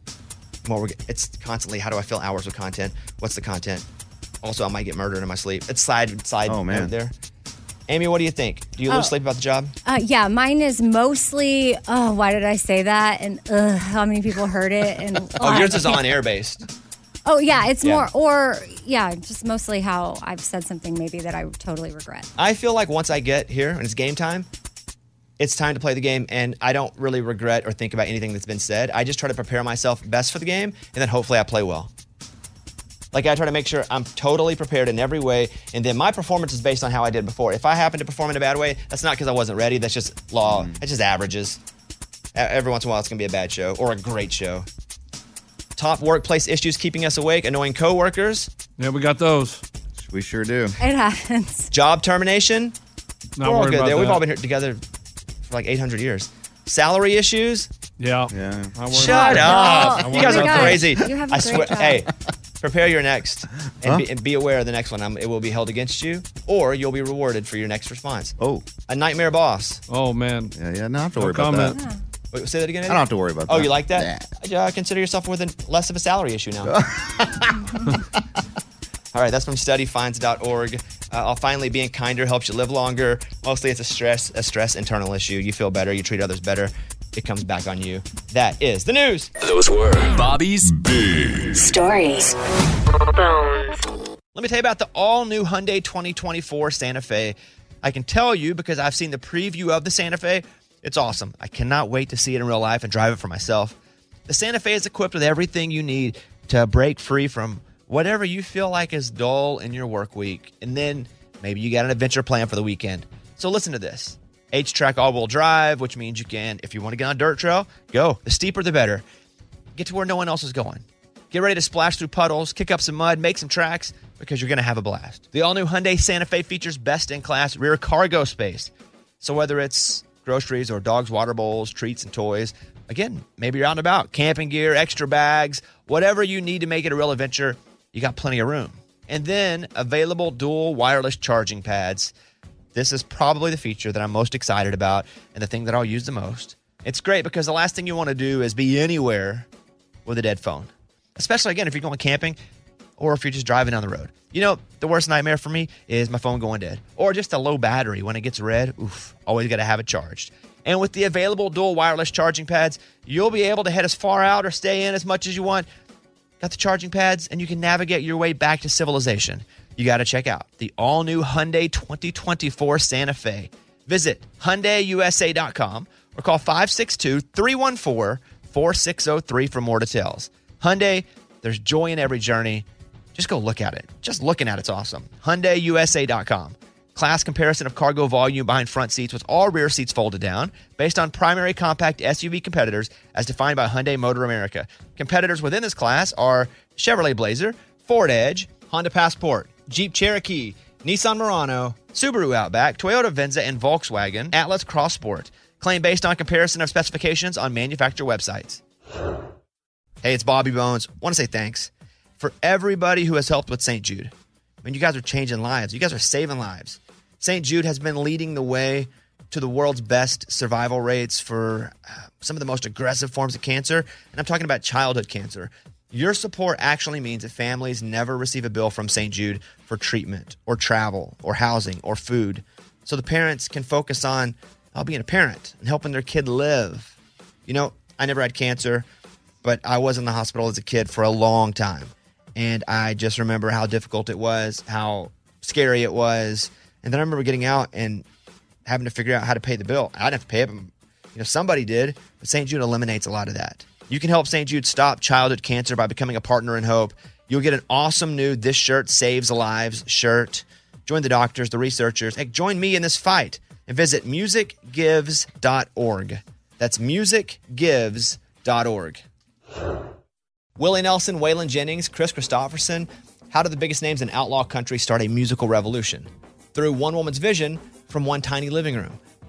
[SPEAKER 1] More, we're- it's constantly how do I fill hours with content? What's the content? Also, I might get murdered in my sleep. It's side side
[SPEAKER 7] Oh, man.
[SPEAKER 1] note there. Amy, what do you think? Do you lose
[SPEAKER 9] Oh.
[SPEAKER 1] sleep about the job?
[SPEAKER 9] Uh, yeah, mine is mostly. Oh, why did I say that? And ugh, how many people heard it? And
[SPEAKER 1] Oh, yours is
[SPEAKER 9] I
[SPEAKER 1] on
[SPEAKER 9] can't-
[SPEAKER 1] air based.
[SPEAKER 9] Oh yeah, it's
[SPEAKER 1] Yeah.
[SPEAKER 9] more or yeah, just mostly how I've said something maybe that I totally regret.
[SPEAKER 1] I feel like once I get here and it's game time, it's time to play the game, and I don't really regret or think about anything that's been said. I just try to prepare myself best for the game, and then hopefully I play well. Like I try to make sure I'm totally prepared in every way, and then my performance is based on how I did before. If I happen to perform in a bad way, that's not because I wasn't ready. That's just law.
[SPEAKER 7] Mm.
[SPEAKER 1] That's just averages. E- Every once in a while, it's gonna be a bad show or a great show. Top workplace issues keeping us awake, annoying coworkers.
[SPEAKER 8] Yeah, we got those.
[SPEAKER 7] We sure do.
[SPEAKER 9] It happens.
[SPEAKER 1] Job termination.
[SPEAKER 8] Not
[SPEAKER 1] We're all
[SPEAKER 8] worried
[SPEAKER 1] good
[SPEAKER 8] about
[SPEAKER 1] there. We've
[SPEAKER 8] that.
[SPEAKER 1] all been here together for like 800 years. Salary issues.
[SPEAKER 8] Yeah.
[SPEAKER 7] Yeah.
[SPEAKER 8] about
[SPEAKER 1] Shut
[SPEAKER 8] that.
[SPEAKER 1] up.
[SPEAKER 8] I
[SPEAKER 1] You guys
[SPEAKER 8] worry
[SPEAKER 1] are
[SPEAKER 8] about that.
[SPEAKER 1] crazy.
[SPEAKER 8] You have a
[SPEAKER 1] I
[SPEAKER 8] great
[SPEAKER 1] swear.
[SPEAKER 8] job.
[SPEAKER 1] Hey, prepare your next and,
[SPEAKER 8] Huh?
[SPEAKER 1] be, and be aware of the next one. Um it will be held against you or you'll be rewarded for your next response.
[SPEAKER 7] Oh.
[SPEAKER 1] A nightmare boss.
[SPEAKER 8] Oh man.
[SPEAKER 7] Yeah, yeah. No, I have to
[SPEAKER 1] No
[SPEAKER 7] worry about
[SPEAKER 1] comment.
[SPEAKER 7] that.
[SPEAKER 1] Wait, say that again.
[SPEAKER 7] I
[SPEAKER 1] Eddie?
[SPEAKER 7] don't have to worry about
[SPEAKER 1] Oh,
[SPEAKER 7] that.
[SPEAKER 1] you like that? Yeah, consider yourself with an, less of a salary issue now. All right, that's from studyfinds.org. Uh, I'll finally being kinder helps you live longer. Mostly, it's a stress, a stress internal issue. You feel better, you treat others better. it comes back on you. That is the news.
[SPEAKER 23] Those were
[SPEAKER 19] Bobby's
[SPEAKER 23] Big
[SPEAKER 1] Stories. Let me tell you about the all new Hyundai 2024 Santa Fe. I can tell you because I've seen the preview of the Santa Fe. It's awesome. I cannot wait to see it in real life and drive it for myself. The Santa Fe is equipped with everything you need to break free from whatever you feel like is dull in your work week. And then maybe you got an adventure plan for the weekend. So listen to this. H track all wheel drive, which means you can, if you want to get on a dirt trail, go. The steeper, the better. Get to where no one else is going. Get ready to splash through puddles, kick up some mud, make some tracks, because you're going to have a blast. The all new Hyundai Santa Fe features best in class rear cargo space. So whether it's groceries or dogs' water bowls, treats, and toys, again, maybe you're out and about, camping gear, extra bags, whatever you need to make it a real adventure, you got plenty of room. And then available dual wireless charging pads. This is probably the feature that I'm most excited about and the thing that I'll use the most. It's great because the last thing you want to do is be anywhere with a dead phone, especially again if you're going camping or if you're just driving down the road. You know, the worst nightmare for me is my phone going dead or just a low battery when it gets red. Oof, always got to have it charged. And with the available dual wireless charging pads, you'll be able to head as far out or stay in as much as you want. Got the charging pads, and you can navigate your way back to civilization. You got to check out the all new Hyundai 2024 Santa Fe. Visit HyundaiUSA.com or call 562 314 4603 for more details. Hyundai, there's joy in every journey. Just go look at it. Just looking at it's awesome. HyundaiUSA.com. Class comparison of cargo volume behind front seats with all rear seats folded down based on primary compact SUV competitors as defined by Hyundai Motor America. Competitors within this class are Chevrolet Blazer, Ford Edge, Honda Passport, Jeep Cherokee, Nissan Murano, Subaru Outback, Toyota Venza, and Volkswagen Atlas Cross Sport. Claim based on comparison of specifications on manufacturer websites. Hey, it's Bobby Bones. Want to say thanks for everybody who has helped with St. Jude. I mean, you guys are changing lives. You guys are saving lives. St. Jude has been leading the way to the world's best survival rates for uh, some of the most aggressive forms of cancer. And I'm talking about childhood cancer. Your support actually means that families never receive a bill from St. Jude for treatment or travel or housing or food. So the parents can focus on uh, being a parent and helping their kid live. You know, I never had cancer, but I was in the hospital as a kid for a long time. And I just remember how difficult it was, how scary it was. And then I remember getting out and having to figure out how to pay the bill. I didn't have to pay it, but you know, somebody did. But St. Jude eliminates a lot of that. You can help St. Jude stop childhood cancer by becoming a partner in hope. You'll get an awesome new This Shirt Saves Lives shirt. Join the doctors, the researchers, and join me in this fight and visit musicgives.org. That's musicgives.org. Willie Nelson, Waylon Jennings, Chris Christopherson. How did the biggest names in outlaw country start a musical revolution? Through one woman's vision from one tiny living room.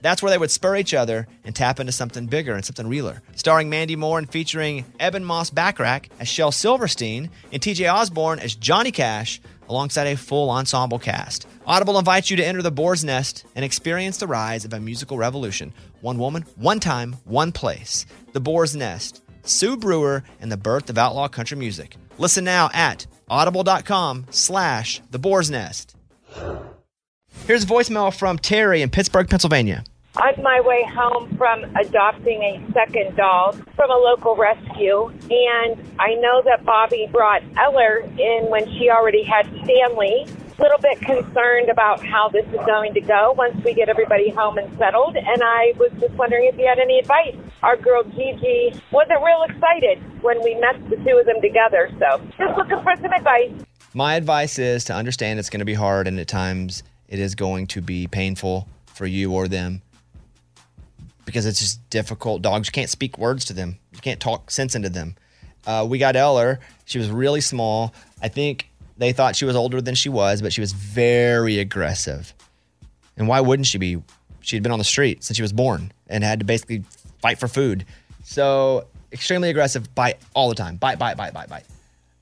[SPEAKER 1] that's where they would spur each other and tap into something bigger and something realer. Starring Mandy Moore and featuring Eben Moss Backrack as Shel Silverstein and TJ Osborne as Johnny Cash, alongside a full ensemble cast. Audible invites you to enter the boar's nest and experience the rise of a musical revolution. One woman, one time, one place. The boar's nest. Sue Brewer and the birth of outlaw country music. Listen now at audible.com slash the boar's nest. Here's a voicemail from Terry in Pittsburgh, Pennsylvania.
[SPEAKER 17] on my way home from adopting a second dog from a local rescue, and I know that Bobby brought Eller in when she already had Stanley. A little bit concerned about how this is going to go once we get everybody home and settled, and I was just wondering if you had any advice. Our girl Gigi wasn't real excited when we met the two of them together, so just looking for some advice.
[SPEAKER 1] My advice is to understand it's going to be hard and at times it is going to be painful for you or them because it's just difficult. Dogs you can't speak words to them, you can't talk sense into them. Uh, we got Eller. She was really small. I think they thought she was older than she was, but she was very aggressive. And why wouldn't she be? She had been on the street since she was born and had to basically fight for food. So extremely aggressive, bite all the time, bite, bite, bite, bite, bite.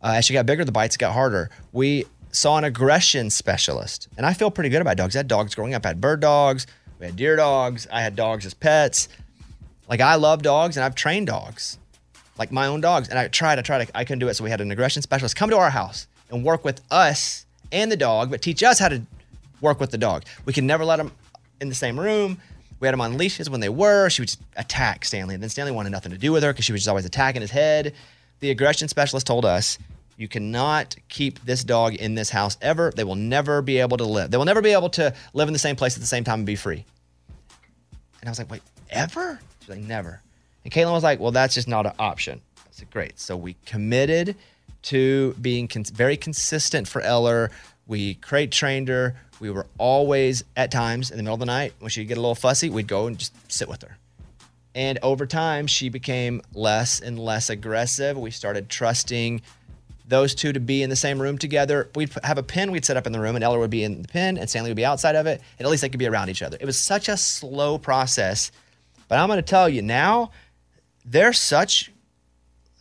[SPEAKER 1] Uh, as she got bigger, the bites got harder. We saw an aggression specialist, and I feel pretty good about dogs. I had dogs growing up. I had bird dogs, we had deer dogs, I had dogs as pets. Like I love dogs, and I've trained dogs, like my own dogs. And I tried, I tried, I couldn't do it. So we had an aggression specialist come to our house and work with us and the dog, but teach us how to work with the dog. We could never let them in the same room. We had them on leashes when they were. She would just attack Stanley. And then Stanley wanted nothing to do with her because she was just always attacking his head. The aggression specialist told us you cannot keep this dog in this house ever. They will never be able to live. They will never be able to live in the same place at the same time and be free. And I was like, wait, ever? She's like, never. And Caitlin was like, well, that's just not an option. I said, great. So we committed to being cons- very consistent for Eller. We crate trained her. We were always, at times, in the middle of the night, when she'd get a little fussy, we'd go and just sit with her. And over time, she became less and less aggressive. We started trusting those two to be in the same room together. We'd p- have a pin we'd set up in the room, and Eller would be in the pin, and Stanley would be outside of it, and at least they could be around each other. It was such a slow process. But I'm going to tell you now, they're such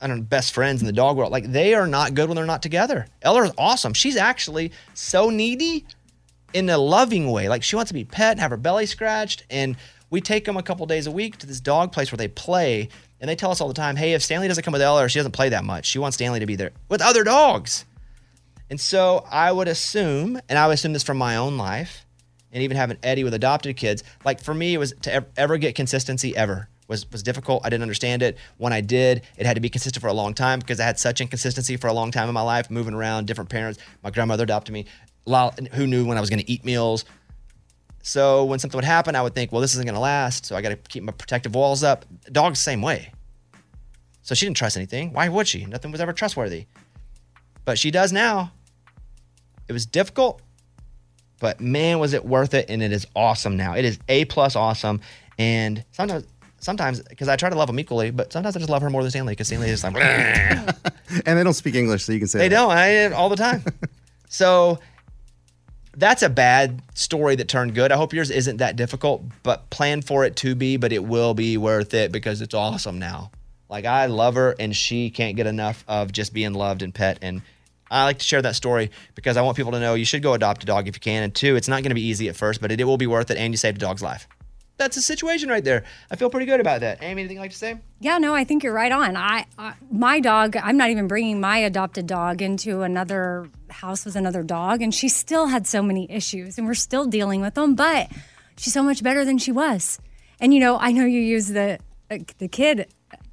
[SPEAKER 1] I don't know, best friends in the dog world. Like they are not good when they're not together. Eller's awesome. She's actually so needy in a loving way. Like she wants to be pet and have her belly scratched. And we take them a couple days a week to this dog place where they play. And they tell us all the time, hey, if Stanley doesn't come with Eller, she doesn't play that much. She wants Stanley to be there with other dogs. And so I would assume, and I would assume this from my own life, and even having Eddie with adopted kids, like for me, it was to ev- ever get consistency ever was was difficult. I didn't understand it. When I did, it had to be consistent for a long time because I had such inconsistency for a long time in my life, moving around, different parents. My grandmother adopted me. Lo- Who knew when I was going to eat meals? So when something would happen, I would think, well, this isn't going to last. So I got to keep my protective walls up. Dog's the same way. So she didn't trust anything. Why would she? Nothing was ever trustworthy. But she does now. It was difficult, but man, was it worth it. And it is awesome now. It is A plus awesome. And sometimes, sometimes, because I try to love them equally, but sometimes I just love her more than Stanley because Stanley is like, "Bleh."
[SPEAKER 7] and they don't speak English, so you can say
[SPEAKER 1] they
[SPEAKER 7] that.
[SPEAKER 1] don't. I all the time. so that's a bad story that turned good. I hope yours isn't that difficult, but plan for it to be, but it will be worth it because it's awesome now. Like I love her and she can't get enough of just being loved and pet and I like to share that story because I want people to know you should go adopt a dog if you can. And two, it's not going to be easy at first, but it, it will be worth it and you saved a dog's life. That's the situation right there. I feel pretty good about that. Amy, anything you'd like to say?
[SPEAKER 9] Yeah, no, I think you're right on. I, I my dog, I'm not even bringing my adopted dog into another house with another dog and she still had so many issues and we're still dealing with them, but she's so much better than she was. And you know, I know you use the uh, the kid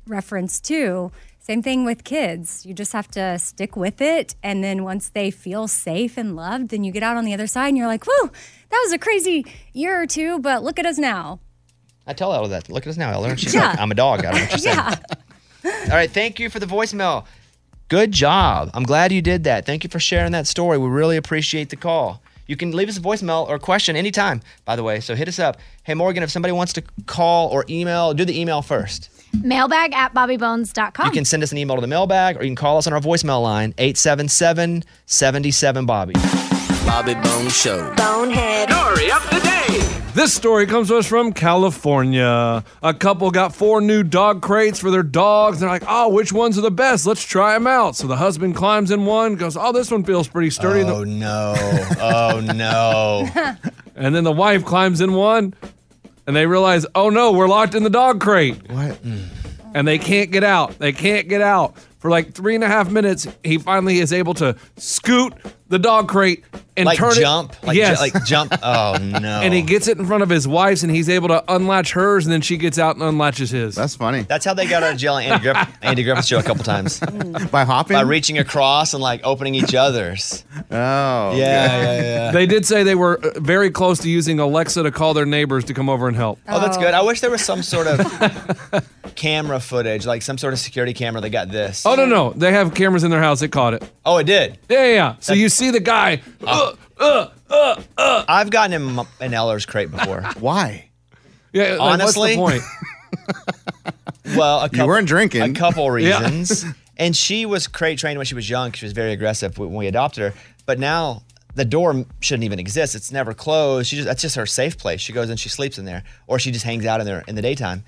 [SPEAKER 9] reference too. Same thing with kids. You just have to stick with it and then once they feel safe and loved, then you get out on the other side and you're like, "Whoa, that was a crazy year or two, but look at us now."
[SPEAKER 1] I tell Ella that. Look at us now, Ella. She's
[SPEAKER 9] Yeah.
[SPEAKER 1] like, I'm a dog. I don't know what you're saying. All right. Thank you for the voicemail. Good job. I'm glad you did that. Thank you for sharing that story. We really appreciate the call. You can leave us a voicemail or question anytime, by the way. So hit us up. Hey, Morgan, if somebody wants to call or email, do the email first.
[SPEAKER 11] Mailbag at bobbybones.com.
[SPEAKER 1] You can send us an email to the mailbag or you can call us on our voicemail line, 877 77 Bobby. Bobby Bone Show.
[SPEAKER 5] Bonehead. Story of the day.
[SPEAKER 8] This story comes to us from California. A couple got four new dog crates for their dogs. They're like, oh, which ones are the best? Let's try them out. So the husband climbs in one, goes, oh, this one feels pretty sturdy. Oh,
[SPEAKER 1] no. Oh, no.
[SPEAKER 8] and then the wife climbs in one, and they realize, oh, no, we're locked in the dog crate.
[SPEAKER 7] What?
[SPEAKER 1] Mm.
[SPEAKER 8] And they can't get out. They can't get out. For like three and a half minutes, he finally is able to scoot the dog crate and
[SPEAKER 1] Like
[SPEAKER 8] turn
[SPEAKER 1] jump?
[SPEAKER 8] it.
[SPEAKER 1] Like ju-
[SPEAKER 8] yes.
[SPEAKER 1] like jump? Oh, no.
[SPEAKER 8] And he gets it in front of his wife's, and he's able to unlatch hers, and then she gets out and unlatches his. That's
[SPEAKER 7] funny.
[SPEAKER 1] That's how they got out of jail. Andy, Griff- Andy Griffith's show a couple times
[SPEAKER 7] by hopping,
[SPEAKER 1] by reaching across and like opening each other's.
[SPEAKER 7] Oh,
[SPEAKER 1] yeah, yeah, yeah.
[SPEAKER 8] They did say they were uh, very close to using Alexa to call their neighbors to come over and help.
[SPEAKER 1] Oh, that's good. I wish there was some sort of camera footage, like some sort of security camera that got this.
[SPEAKER 8] Oh no, no, they have cameras in their house. It caught it.
[SPEAKER 1] Oh, it did. Oh.
[SPEAKER 8] Yeah, yeah. yeah. So you see the guy. uh, uh, uh.
[SPEAKER 1] I've gotten him an Eller's crate before.
[SPEAKER 7] Why?
[SPEAKER 8] Yeah, like,
[SPEAKER 1] honestly.
[SPEAKER 8] what's the point?
[SPEAKER 1] well, a couple,
[SPEAKER 7] You weren't drinking.
[SPEAKER 1] A couple
[SPEAKER 7] Yeah.
[SPEAKER 1] reasons. and she was crate trained when she was young. 'cause She was very aggressive when we adopted her. But now the door shouldn't even exist. It's never closed. She just that's just her safe place. She goes and she sleeps in there, or she just hangs out in there in the daytime.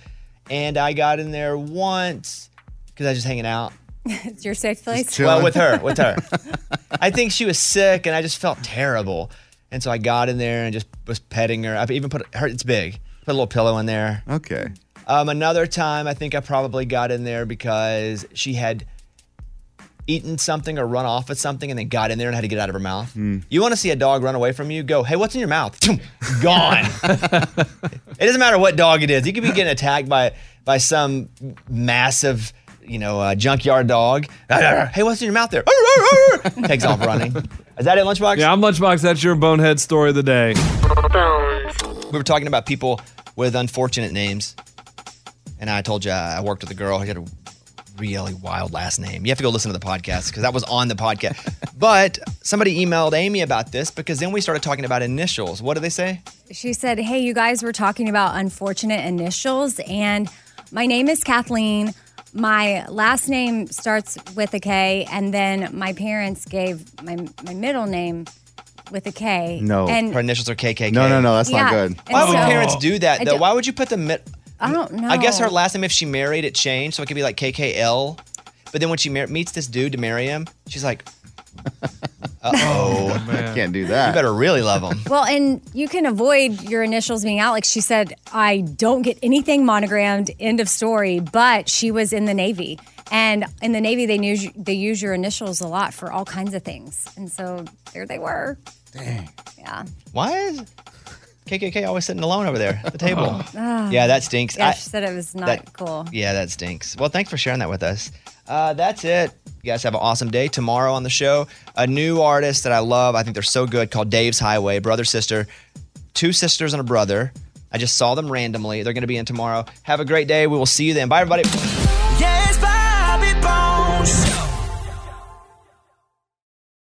[SPEAKER 1] and I got in there once because I was just hanging out.
[SPEAKER 9] it's your safe place.
[SPEAKER 1] Well, with her, with her. I think she was sick, and I just felt terrible. And so I got in there and just was petting her. I even put her. It's big. Put a little pillow in there.
[SPEAKER 7] Okay.
[SPEAKER 1] Um, another time, I think I probably got in there because she had eaten something or run off with something, and then got in there and had to get it out of her mouth.
[SPEAKER 7] Hmm.
[SPEAKER 1] You want to see a dog run away from you? Go, hey, what's in your mouth? Gone. it doesn't matter what dog it is. You could be getting attacked by by some massive, you know, uh, junkyard dog. hey, what's in your mouth there? Takes off running. Is that it, Lunchbox?
[SPEAKER 8] Yeah, I'm Lunchbox. That's your bonehead story of the day.
[SPEAKER 1] We were talking about people with unfortunate names, and I told you I worked with a girl who had a really wild last name. You have to go listen to the podcast because that was on the podcast. but somebody emailed Amy about this because then we started talking about initials. What do they say?
[SPEAKER 9] She said, Hey, you guys were talking about unfortunate initials, and my name is Kathleen. My last name starts with a K, and then my parents gave my, my middle name with a K. And
[SPEAKER 1] her initials are KKK.
[SPEAKER 7] No, no, no, that's not Yeah, good. and
[SPEAKER 1] Why would
[SPEAKER 7] so-
[SPEAKER 1] parents do
[SPEAKER 9] I
[SPEAKER 1] that though?
[SPEAKER 9] don't-
[SPEAKER 1] Why would you put the mid?
[SPEAKER 9] I don't know.
[SPEAKER 1] I guess her last name, if she married, it changed, so it could be like KKL. But then when she mar- meets this dude to marry him, she's like, "Uh oh,
[SPEAKER 7] I can't do that.
[SPEAKER 1] You better really love him."
[SPEAKER 9] Well, and you can avoid your initials being out. Like she said, I don't get anything monogrammed. End of story. But she was in the Navy, and in the Navy they use they use your initials a lot for all kinds of things. And so there they were.
[SPEAKER 1] Dang.
[SPEAKER 9] Yeah.
[SPEAKER 1] Why is KKK always sitting alone over there at the table?
[SPEAKER 9] Ah.
[SPEAKER 1] yeah, that stinks.
[SPEAKER 9] Yeah,
[SPEAKER 1] I-
[SPEAKER 9] she said it was not
[SPEAKER 1] that-
[SPEAKER 9] cool.
[SPEAKER 1] Yeah, that stinks. Well, thanks for sharing that with us. Uh, that's it. You guys have an awesome day. Tomorrow on the show, a new artist that I love. I think they're so good called Dave's Highway, brother, sister, two sisters and a brother. I just saw them randomly. They're going to be in tomorrow. Have a great day. We will see you then. Bye, everybody.
[SPEAKER 5] Yes, Bobby Bones.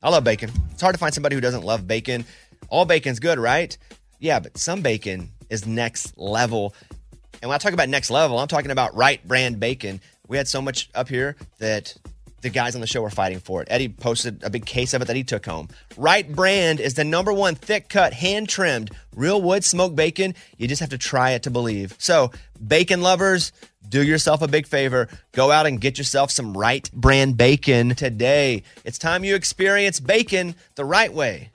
[SPEAKER 1] I love bacon. It's hard to find somebody who doesn't love bacon. All bacon's good, right? Yeah, but some bacon is next level. And when I talk about next level, I'm talking about right brand bacon. We had so much up here that the guys on the show were fighting for it. Eddie posted a big case of it that he took home. Right brand is the number one thick cut, hand trimmed, real wood smoked bacon. You just have to try it to believe. So, bacon lovers, do yourself a big favor. Go out and get yourself some right brand bacon today. It's time you experience bacon the right way.